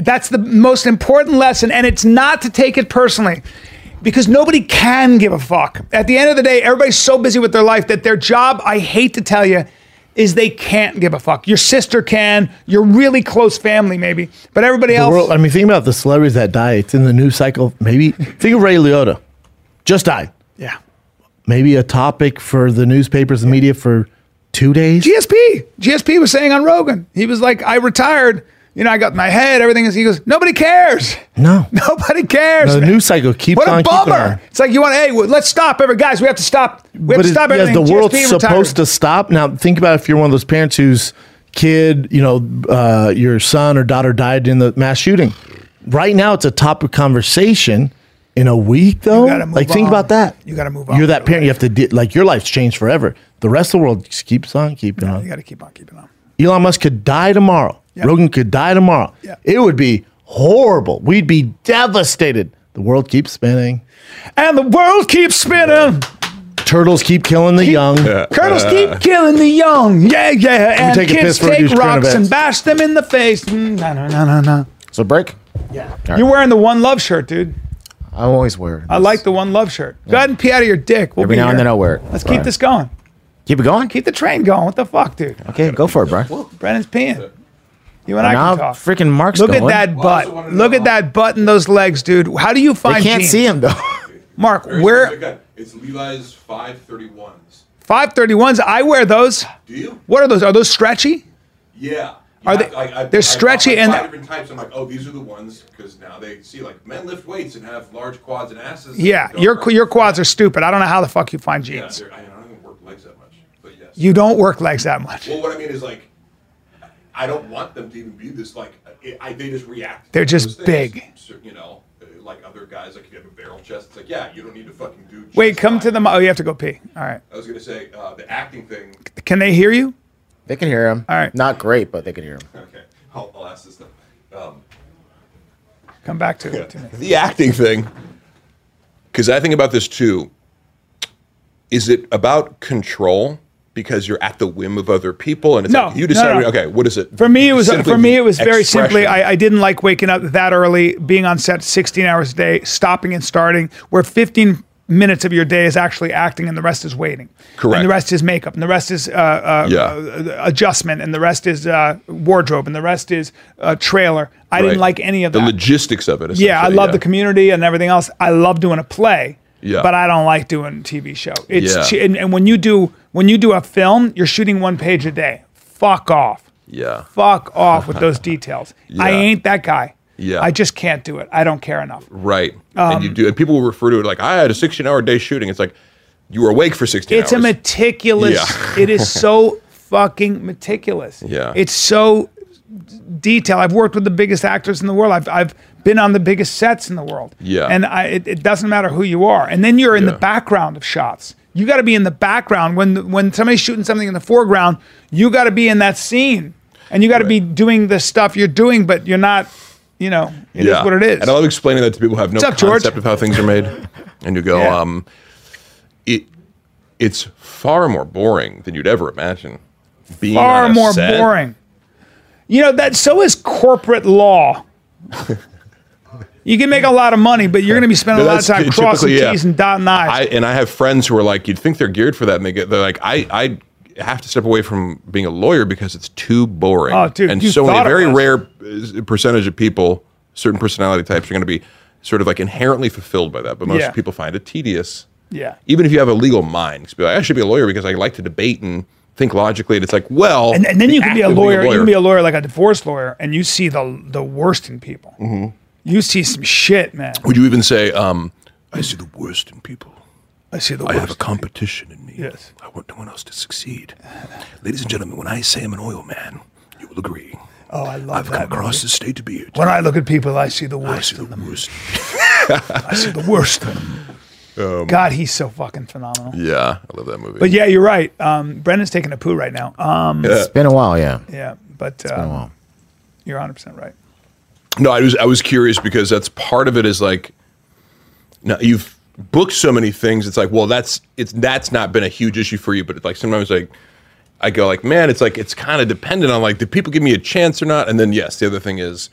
Speaker 1: That's the most important lesson. And it's not to take it personally because nobody can give a fuck. At the end of the day, everybody's so busy with their life that their job, I hate to tell you, is they can't give a fuck. Your sister can, your really close family maybe, but everybody
Speaker 3: The
Speaker 1: else.
Speaker 3: world, I mean, think about the celebrities that die. It's in the news cycle. Maybe think of Ray Liotta, just died.
Speaker 1: yeah.
Speaker 3: Maybe a topic for the newspapers and media for two days.
Speaker 1: GSP. GSP was saying on Rogan, he was like, I retired. You know, I got my head, everything is. He goes, nobody cares.
Speaker 3: No.
Speaker 1: Nobody cares.
Speaker 3: No, the
Speaker 1: man."
Speaker 3: news cycle keeps
Speaker 1: What
Speaker 3: on
Speaker 1: a
Speaker 3: keeping
Speaker 1: bummer.
Speaker 3: on.
Speaker 1: It's like, you want, hey, well, let's stop. Every, guys, we have to stop. We have
Speaker 3: but
Speaker 1: to
Speaker 3: it-
Speaker 1: stop
Speaker 3: yeah,
Speaker 1: everything.
Speaker 3: the world's
Speaker 1: GSP
Speaker 3: supposed
Speaker 1: retired.
Speaker 3: to stop. Now, think about if you're one of those parents whose kid, you know, uh, your son or daughter died in the mass shooting. Right now, it's a topic of conversation. In a week, though,
Speaker 1: gotta move
Speaker 3: like
Speaker 1: on.
Speaker 3: think about that.
Speaker 1: You gotta move on
Speaker 3: You're
Speaker 1: with
Speaker 3: that
Speaker 1: your
Speaker 3: parent. You have to de- like your life's changed forever. The rest of the world just keeps on keeping on.
Speaker 1: You got to keep on keeping on.
Speaker 3: Elon Musk could die tomorrow.
Speaker 1: Yeah.
Speaker 3: Rogan could die tomorrow.
Speaker 1: Yeah.
Speaker 3: It would be horrible. We'd be devastated. The world keeps spinning.
Speaker 1: And the world keeps spinning.
Speaker 3: Turtles keep killing the young.
Speaker 1: Colonels keep killing the young. Yeah, yeah. And
Speaker 3: Uh. take a
Speaker 1: kids
Speaker 3: piss for
Speaker 1: take
Speaker 3: these current
Speaker 1: rocks and
Speaker 3: events.
Speaker 1: bash them in the face. Mm, No, no, no, no, no.
Speaker 2: So break.
Speaker 1: You're wearing the One Love shirt, dude.
Speaker 2: I always wear.
Speaker 1: I like the One Love shirt. Go ahead and pee out of your dick. We'll
Speaker 2: Every
Speaker 1: be
Speaker 2: now and
Speaker 1: here.
Speaker 2: then I'll wear it.
Speaker 1: Let's
Speaker 2: Brian.
Speaker 1: keep this going.
Speaker 2: Keep it going.
Speaker 1: Keep the train going. What the fuck, dude?
Speaker 2: Okay, go for it, bro.
Speaker 1: Brennan's peeing. You and I
Speaker 2: Now
Speaker 1: can talk.
Speaker 2: freaking Mark's
Speaker 1: Look
Speaker 2: going.
Speaker 1: at that
Speaker 5: Well, I also wanted
Speaker 1: butt.
Speaker 5: to
Speaker 1: Look
Speaker 5: know-
Speaker 1: at that butt and those legs, dude. How do you
Speaker 2: I
Speaker 1: find
Speaker 2: can't
Speaker 1: jeans?
Speaker 2: see him though.
Speaker 1: Mark,
Speaker 5: Very
Speaker 1: where
Speaker 5: good. It's Levi's 531s.
Speaker 1: 531s? I wear those.
Speaker 5: Do you?
Speaker 1: What are those? Are those stretchy?
Speaker 5: Yeah.
Speaker 1: Are they- they're stretchy
Speaker 5: like
Speaker 1: and-
Speaker 5: five different types. I'm like, oh, these are the ones because now they see like men lift weights and have large quads and asses. and
Speaker 1: Yeah,
Speaker 5: go
Speaker 1: your
Speaker 5: from-
Speaker 1: your quads are stupid. I don't know how the fuck you find
Speaker 5: Yeah,
Speaker 1: jeans.
Speaker 5: they're- I don't even work legs that much, but yes.
Speaker 1: You don't work legs that much.
Speaker 5: well, what I mean is like, I don't want them to even be this like. I- I, they just react.
Speaker 1: They're
Speaker 5: to
Speaker 1: just
Speaker 5: those things.
Speaker 1: big.
Speaker 5: So, you know, uh, like other guys, like if you have a barrel chest, it's like, yeah, you don't need to fucking do. Chest
Speaker 1: Wait, come to
Speaker 5: high.
Speaker 1: the. mi- Oh, you have to go pee. All right.
Speaker 5: I was gonna say uh, the acting thing.
Speaker 1: Can they hear you?
Speaker 2: they can hear him.
Speaker 1: All right.
Speaker 2: Not great, but they can hear him.
Speaker 5: Okay, I'll, I'll ask this stuff. Um,
Speaker 1: Come back to it. To me.
Speaker 5: the acting thing because i think about this too is it about control because you're at the whim of other people and it's
Speaker 1: No,
Speaker 5: like you
Speaker 1: no,
Speaker 5: decided
Speaker 1: no.
Speaker 5: okay what is it
Speaker 1: For me, it was
Speaker 5: Simply
Speaker 1: for me it was very
Speaker 5: expression.
Speaker 1: simply. I, I didn't like waking up that early, being on set 16 hours a day, stopping and starting, where 15 minutes of your day is actually acting, and the rest is waiting.
Speaker 5: Correct.
Speaker 1: And the rest is makeup, and the rest is uh, uh,
Speaker 5: Yeah.
Speaker 1: uh, adjustment, and the rest is uh, wardrobe, and the rest is uh, trailer. I didn't
Speaker 5: Right.
Speaker 1: like any of
Speaker 5: the
Speaker 1: that.
Speaker 5: logistics of it
Speaker 1: yeah, I
Speaker 5: essentially,
Speaker 1: love the community and everything else. I love doing a play.
Speaker 5: Yeah.
Speaker 1: But I don't like doing TV show. It's
Speaker 5: Yeah.
Speaker 1: che- and, and when you do when you do a film, you're shooting one page a day. Fuck off
Speaker 5: yeah
Speaker 1: fuck off with those details. I
Speaker 5: Yeah.
Speaker 1: ain't that guy.
Speaker 5: Yeah.
Speaker 1: I just can't do it. I don't care enough.
Speaker 5: right and
Speaker 1: Um,
Speaker 5: you do and people will refer to it like I had a 16 hour day shooting it's like you were awake for 16
Speaker 1: It's a
Speaker 5: hours
Speaker 1: meticulous.
Speaker 5: Yeah.
Speaker 1: it is so fucking meticulous.
Speaker 5: Yeah.
Speaker 1: It's so detailed. I've worked with the biggest actors in the world. I've I've been on the biggest sets in the world.
Speaker 5: Yeah.
Speaker 1: And I it, it doesn't matter who you are. And then you're in
Speaker 5: Yeah.
Speaker 1: the background of shots. You got to be in the background when when somebody's shooting something in the foreground. You got to be in that scene, and you got to be
Speaker 5: Right.
Speaker 1: doing the stuff you're doing, but you're not. You know, it is what it is.
Speaker 5: And I love explaining that to people who have no
Speaker 1: What's up, George?
Speaker 5: concept of how things are made. And you go,
Speaker 1: Yeah.
Speaker 5: um, it, it's far more boring than you'd ever imagine. Being
Speaker 1: far
Speaker 5: on a
Speaker 1: more
Speaker 5: set.
Speaker 1: boring. You know that so is corporate law. you can make a lot of money, but you're going to be spending
Speaker 5: No,
Speaker 1: a lot of
Speaker 5: that's
Speaker 1: time
Speaker 5: typically,
Speaker 1: crossing
Speaker 5: yeah.
Speaker 1: T's and dotting I's.
Speaker 5: I, and I have friends who are like, you'd think they're geared for that. And they get, they're like, I, I have to step away from being a lawyer because it's too boring.
Speaker 1: Oh, dude,
Speaker 5: and
Speaker 1: you
Speaker 5: so many
Speaker 1: thought it
Speaker 5: very
Speaker 1: was.
Speaker 5: rare uh, percentage of people, certain personality types are going to be sort of like inherently fulfilled by that. But most
Speaker 1: Yeah.
Speaker 5: people find it tedious.
Speaker 1: yeah.
Speaker 5: even if you have a legal mind, just be like, I should be a lawyer because I like to debate and think logically. And it's like, well,
Speaker 1: And, and then
Speaker 5: the
Speaker 1: you can be
Speaker 5: act
Speaker 1: a
Speaker 5: of being
Speaker 1: lawyer. You can be a lawyer like a divorce lawyer, and you see the the worst in people.
Speaker 5: Mm-hmm.
Speaker 1: You see some shit, man.
Speaker 5: Would you even say, um, I see the worst in people.
Speaker 1: I see the
Speaker 5: I have a
Speaker 1: worst.
Speaker 5: competition in me.
Speaker 1: Yes.
Speaker 5: I want no one else to succeed. Ladies and gentlemen, when I say I'm an oil man, you will agree.
Speaker 1: Oh, I love
Speaker 5: I've come
Speaker 1: that.
Speaker 5: across this state to be it.
Speaker 1: When I look at people, I see the
Speaker 5: I
Speaker 1: worst.
Speaker 5: see the worst.
Speaker 1: I see the worst in them.
Speaker 5: Um,
Speaker 1: God, he's so fucking phenomenal.
Speaker 5: Yeah, I love that movie.
Speaker 1: But yeah, you're right. Um, Brendan's taking a poo right now. Um,
Speaker 2: It's been a while, yeah.
Speaker 1: yeah, but
Speaker 2: Been a
Speaker 1: uh,
Speaker 2: while.
Speaker 1: you're 100 percent right.
Speaker 5: No, I was I was curious because that's part of it is like now you've booked so many things. It's like, well, that's it's that's not been a huge issue for you, but it's like sometimes like I go like, man, it's like it's kind of dependent on like, do people give me a chance or not? And then yes, the other thing is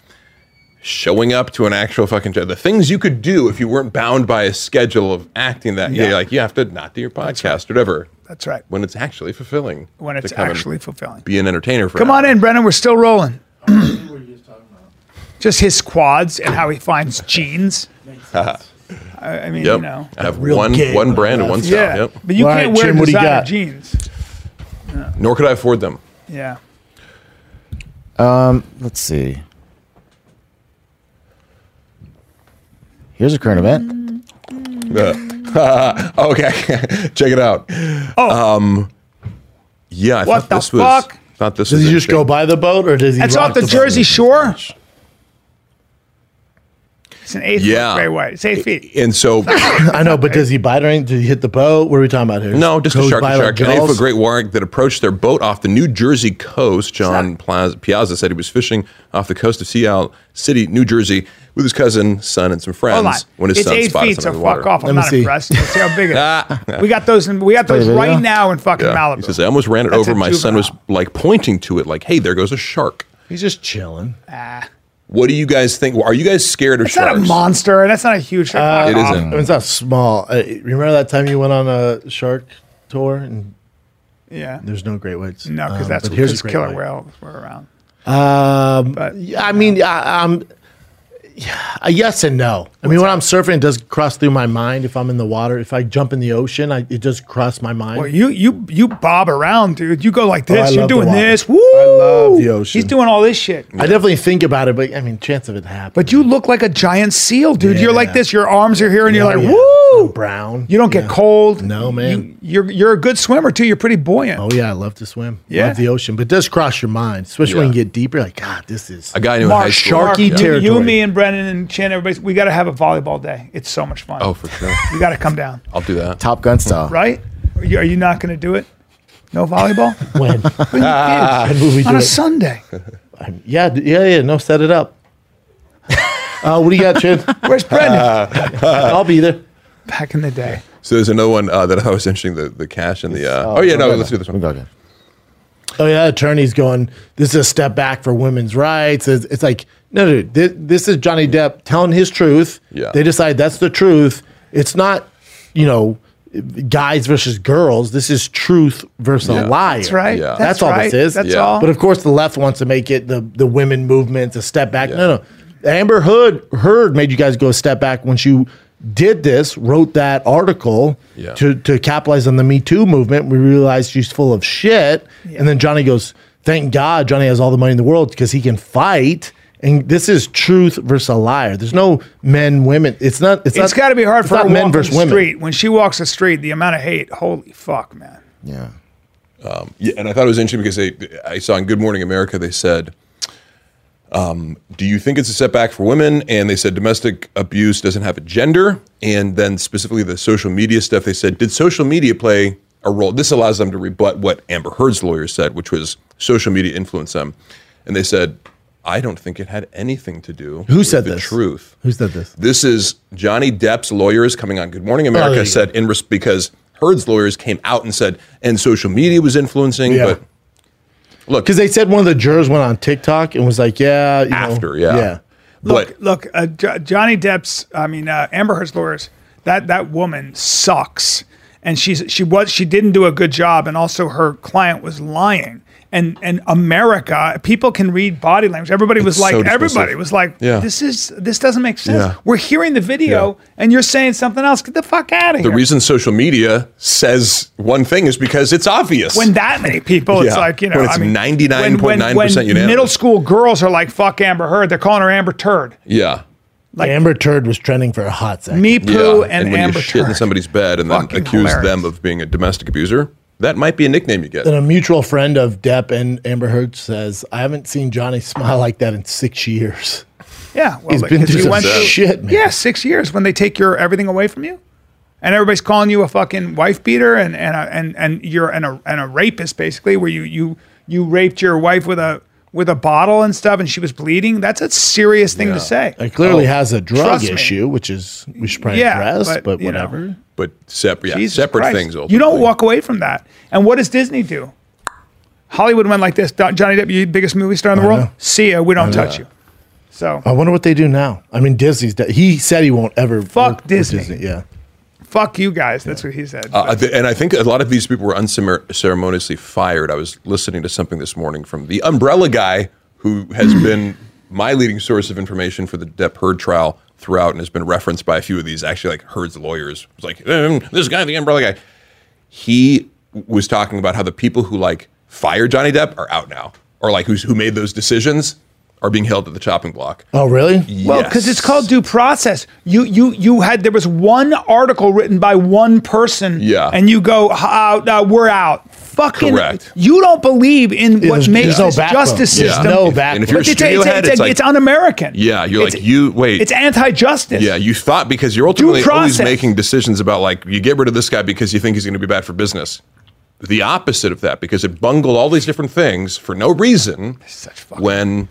Speaker 5: showing up to an actual fucking job. The things you could do if you weren't bound by a schedule of acting that
Speaker 1: Yeah.
Speaker 5: day, like you have to not do your podcast or whatever.
Speaker 1: That's right.
Speaker 5: When it's actually fulfilling.
Speaker 1: When
Speaker 5: to
Speaker 1: it's
Speaker 5: come and
Speaker 1: actually fulfilling.
Speaker 5: be an entertainer for
Speaker 1: Come
Speaker 5: an
Speaker 1: on
Speaker 5: hour.
Speaker 1: in, Brennan. We're still rolling. Just his quads and how he finds jeans. I, I mean,
Speaker 5: Yep.
Speaker 1: you know.
Speaker 5: I have
Speaker 3: Real
Speaker 5: one
Speaker 3: gay
Speaker 5: one
Speaker 3: with
Speaker 5: brand and
Speaker 3: that.
Speaker 5: one style.
Speaker 1: Yeah,
Speaker 5: Yep.
Speaker 1: but you
Speaker 3: All
Speaker 1: can't
Speaker 3: right,
Speaker 1: wear
Speaker 3: Jim, what do you
Speaker 1: designer
Speaker 3: got?
Speaker 1: jeans.
Speaker 5: Nor could I afford them.
Speaker 1: Yeah.
Speaker 2: Let's see. Here's a current event.
Speaker 5: Uh, okay, check it out.
Speaker 1: Oh.
Speaker 5: um, yeah, I
Speaker 1: What
Speaker 5: thought
Speaker 1: the
Speaker 5: this was.
Speaker 1: fuck?
Speaker 5: Thought this
Speaker 3: Does
Speaker 5: was
Speaker 3: he just go
Speaker 5: interesting.
Speaker 3: by the boat, or does he?
Speaker 1: That's
Speaker 3: rock
Speaker 1: off the
Speaker 3: boat?
Speaker 1: Jersey Shore. It's an eight
Speaker 5: Yeah.
Speaker 1: foot gray white. It's eight feet.
Speaker 5: And so,
Speaker 3: I know, but does he bite or anything? Did he hit the boat? What are we talking about here?
Speaker 5: no, just a
Speaker 3: Goes
Speaker 5: shark
Speaker 3: by
Speaker 5: to
Speaker 3: like
Speaker 5: shark. An eight
Speaker 3: jaws?
Speaker 5: foot great warrant that approached their boat off the New Jersey coast. John Plaza, Piazza said he was fishing off the coast of Seattle City, New Jersey, with his cousin, son, and some
Speaker 1: Hold on.
Speaker 5: friends. When his
Speaker 1: it's
Speaker 5: son
Speaker 1: eight
Speaker 5: spotted
Speaker 1: feet, so
Speaker 5: something in the
Speaker 1: fuck
Speaker 5: water.
Speaker 1: off. I'm
Speaker 3: Let me
Speaker 1: not
Speaker 3: see.
Speaker 1: impressed. Let's see how big it
Speaker 5: Ah.
Speaker 1: is. we got those. In, we got those
Speaker 2: Play the
Speaker 1: right
Speaker 2: video?
Speaker 1: now in fucking
Speaker 5: Yeah. He
Speaker 1: Malibu.
Speaker 5: says, I almost ran it
Speaker 1: That's
Speaker 5: over.
Speaker 1: a
Speaker 5: My son was
Speaker 1: juvenile.
Speaker 5: like pointing to it, like, "Hey, there goes a shark."
Speaker 3: He's just chilling.
Speaker 1: Ah.
Speaker 5: What do you guys think? Are you guys scared of
Speaker 1: It's not
Speaker 5: sharks?
Speaker 1: a monster. That's not a
Speaker 3: Uh,
Speaker 1: huge. shark.
Speaker 5: It
Speaker 1: Fuck off.
Speaker 5: isn't.
Speaker 3: I mean, it's not small. Uh, remember that time you went on a shark tour and
Speaker 1: Yeah.
Speaker 3: there's no great whites.
Speaker 1: No, because
Speaker 3: Um,
Speaker 1: that's
Speaker 3: but here's
Speaker 1: because
Speaker 3: a great
Speaker 1: killer
Speaker 3: white.
Speaker 1: whales were around.
Speaker 3: Um,
Speaker 1: But-
Speaker 3: yeah, I mean, I, I'm a yes and no. I mean, when I'm surfing, it does cross through my mind. If I'm in the water, if I jump in the ocean, I, it does cross my mind.
Speaker 1: Well, you you you bob around, dude. You go like
Speaker 3: Oh, I
Speaker 1: this. You're
Speaker 3: love the
Speaker 1: doing
Speaker 3: water.
Speaker 1: this.
Speaker 3: I
Speaker 1: Woo!
Speaker 3: love the ocean.
Speaker 1: He's doing all this shit.
Speaker 3: I definitely think about it, but I mean, chance of it happening.
Speaker 1: But you look like a giant seal, dude. You're like
Speaker 3: Yeah.
Speaker 1: this. Your arms are here, and you're like,
Speaker 3: Oh, I'm
Speaker 1: woo!
Speaker 3: brown.
Speaker 1: You don't get
Speaker 3: Yeah.
Speaker 1: cold.
Speaker 3: No, man.
Speaker 1: You, are you're a good swimmer too. You're pretty buoyant.
Speaker 3: Oh yeah, I love to swim.
Speaker 1: Yeah.
Speaker 3: Love the ocean, but it does cross your mind, especially when
Speaker 5: Yeah.
Speaker 3: you get deeper. Like, God, this is.
Speaker 5: A guy knew in high school.
Speaker 3: Sharky
Speaker 5: Yeah.
Speaker 3: terror-
Speaker 1: You,
Speaker 3: territory.
Speaker 1: me, and Brennan and Chin, everybody. We got to have a volleyball day. It's so much fun.
Speaker 5: Oh, for sure.
Speaker 1: You got to come down,
Speaker 5: I'll do that.
Speaker 2: Top Gun style.
Speaker 1: right? Are you, are you not going to do it? No volleyball
Speaker 3: when? when will we do
Speaker 1: on a
Speaker 3: it?
Speaker 1: Sunday.
Speaker 3: Yeah, d- yeah, yeah. No, set it up. uh, what do you got, Chad?
Speaker 1: Where's Brendan?
Speaker 3: I'll be there.
Speaker 1: Back in the day.
Speaker 5: So there's another one uh, that I thought was interesting. The the cash and the uh, oh yeah no let's do this
Speaker 2: We
Speaker 5: one.
Speaker 2: got it.
Speaker 3: Oh yeah, attorney's going. This is a step back for women's rights. It's, it's like no, dude. This, this is Johnny Depp telling his truth.
Speaker 5: Yeah.
Speaker 3: They decide that's the truth. It's not, you know, guys versus girls. This is truth versus a
Speaker 5: Yeah.
Speaker 3: liar.
Speaker 1: That's right.
Speaker 5: Yeah.
Speaker 1: That's,
Speaker 3: That's all
Speaker 1: right.
Speaker 3: this is.
Speaker 1: That's
Speaker 5: Yeah.
Speaker 1: all.
Speaker 3: But of course, the left wants to make it the the women movement to step back. No, no. Amber Hood Heard made you guys go a step back when she did this, wrote that article
Speaker 5: Yeah.
Speaker 3: to to capitalize on the Me Too movement. We realized she's full of shit, and then Johnny goes, "Thank God, Johnny has all the money in the world because he can fight." And this is truth versus a liar. There's no men, women. It's not. It's,
Speaker 1: it's
Speaker 3: not-
Speaker 1: got to be hard
Speaker 3: it's
Speaker 1: for her
Speaker 3: not
Speaker 1: men
Speaker 3: men versus
Speaker 1: the
Speaker 3: women.
Speaker 1: street. When she walks the street, the amount of hate, holy fuck, man.
Speaker 2: Yeah.
Speaker 5: Yeah, and I thought it was interesting because they I saw in Good Morning America they said. Um, do you think it's a setback for women? And they said domestic abuse doesn't have a gender. And then specifically the social media stuff, they said, did social media play a role? This allows them to rebut what Amber Heard's lawyer said, which was social media influenced them. And they said, I don't think it had anything to do.
Speaker 3: Who said
Speaker 5: the
Speaker 3: this?
Speaker 5: truth?
Speaker 3: Who said this?
Speaker 5: This is Johnny Depp's lawyers coming on Good
Speaker 1: Oh,
Speaker 5: Morning
Speaker 3: there
Speaker 5: America
Speaker 3: you
Speaker 5: said in res- because Heard's lawyers came out and said and social media was influencing,
Speaker 3: Yeah.
Speaker 5: but look,
Speaker 3: Because they said one of the jurors went on TikTok and was like, "Yeah, you know,
Speaker 5: after, yeah,
Speaker 3: yeah."
Speaker 5: But
Speaker 1: Look, uh, jo- Johnny Depp's, I mean, uh, Amber Heard's lawyers, that, that woman sucks. And she's, she was, she didn't do a good job. And also her client was lying. And, and America, people can read body language. Everybody was
Speaker 5: It's
Speaker 1: like,
Speaker 5: so dismissive.
Speaker 1: everybody was like,
Speaker 5: Yeah.
Speaker 1: this is, this doesn't make sense.
Speaker 5: Yeah.
Speaker 1: We're hearing the video
Speaker 5: Yeah.
Speaker 1: and you're saying something else. Get the fuck out of
Speaker 5: the
Speaker 1: here.
Speaker 5: reason social media says one thing is because it's obvious.
Speaker 1: when that many people, it's
Speaker 5: Yeah.
Speaker 1: like you know,
Speaker 5: When it's
Speaker 1: I mean,
Speaker 5: 99.9%
Speaker 1: when- when
Speaker 5: unanimous.
Speaker 1: Middle school girls are like, "Fuck Amber Heard." They're calling her Amber Turd,
Speaker 5: yeah,
Speaker 1: Like-
Speaker 3: Amber Turd was trending for a hot second.
Speaker 1: me
Speaker 5: yeah,
Speaker 1: poo, and,
Speaker 5: when
Speaker 1: Amber
Speaker 5: you shit
Speaker 1: Turd.
Speaker 5: in somebody's bed and
Speaker 1: Fucking
Speaker 5: then accuse
Speaker 1: hilarious.
Speaker 5: them of being a domestic abuser, that might be a nickname you get.
Speaker 3: And a mutual friend of Depp and Amber Heard says, "I haven't seen Johnny smile like that in six years.
Speaker 1: yeah, well,
Speaker 3: He's been
Speaker 1: because
Speaker 3: through
Speaker 1: you
Speaker 3: some
Speaker 1: went through-
Speaker 3: shit, man.
Speaker 1: Yeah, six years when they take your everything away from you, and everybody's calling you a fucking wife beater and and a, and and you're and a and a rapist basically, where you you you raped your wife with a with a bottle and stuff, and she was bleeding. That's a serious thing to say.
Speaker 3: It
Speaker 5: Oh.
Speaker 3: clearly has a
Speaker 1: Oh, trust
Speaker 3: drug
Speaker 1: me.
Speaker 3: issue, which is we should probably
Speaker 1: Yeah,
Speaker 3: address,
Speaker 1: but,
Speaker 3: but,
Speaker 1: you know.
Speaker 3: whatever.
Speaker 5: But separate, yeah,
Speaker 1: Jesus
Speaker 5: separate
Speaker 1: Christ.
Speaker 5: things.
Speaker 1: You don't
Speaker 5: ultimately.
Speaker 1: walk away from that. And what does Disney do? Hollywood went like this. Do- Johnny Depp, you biggest movie star in the world.
Speaker 3: know. Oh.
Speaker 1: See ya. We don't touch you. So
Speaker 3: I wonder what they do now. I mean, Disney's. De- he said he won't ever
Speaker 1: Fuck
Speaker 3: with
Speaker 1: Disney.
Speaker 3: Yeah,
Speaker 1: fuck you guys. That's what he said.
Speaker 5: Uh, th- and I think a lot of these people were unceremoniously fired. I was listening to something this morning from the umbrella guy who has
Speaker 1: Hmm.
Speaker 5: been my leading source of information for the Depp Heard trial throughout and has been referenced by a few of these, actually, like Heard's lawyers. It was like, "Um, this guy, the umbrella guy. He was talking about how the people who like fired Johnny Depp are out now, or like who's, who made those decisions are being held at the chopping block.
Speaker 3: Oh, really?
Speaker 1: well, because
Speaker 5: Yes.
Speaker 1: it's called due process. You you you had there was one article written by one person.
Speaker 5: Yeah.
Speaker 1: And you go, uh, uh, we're out. Fucking.
Speaker 5: Correct.
Speaker 1: You you don't believe in
Speaker 3: Yeah,
Speaker 1: what
Speaker 3: there's-
Speaker 1: makes
Speaker 3: there's no
Speaker 1: this
Speaker 3: backbone.
Speaker 1: justice
Speaker 3: There's
Speaker 5: Yeah.
Speaker 1: system.
Speaker 3: no
Speaker 5: And
Speaker 3: back.
Speaker 5: if
Speaker 1: But
Speaker 5: you're
Speaker 1: it's,
Speaker 5: studio
Speaker 1: it's,
Speaker 5: head,
Speaker 1: it's,
Speaker 5: it's like-
Speaker 1: it's un-American.
Speaker 5: Yeah, you're
Speaker 1: It's-
Speaker 5: like, you- wait.
Speaker 1: It's anti-justice.
Speaker 5: Yeah, you thought because you're ultimately always
Speaker 1: process.
Speaker 5: making decisions about like you get rid of this guy because you think he's going to be bad for business. The opposite of that because it bungled all these different things for no reason. when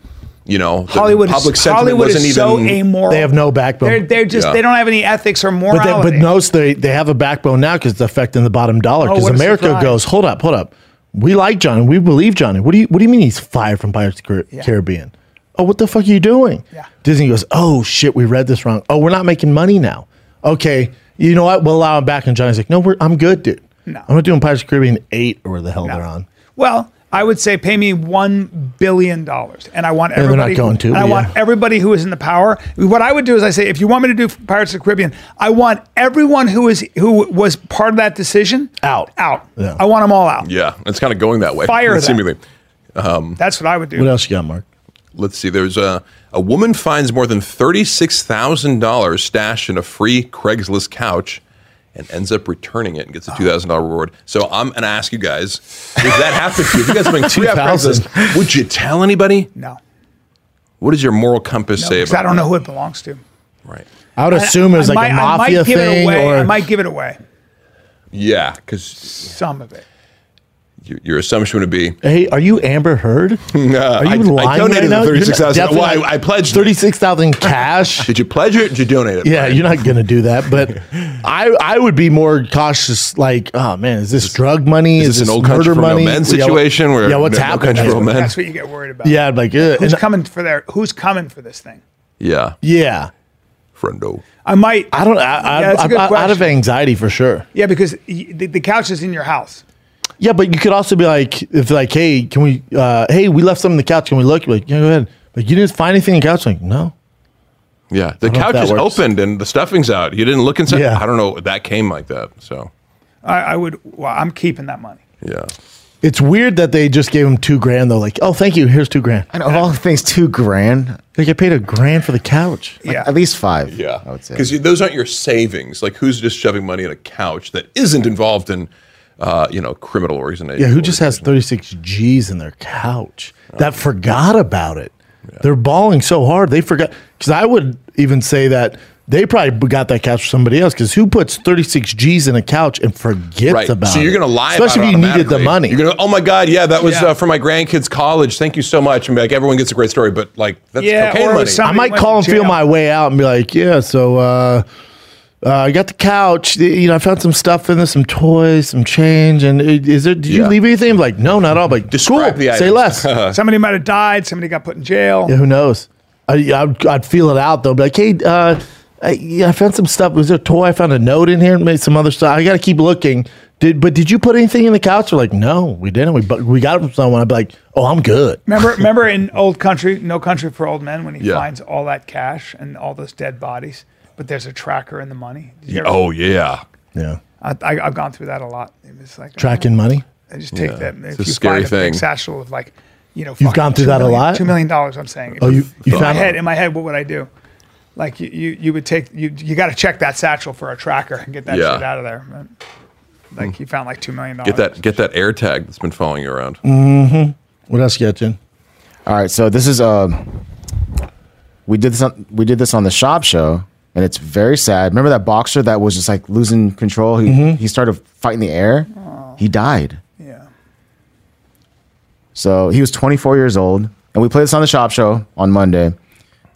Speaker 5: you know the
Speaker 1: Hollywood
Speaker 5: public
Speaker 1: is,
Speaker 5: sentiment
Speaker 1: Hollywood
Speaker 5: wasn't
Speaker 1: is
Speaker 5: even
Speaker 1: so amoral.
Speaker 3: They have no backbone.
Speaker 1: They're, they're just
Speaker 5: Yeah.
Speaker 1: they don't have any ethics or
Speaker 3: But,
Speaker 1: morality.
Speaker 3: they, but no, they they have a backbone now because it's affecting the bottom dollar.
Speaker 1: Oh,
Speaker 3: Because
Speaker 1: what a
Speaker 3: America
Speaker 1: surprise.
Speaker 3: goes, hold up, hold up. We like Johnny. We believe Johnny. What do you What do you mean he's fired from Pirates of the Car- Caribbean? Oh, what the fuck are you doing?
Speaker 1: Yeah.
Speaker 3: Disney goes, oh shit, we read this wrong. Oh, we're not making money now. Okay, you know what? We'll allow him back. And Johnny's like, no, we're I'm good, dude.
Speaker 1: No.
Speaker 3: I'm not doing Pirates of the Caribbean eight or where the hell they're on.
Speaker 1: Well, I would say pay me one billion dollars, and I want
Speaker 3: they're
Speaker 1: everybody.
Speaker 3: not going to,
Speaker 1: and I
Speaker 3: but
Speaker 1: want
Speaker 3: yeah.
Speaker 1: everybody who is in the power. What I would do is I say, if you want me to do Pirates of the Caribbean, I want everyone who is who was part of that decision
Speaker 3: Out.
Speaker 1: Out.
Speaker 3: Yeah.
Speaker 1: I want them all out.
Speaker 5: yeah, it's kind of going that way.
Speaker 1: Fire that.
Speaker 5: seemingly.
Speaker 1: That's what I would do.
Speaker 3: What else you got, Mark?
Speaker 5: Let's see. There's a a woman finds more than thirty six thousand dollars stashed in a free Craigslist couch. And ends up returning it and gets a two thousand dollar reward. So I'm gonna ask you guys: If that happened to you, if you guys been two thousand, would you tell anybody?
Speaker 1: No,
Speaker 5: What does your moral compass say
Speaker 1: because I
Speaker 5: about
Speaker 1: don't know who it belongs to.
Speaker 5: right?
Speaker 3: I would assume it was
Speaker 1: I
Speaker 3: like a
Speaker 1: might- I might
Speaker 3: mafia
Speaker 1: give it
Speaker 3: thing
Speaker 1: away.
Speaker 3: or
Speaker 1: I might give it away.
Speaker 5: Yeah, because
Speaker 1: Some of it.
Speaker 5: your, your assumption would be
Speaker 3: Hey, are you Amber Heard? are you
Speaker 5: I-
Speaker 3: even
Speaker 5: I
Speaker 3: lying right
Speaker 5: donated the
Speaker 3: now? You're not-
Speaker 5: 36,000.
Speaker 3: definitely
Speaker 5: Well, I-
Speaker 3: not-
Speaker 5: I pledged it.
Speaker 3: 36,000 cash.
Speaker 5: Did you pledge it? Or did you donate it?
Speaker 3: yeah, you're not going to do that, but I I would be more cautious like, oh man, is this drug money?
Speaker 5: is this an old
Speaker 3: murder
Speaker 5: country for no
Speaker 3: money?
Speaker 5: men
Speaker 3: Yeah, what-
Speaker 5: situation where
Speaker 3: Yeah, what's
Speaker 5: no- no
Speaker 3: happening?
Speaker 5: country for old men?
Speaker 1: That's what you get worried about.
Speaker 3: Yeah, I'd be like, Ugh.
Speaker 1: Who's
Speaker 3: and-
Speaker 1: coming for their? Who's coming for this thing?
Speaker 5: Yeah.
Speaker 3: yeah.
Speaker 5: Friendo.
Speaker 1: I might.
Speaker 3: I don't.
Speaker 1: Yeah,
Speaker 3: I,
Speaker 1: that's a
Speaker 3: I,
Speaker 1: good
Speaker 3: I, am out of
Speaker 1: question.
Speaker 3: anxiety for sure.
Speaker 1: Yeah, because y- the, the couch is in your house.
Speaker 3: Yeah, but you could also be like, if like, hey, can we? uh Hey, we left something on the couch. Can we look? You're like, yeah, go ahead. Like, you didn't find anything on the couch. Like, no.
Speaker 5: Yeah. The
Speaker 3: don't know if
Speaker 5: couch
Speaker 3: that
Speaker 5: is
Speaker 3: works.
Speaker 5: opened and the stuffing's out. You didn't look inside.
Speaker 3: Yeah.
Speaker 5: I don't know. That came like that. So,
Speaker 1: I, I would. Well, I'm keeping that money.
Speaker 5: yeah.
Speaker 3: It's weird that they just gave him two grand though. Like, oh, thank you. Here's two grand.
Speaker 2: And of all things, two grand,
Speaker 3: Like, I paid a grand for the couch.
Speaker 1: Yeah.
Speaker 2: at least five.
Speaker 5: Yeah.
Speaker 2: I would say.
Speaker 5: Because those aren't your savings. Like, who's just shoving money in a couch that isn't involved in, uh, you know, criminal organization?
Speaker 3: Yeah, who just has 36 G's in their couch
Speaker 5: Oh,
Speaker 3: that forgot about it? They're bawling so hard they forgot. Because I would even say that they probably got that couch for somebody else. Because who puts 36 G's in a couch and forgets
Speaker 5: Right.
Speaker 3: about it?
Speaker 5: so you're going to lie
Speaker 3: especially
Speaker 5: about it
Speaker 3: if you needed the
Speaker 5: automatically.
Speaker 3: money.
Speaker 5: You're going to, oh my God, yeah, that was
Speaker 1: Yeah.
Speaker 5: uh, for my grandkids' college. Thank you so much. And be like, everyone gets a great story, but like, that's
Speaker 1: Yeah, or
Speaker 5: cocaine
Speaker 1: it
Speaker 5: money.
Speaker 1: was
Speaker 3: I
Speaker 1: somebody
Speaker 3: might
Speaker 1: went
Speaker 3: call and
Speaker 1: to
Speaker 3: feel
Speaker 1: jail.
Speaker 3: my way out and be like, yeah, so uh, uh, I got the couch. th- You know, I found some stuff in there, some toys, some change. And i- is there? Did you
Speaker 5: Yeah.
Speaker 3: leave anything? I'm like, no, not all. I'm like,
Speaker 5: Describe
Speaker 3: cool.
Speaker 5: the
Speaker 3: Say
Speaker 5: items.
Speaker 3: less.
Speaker 1: Uh, Somebody might have died. Somebody got put in jail.
Speaker 3: Yeah, who knows? I, I'd, I'd feel it out though. Be like, hey, uh, I, yeah, I found some stuff. Was there a toy? I found a note in here. Made some other stuff. I got to keep looking. Did but did you put anything in the couch? We're like, no, we didn't. We bu- we got it from someone. I'd be like, oh, I'm good.
Speaker 1: Remember, remember in Old Country, No Country for Old Men, when he
Speaker 5: Yeah.
Speaker 1: finds all that cash and all those dead bodies, but there's a tracker in the money. Did you ever-
Speaker 5: oh, yeah.
Speaker 3: Yeah,
Speaker 1: I, I, I've gone through that a lot. It's like
Speaker 3: tracking money.
Speaker 1: I just take
Speaker 5: Yeah,
Speaker 1: that.
Speaker 5: it's
Speaker 1: If
Speaker 5: a
Speaker 1: you
Speaker 5: scary
Speaker 1: find a big
Speaker 5: thing.
Speaker 1: satchel of like, you know, fucking
Speaker 3: gone through
Speaker 1: two
Speaker 3: that a
Speaker 1: million-
Speaker 3: lot?
Speaker 1: Two million dollars. I'm saying.
Speaker 3: Oh, you- you
Speaker 1: in my
Speaker 3: found-
Speaker 1: head. In my head, what would I do? Like you, you, you would take you. You got to check that satchel for a tracker and get that
Speaker 5: Yeah.
Speaker 1: shit out of there. man. Like you found like two million dollars.
Speaker 5: Get that, get that air tag that's been following you around.
Speaker 3: What else you got, Jen?
Speaker 2: All right, so this is uh, we did this on we did this on the shop show, and it's very sad. Remember that boxer that was just like losing control? He
Speaker 3: Mm-hmm.
Speaker 2: he started fighting the air. He died.
Speaker 1: Yeah.
Speaker 2: So he was 24 years old, and we played this on the shop show on Monday.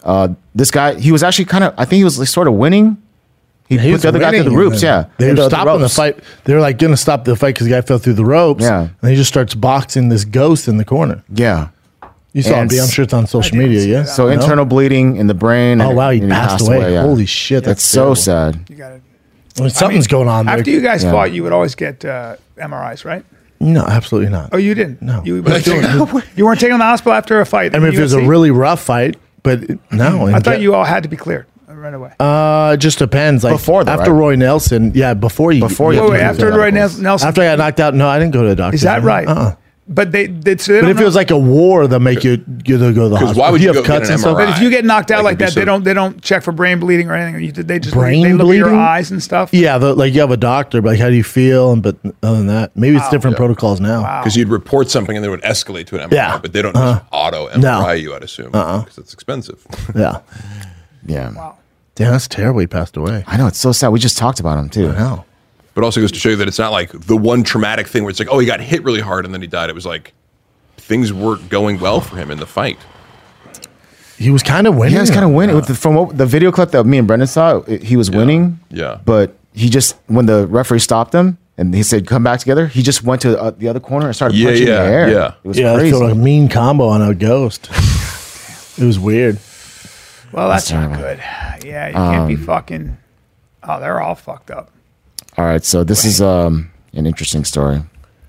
Speaker 2: Uh, this guy, he was actually kind of, I think he was like sort of winning. He,
Speaker 3: He
Speaker 2: put
Speaker 3: was
Speaker 2: the other guy through
Speaker 3: winning,
Speaker 2: the roofs.
Speaker 3: and
Speaker 2: Yeah,
Speaker 3: then They
Speaker 2: And
Speaker 3: were
Speaker 2: the- the
Speaker 3: stopping the,
Speaker 2: ropes.
Speaker 3: fight. They were like going to stop the fight because the guy fell through the ropes.
Speaker 2: Yeah.
Speaker 3: And he just starts boxing this ghost in the corner.
Speaker 2: Yeah.
Speaker 3: You saw
Speaker 2: And
Speaker 3: him. I'm
Speaker 2: s-
Speaker 3: sure it's on social
Speaker 1: didn't
Speaker 3: media.
Speaker 1: see
Speaker 3: Yeah.
Speaker 1: that.
Speaker 2: So
Speaker 3: No?
Speaker 2: internal bleeding in the brain.
Speaker 3: Oh,
Speaker 2: and-
Speaker 3: wow, he
Speaker 2: and
Speaker 3: passed away. Holy shit,
Speaker 2: That's,
Speaker 3: that's
Speaker 2: so
Speaker 3: terrible.
Speaker 2: sad.
Speaker 1: You got to.
Speaker 3: I mean, something's going on there.
Speaker 1: After you guys
Speaker 2: Yeah.
Speaker 1: fought, you would always get uh, MRIs, right?
Speaker 3: no, absolutely not.
Speaker 1: Oh, you didn't.
Speaker 3: No.
Speaker 1: you, weren't taken, you weren't taken to the hospital after a fight.
Speaker 3: I mean, if it was a really rough fight, but it- no.
Speaker 1: Hmm. I
Speaker 3: in
Speaker 1: thought
Speaker 3: ge-
Speaker 1: you all had to be cleared right away.
Speaker 3: Uh, it just depends. Like
Speaker 2: Before though,
Speaker 3: after
Speaker 2: right?
Speaker 3: Roy Nelson, yeah, before you,
Speaker 2: Before you
Speaker 3: yeah,
Speaker 1: wait, wait,
Speaker 2: yeah,
Speaker 1: after
Speaker 2: yeah.
Speaker 1: Roy Nels- Nelson,
Speaker 3: after I got knocked out. No, I didn't go to a doctor.
Speaker 1: is that right?
Speaker 3: Uh-uh.
Speaker 1: But they, they, so they
Speaker 3: But
Speaker 1: don't
Speaker 3: if
Speaker 1: know-
Speaker 3: it was like a war, they'll make you you to go to the
Speaker 5: Because
Speaker 3: hospital.
Speaker 5: why would
Speaker 3: If
Speaker 5: you go get an MRI?
Speaker 1: But if you get knocked out
Speaker 5: Like,
Speaker 1: like,
Speaker 5: it'd be
Speaker 1: that,
Speaker 5: so-
Speaker 1: they don't they don't check for brain bleeding or anything. You, they just
Speaker 3: Brain
Speaker 1: they look at
Speaker 3: bleeding?
Speaker 1: your eyes and stuff.
Speaker 3: Yeah, the, like you have a doctor, but like, how do you feel? And but other than that, maybe it's different protocols now.
Speaker 5: Because you'd report something and they would escalate to an MRI,
Speaker 3: Yeah.
Speaker 5: but they don't just auto MRI you, I'd assume, because it's expensive.
Speaker 3: Yeah,
Speaker 2: Yeah.
Speaker 3: damn, that's terrible. He passed away.
Speaker 2: I know. It's so sad. We just talked about him too.
Speaker 3: Wow.
Speaker 5: but also goes to show you that it's not like the one traumatic thing where it's like, oh, he got hit really hard and then he died. It was like things weren't going well for him in the fight.
Speaker 3: He was kind of winning.
Speaker 2: Yeah, he's kind
Speaker 3: though.
Speaker 2: of winning. With the, from what, the video clip that me and Brendan saw, it- he was winning.
Speaker 5: Yeah.
Speaker 2: But he just, when the referee stopped him and he said, come back together, he just went to uh, the other corner and started
Speaker 5: Yeah,
Speaker 2: punching
Speaker 5: yeah,
Speaker 2: the air.
Speaker 5: yeah.
Speaker 2: It was
Speaker 3: Yeah, I
Speaker 2: crazy.
Speaker 3: feel like a mean combo on a ghost. it was weird.
Speaker 1: Well, that's,
Speaker 2: That's
Speaker 1: not good. Yeah, you can't
Speaker 2: Um,
Speaker 1: be fucking. Oh, they're all fucked up.
Speaker 2: All right. So this is um, an interesting story.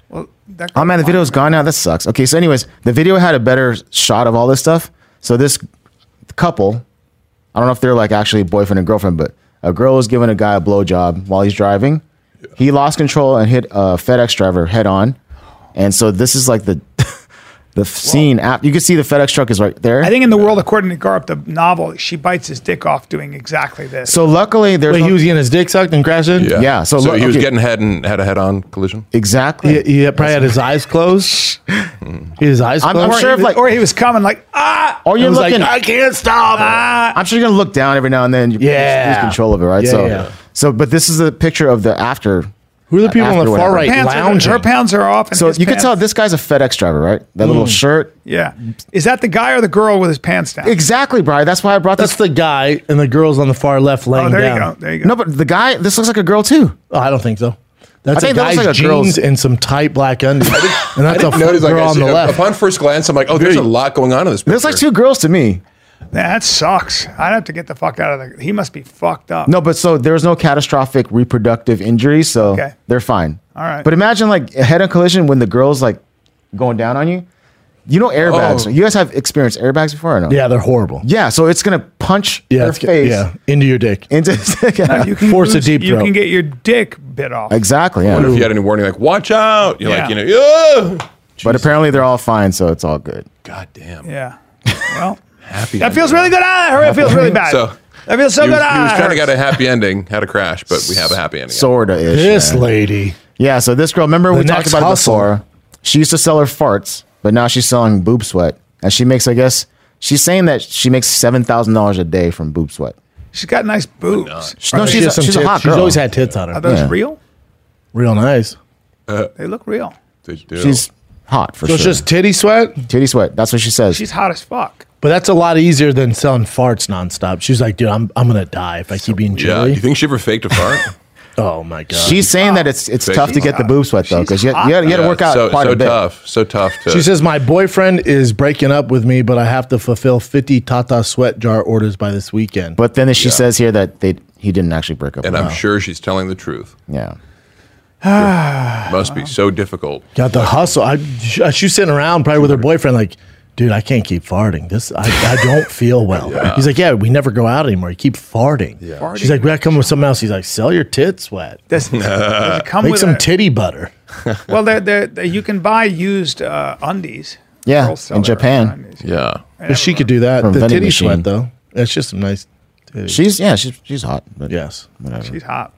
Speaker 1: Well, that
Speaker 2: Oh man, the video's gone now. That sucks. Okay, so anyways, the video had a better shot of all this stuff. So this couple, I don't know if they're like actually boyfriend and girlfriend, but a girl was giving a guy a blowjob while he's driving. He lost control and hit a FedEx driver head on, and so this is like the the scene. App you can see the FedEx truck is right there.
Speaker 1: I think in the world according to Garp, the novel, she bites his dick off doing exactly this.
Speaker 2: so. Luckily, there's
Speaker 3: Wait,
Speaker 2: no-
Speaker 3: he was getting his dick sucked and crashed in.
Speaker 2: Yeah, so look-
Speaker 5: he was
Speaker 2: okay.
Speaker 5: getting head and had a head on collision.
Speaker 2: exactly.
Speaker 3: He, he probably had his eyes closed. he had his eyes
Speaker 2: I'm-
Speaker 3: closed.
Speaker 2: I'm
Speaker 1: or,
Speaker 2: sure
Speaker 1: he
Speaker 2: if,
Speaker 1: was,
Speaker 2: like-
Speaker 1: or he was coming like ah.
Speaker 2: Or
Speaker 3: It
Speaker 2: you're
Speaker 3: was
Speaker 2: looking. Ah.
Speaker 3: like, I can't stop.
Speaker 2: I'm sure you're gonna look down every now and then. You
Speaker 3: Yeah.
Speaker 2: lose control of it, right?
Speaker 3: Yeah,
Speaker 2: so,
Speaker 3: yeah.
Speaker 2: so, but this is a picture of the after
Speaker 3: Who are the people on
Speaker 2: After
Speaker 3: the far
Speaker 2: whatever.
Speaker 3: right
Speaker 1: Pants are,
Speaker 3: lounging?
Speaker 1: her pants are off. And
Speaker 2: So
Speaker 1: his
Speaker 2: you
Speaker 1: pants.
Speaker 2: could tell this guy's a FedEx driver, right? That little shirt.
Speaker 1: Yeah. Is that the guy or the girl with his pants down?
Speaker 2: Exactly, Brian. That's why I brought
Speaker 3: That's
Speaker 2: this.
Speaker 3: the guy, and the girl's on the far left laying
Speaker 1: Oh, there
Speaker 3: down.
Speaker 1: you go. There you go.
Speaker 2: No, but the guy. This looks like a girl too.
Speaker 3: Oh, I don't think so. That's
Speaker 2: I think
Speaker 3: a
Speaker 2: that looks
Speaker 3: guy's
Speaker 2: like a girl's-
Speaker 3: jeans and some tight black undies, and that's a
Speaker 5: I noticed,
Speaker 3: f-
Speaker 5: like,
Speaker 3: girl
Speaker 5: I
Speaker 3: on
Speaker 5: see-
Speaker 3: the left.
Speaker 5: Upon first glance, I'm like, oh, there's a
Speaker 3: Dude.
Speaker 5: lot going on in this. Picture.
Speaker 2: There's like two girls to me.
Speaker 1: That sucks. I'd have to get the fuck out of the. He must be fucked up.
Speaker 2: No, but so there was no catastrophic reproductive injury, so
Speaker 1: Okay.
Speaker 2: they're fine.
Speaker 1: All right.
Speaker 2: But imagine like a head-on collision when the girl's like going down on you. You know airbags.
Speaker 5: Oh.
Speaker 2: You guys have experienced airbags before or no?
Speaker 3: yeah, they're horrible.
Speaker 2: Yeah. So it's gonna punch
Speaker 3: yeah,
Speaker 2: your
Speaker 3: it's-
Speaker 2: face
Speaker 3: yeah, into your dick.
Speaker 2: into the
Speaker 1: you can
Speaker 3: Force a
Speaker 1: lose-
Speaker 3: deep
Speaker 1: You
Speaker 3: throat.
Speaker 1: can get your dick bit off.
Speaker 2: exactly. Yeah.
Speaker 5: I wonder if you had any warning, like, watch out. You're like,
Speaker 1: Yeah.
Speaker 5: you know, oh!
Speaker 2: But apparently they're all fine, so it's all good.
Speaker 5: God damn.
Speaker 1: Yeah. Well,
Speaker 5: Happy
Speaker 1: that
Speaker 5: ending.
Speaker 1: feels really good. Ah, hurry, it feels really bad.
Speaker 5: So-
Speaker 1: that feels so
Speaker 5: he was,
Speaker 1: good.
Speaker 5: he was
Speaker 1: Ah,
Speaker 5: trying to
Speaker 1: it
Speaker 5: get
Speaker 1: hurts.
Speaker 5: a happy ending, had a crash, but we have a happy ending.
Speaker 2: Sorta ish.
Speaker 3: This lady.
Speaker 2: Yeah, so this girl, remember we
Speaker 3: The
Speaker 2: talked
Speaker 3: next
Speaker 2: about
Speaker 3: hustle.
Speaker 2: it before. She used to sell her farts, but now she's selling boob sweat. And she makes, I guess, she's saying that she makes seven thousand dollars a day from boob sweat.
Speaker 1: She's got nice boobs.
Speaker 2: No,
Speaker 1: Are
Speaker 2: she's
Speaker 1: they-
Speaker 2: a- she's a hot
Speaker 3: She's
Speaker 2: girl.
Speaker 3: always had tits on her.
Speaker 1: are those
Speaker 2: yeah.
Speaker 1: real?
Speaker 3: Real nice.
Speaker 1: They look real.
Speaker 5: They do.
Speaker 2: She's hot
Speaker 3: So
Speaker 2: for sure.
Speaker 3: it's just titty sweat,
Speaker 2: titty sweat. That's what she says.
Speaker 1: She's hot as fuck.
Speaker 3: but that's a lot easier than selling farts nonstop. She's like, dude, I'm I'm gonna die if I keep being
Speaker 5: yeah.
Speaker 3: chilly.
Speaker 5: You think she ever faked a fart?
Speaker 3: oh my god.
Speaker 2: She's saying that it's it's
Speaker 5: She's
Speaker 2: tough to get the boob sweat though,
Speaker 1: She's
Speaker 2: because you,
Speaker 1: hot.
Speaker 2: you, had- you had to
Speaker 5: Yeah,
Speaker 2: work out
Speaker 5: so,
Speaker 2: quite
Speaker 5: so
Speaker 2: a bit.
Speaker 5: tough. So tough to.
Speaker 3: She says, My boyfriend is breaking up with me, but I have to fulfill 50 Tata sweat jar orders by this weekend.
Speaker 2: But then she says here that they he didn't actually break up.
Speaker 5: and
Speaker 2: with
Speaker 5: I'm
Speaker 2: her.
Speaker 5: sure she's telling the truth.
Speaker 2: yeah.
Speaker 5: Must be so difficult.
Speaker 3: got the hustle. I, she's sitting around probably with her boyfriend, like, dude, I can't keep farting. This I, I don't feel well. He's like, Yeah, we never go out anymore. You keep farting.
Speaker 1: Farting.
Speaker 3: She's like, We gotta come with something else. He's like, Sell your tit sweat.
Speaker 1: Does, does it come
Speaker 3: Make
Speaker 1: with
Speaker 3: some
Speaker 1: a-
Speaker 3: titty butter.
Speaker 1: Well, they're, they're, they you can buy used uh, undies.
Speaker 2: Yeah,
Speaker 1: Girls sell
Speaker 2: in
Speaker 1: their
Speaker 2: Japan.
Speaker 1: undies.
Speaker 5: Yeah.
Speaker 3: But she could do that.
Speaker 2: From
Speaker 3: The
Speaker 2: vending
Speaker 3: titty sweat
Speaker 2: machine.
Speaker 3: though. It's just some nice titty.
Speaker 2: She's yeah, she's she's hot. But
Speaker 3: yes.
Speaker 1: She's hot.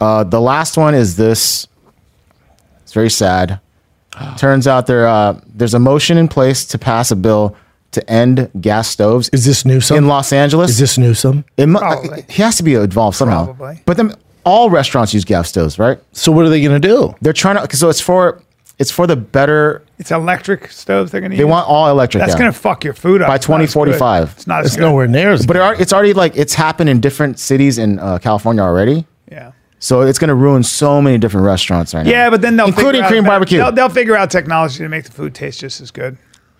Speaker 2: Uh, the last one is this. It's very sad. Turns out there uh, there's a motion in place to pass a bill to end gas stoves
Speaker 3: Is this Newsom?
Speaker 2: in Los Angeles.
Speaker 3: Is this Newsom?
Speaker 2: It mu-
Speaker 1: Probably.
Speaker 2: he has to be involved somehow.
Speaker 1: Probably.
Speaker 2: But then all restaurants use gas stoves, right?
Speaker 3: So what are they gonna do?
Speaker 2: They're trying to. So it's for it's for the better.
Speaker 1: It's electric stoves they're going to use.
Speaker 2: They want all electric.
Speaker 1: That's
Speaker 2: now.
Speaker 1: going to fuck your food up.
Speaker 2: By
Speaker 1: It's not as good.
Speaker 2: 2045.
Speaker 1: It's not as
Speaker 3: It's
Speaker 1: good.
Speaker 3: nowhere near as
Speaker 2: But it, al- it's already like it's happened in different cities in uh, California already.
Speaker 1: Yeah.
Speaker 2: So it's going to ruin so many different restaurants right now.
Speaker 1: Yeah, but then they'll figure
Speaker 2: including
Speaker 1: out
Speaker 2: cream
Speaker 1: that-
Speaker 2: barbecue.
Speaker 1: They'll, they'll figure out technology to make the food taste just as good.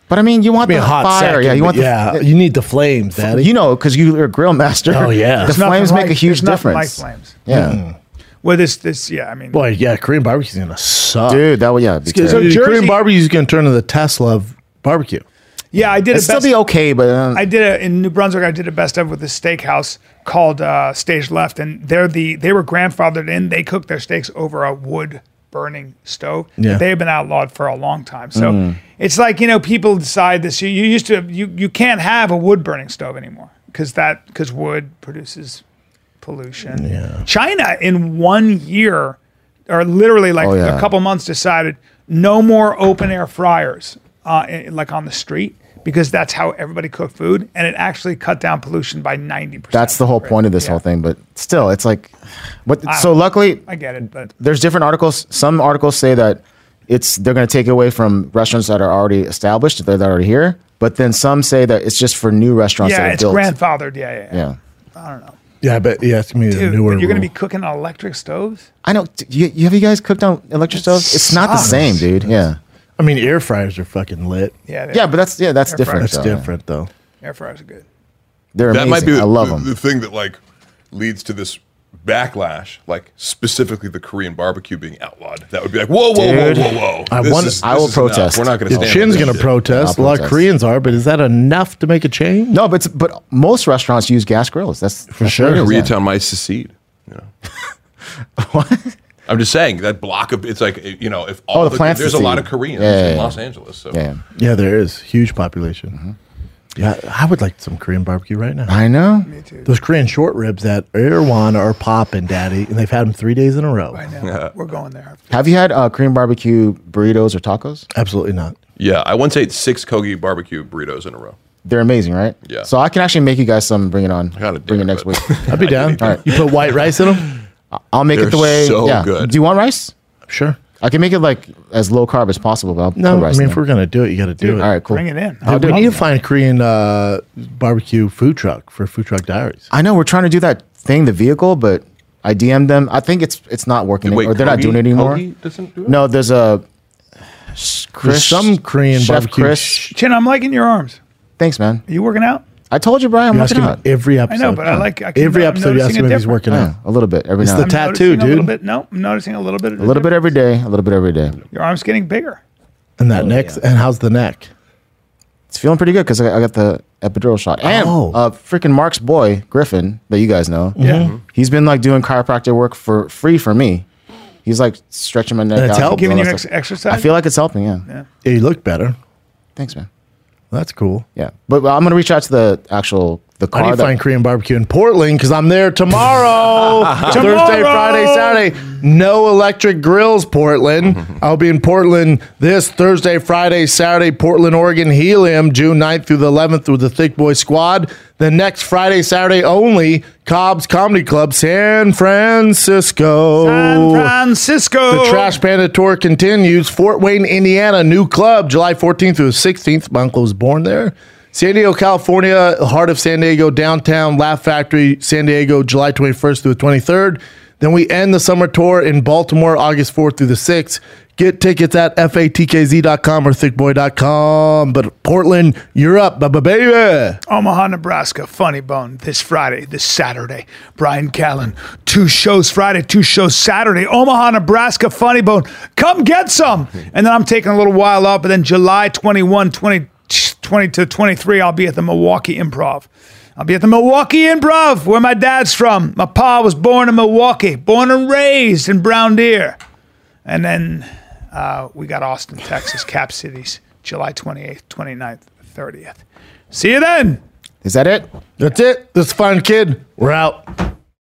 Speaker 2: but I mean, you want
Speaker 3: be
Speaker 2: the
Speaker 3: a hot
Speaker 2: fire.
Speaker 3: second,
Speaker 2: yeah, you
Speaker 3: but
Speaker 2: want the
Speaker 3: yeah, you need the flames, Daddy.
Speaker 2: you know because you're a grill master.
Speaker 3: Oh, yeah. Hmm.
Speaker 2: the
Speaker 3: There's
Speaker 1: Nothing
Speaker 2: flames
Speaker 1: like-
Speaker 2: make a huge
Speaker 1: there's nothing
Speaker 2: difference.
Speaker 1: Like flames.
Speaker 2: Yeah,
Speaker 1: Well, this this yeah, I mean,
Speaker 3: boy, yeah, Korean barbecue's gonna suck.
Speaker 2: dude, that would yeah. it'd Be
Speaker 3: Because
Speaker 2: terrible.
Speaker 1: Jersey-
Speaker 3: Korean barbecue's gonna turn to the Tesla of barbecue.
Speaker 1: yeah, I did a
Speaker 2: It'd still
Speaker 1: best.
Speaker 2: be okay, but uh,
Speaker 1: I did a in New Brunswick. I did a best of with this steakhouse called uh, Stage Left, and they're the they were grandfathered in. They cooked their steaks over a wood burning stove.
Speaker 3: Yeah.
Speaker 1: they have been outlawed for a long time. So it's like you know people decide this. You, you used to you you can't have a wood burning stove anymore because that because wood produces pollution. Yeah. China in one year, or literally like
Speaker 2: Oh, yeah.
Speaker 1: a couple months, decided no more open air fryers, uh, in- like on the street, because that's how everybody cooked food, and it actually cut down pollution by ninety percent.
Speaker 2: that's the whole point of this
Speaker 1: Yeah.
Speaker 2: whole thing. But still, it's like, what? So luckily,
Speaker 1: I get it, but
Speaker 2: there's different articles. Some articles say that it's they're going to take it away from restaurants that are already established, that are already here. But then some say that it's just for new restaurants that
Speaker 1: yeah,
Speaker 2: are
Speaker 1: it's
Speaker 2: built.
Speaker 1: grandfathered. Yeah, yeah. yeah.
Speaker 2: yeah,
Speaker 3: Yeah, but yeah, it's gonna be the
Speaker 1: Dude,
Speaker 3: newer.
Speaker 1: but you're gonna be
Speaker 3: rule.
Speaker 1: cooking on electric stoves.
Speaker 2: I know. d- You, you- have you guys cooked on electric stoves? It's not the
Speaker 1: sucks.
Speaker 2: same, dude. Yeah,
Speaker 3: I mean, air fryers are fucking lit.
Speaker 1: Yeah, they
Speaker 2: yeah,
Speaker 1: are.
Speaker 2: but that's yeah, that's
Speaker 1: Air
Speaker 2: different.
Speaker 1: fryers.
Speaker 3: That's
Speaker 2: though.
Speaker 3: different though.
Speaker 1: air fryers are good.
Speaker 2: They're
Speaker 5: that
Speaker 2: amazing.
Speaker 5: might be the,
Speaker 2: I love
Speaker 5: the-
Speaker 2: them.
Speaker 5: the thing that like leads to this backlash, like specifically the Korean barbecue being outlawed. That would be like, whoa, whoa,
Speaker 2: Dude,
Speaker 5: whoa, whoa, whoa.
Speaker 3: I
Speaker 5: This
Speaker 3: wonder-
Speaker 5: is-
Speaker 2: I
Speaker 5: this
Speaker 2: will
Speaker 5: is enough.
Speaker 2: protest.
Speaker 5: We're not going to.
Speaker 3: The Chin's gonna protest. A
Speaker 2: I'll
Speaker 3: lot of
Speaker 2: protest.
Speaker 3: Koreans are, but is that enough to make a change?
Speaker 2: no, but it's, but most restaurants use gas grills. That's for
Speaker 3: sure.
Speaker 5: Koreatown might secede. You know. I'm just saying that block of it's like you know if all
Speaker 2: Oh, the plants
Speaker 5: there's a lot of
Speaker 2: secede.
Speaker 5: Koreans
Speaker 2: Yeah, yeah,
Speaker 5: in
Speaker 2: yeah.
Speaker 5: Los Angeles. So
Speaker 2: Yeah,
Speaker 3: Yeah, there is huge population. Yeah, I would like some Korean barbecue right now.
Speaker 2: I know.
Speaker 3: Those Korean short ribs at Irwan are popping, Daddy, and they've had them three days in a row.
Speaker 1: Yeah, we're going there.
Speaker 2: Have you had uh, Korean barbecue burritos or tacos?
Speaker 3: Absolutely not.
Speaker 5: yeah, I once ate six Kogi barbecue burritos in a row.
Speaker 2: They're amazing, right?
Speaker 5: Yeah.
Speaker 2: So I can actually make you guys some. Bring it on.
Speaker 5: gotta do
Speaker 2: bring it
Speaker 5: it,
Speaker 2: next
Speaker 5: but-
Speaker 2: week.
Speaker 3: I'd be down.
Speaker 2: All right.
Speaker 3: You put white rice in them?
Speaker 2: I- I'll make it
Speaker 5: They're
Speaker 2: the way.
Speaker 5: so
Speaker 2: yeah.
Speaker 5: good.
Speaker 2: Do you want rice?
Speaker 3: Sure.
Speaker 2: I can make it like as low carb as possible, but I'll
Speaker 3: No,
Speaker 2: put
Speaker 3: I
Speaker 2: rice.
Speaker 3: mean,
Speaker 2: in
Speaker 3: if
Speaker 2: there.
Speaker 3: we're gonna do it, you gotta do it.
Speaker 2: All right, cool.
Speaker 1: Bring it in.
Speaker 3: Dude, we
Speaker 2: do it.
Speaker 3: need to find a Korean uh, barbecue food truck for Food Truck Diaries.
Speaker 2: I know we're trying to do that thing, the vehicle, but I DM'd them. I think it's it's not working,
Speaker 5: Wait,
Speaker 2: or they're not
Speaker 5: Kobe-
Speaker 2: doing it anymore.
Speaker 5: Kobe doesn't do it?
Speaker 2: No, there's a Chris,
Speaker 3: some Korean
Speaker 2: Chef
Speaker 3: barbecue
Speaker 2: Chris.
Speaker 1: Chin, I'm liking your arms.
Speaker 2: Thanks, man.
Speaker 1: Are you working out?
Speaker 2: I told you, Brian. I'm
Speaker 3: You ask
Speaker 2: working
Speaker 3: him
Speaker 2: out.
Speaker 3: every episode.
Speaker 1: but I like- I can-
Speaker 3: every
Speaker 1: I'm
Speaker 3: episode. You ask
Speaker 1: noticing
Speaker 3: him
Speaker 1: it
Speaker 3: if he's
Speaker 1: different.
Speaker 3: working
Speaker 2: Yeah,
Speaker 3: out.
Speaker 2: a little bit every
Speaker 3: It's
Speaker 2: now.
Speaker 3: the
Speaker 2: and
Speaker 3: ta-
Speaker 2: then.
Speaker 3: Tattoo,
Speaker 1: noticing A little
Speaker 3: dude.
Speaker 1: bit. No, I'm noticing a little bit. Of
Speaker 2: a little bit every day. A little bit every day.
Speaker 1: Your arm's getting bigger.
Speaker 3: And
Speaker 2: Oh,
Speaker 3: that neck. And how's the neck?
Speaker 2: It's feeling pretty good because I, I got the epidural shot. And
Speaker 3: Oh.
Speaker 2: uh, freaking Mark's boy Griffin, that you guys know.
Speaker 1: Yeah.
Speaker 2: he's been like doing chiropractic work for free for me. He's like stretching my neck
Speaker 3: And it's
Speaker 2: out,
Speaker 3: helped?
Speaker 1: Giving
Speaker 2: doing all
Speaker 1: you
Speaker 2: that
Speaker 1: ex-
Speaker 2: stuff.
Speaker 1: exercise?
Speaker 2: I feel like it's helping. Yeah.
Speaker 3: Yeah, you look better.
Speaker 2: Thanks, man.
Speaker 3: That's cool.
Speaker 2: Yeah, but well, I'm gonna reach out to the actual the
Speaker 3: I
Speaker 2: car.
Speaker 3: need to
Speaker 2: that-
Speaker 3: find Korean barbecue in Portland because I'm there tomorrow. Thursday, Friday, Saturday. No electric grills, Portland.
Speaker 2: Mm-hmm.
Speaker 3: I'll be in Portland this Thursday, Friday, Saturday, Portland, Oregon, Helium, June 9th through the 11th with the Thick Boy Squad. The next Friday, Saturday only, Cobb's Comedy Club, San Francisco.
Speaker 1: San Francisco.
Speaker 3: The Trash Panda Tour continues. Fort Wayne, Indiana, new club, July 14th through the 16th. My uncle was born there. San Diego, California, heart of San Diego, downtown, Laugh Factory, San Diego, July 21st through the 23rd. Then we end the summer tour in Baltimore, August 4th through the 6th. Get tickets at fatkz.com or thickboy.com. But Portland, you're up, ba- ba- baby.
Speaker 1: Omaha, Nebraska, Funny Bone this Friday, this Saturday. Brian Callen, two shows Friday, two shows Saturday. Omaha, Nebraska, Funny Bone. Come get some. And then I'm taking a little while off, but then July 21, 20, 20 to 23, I'll be at the Milwaukee Improv. I'll be at the Milwaukee Improv, where my dad's from. My pa was born in Milwaukee, born and raised in Brown Deer. And then uh, we got Austin, Texas, Cap Cities, July 28th, 29th, 30th. See you then.
Speaker 2: Is that it?
Speaker 3: That's it. This fine kid. We're out.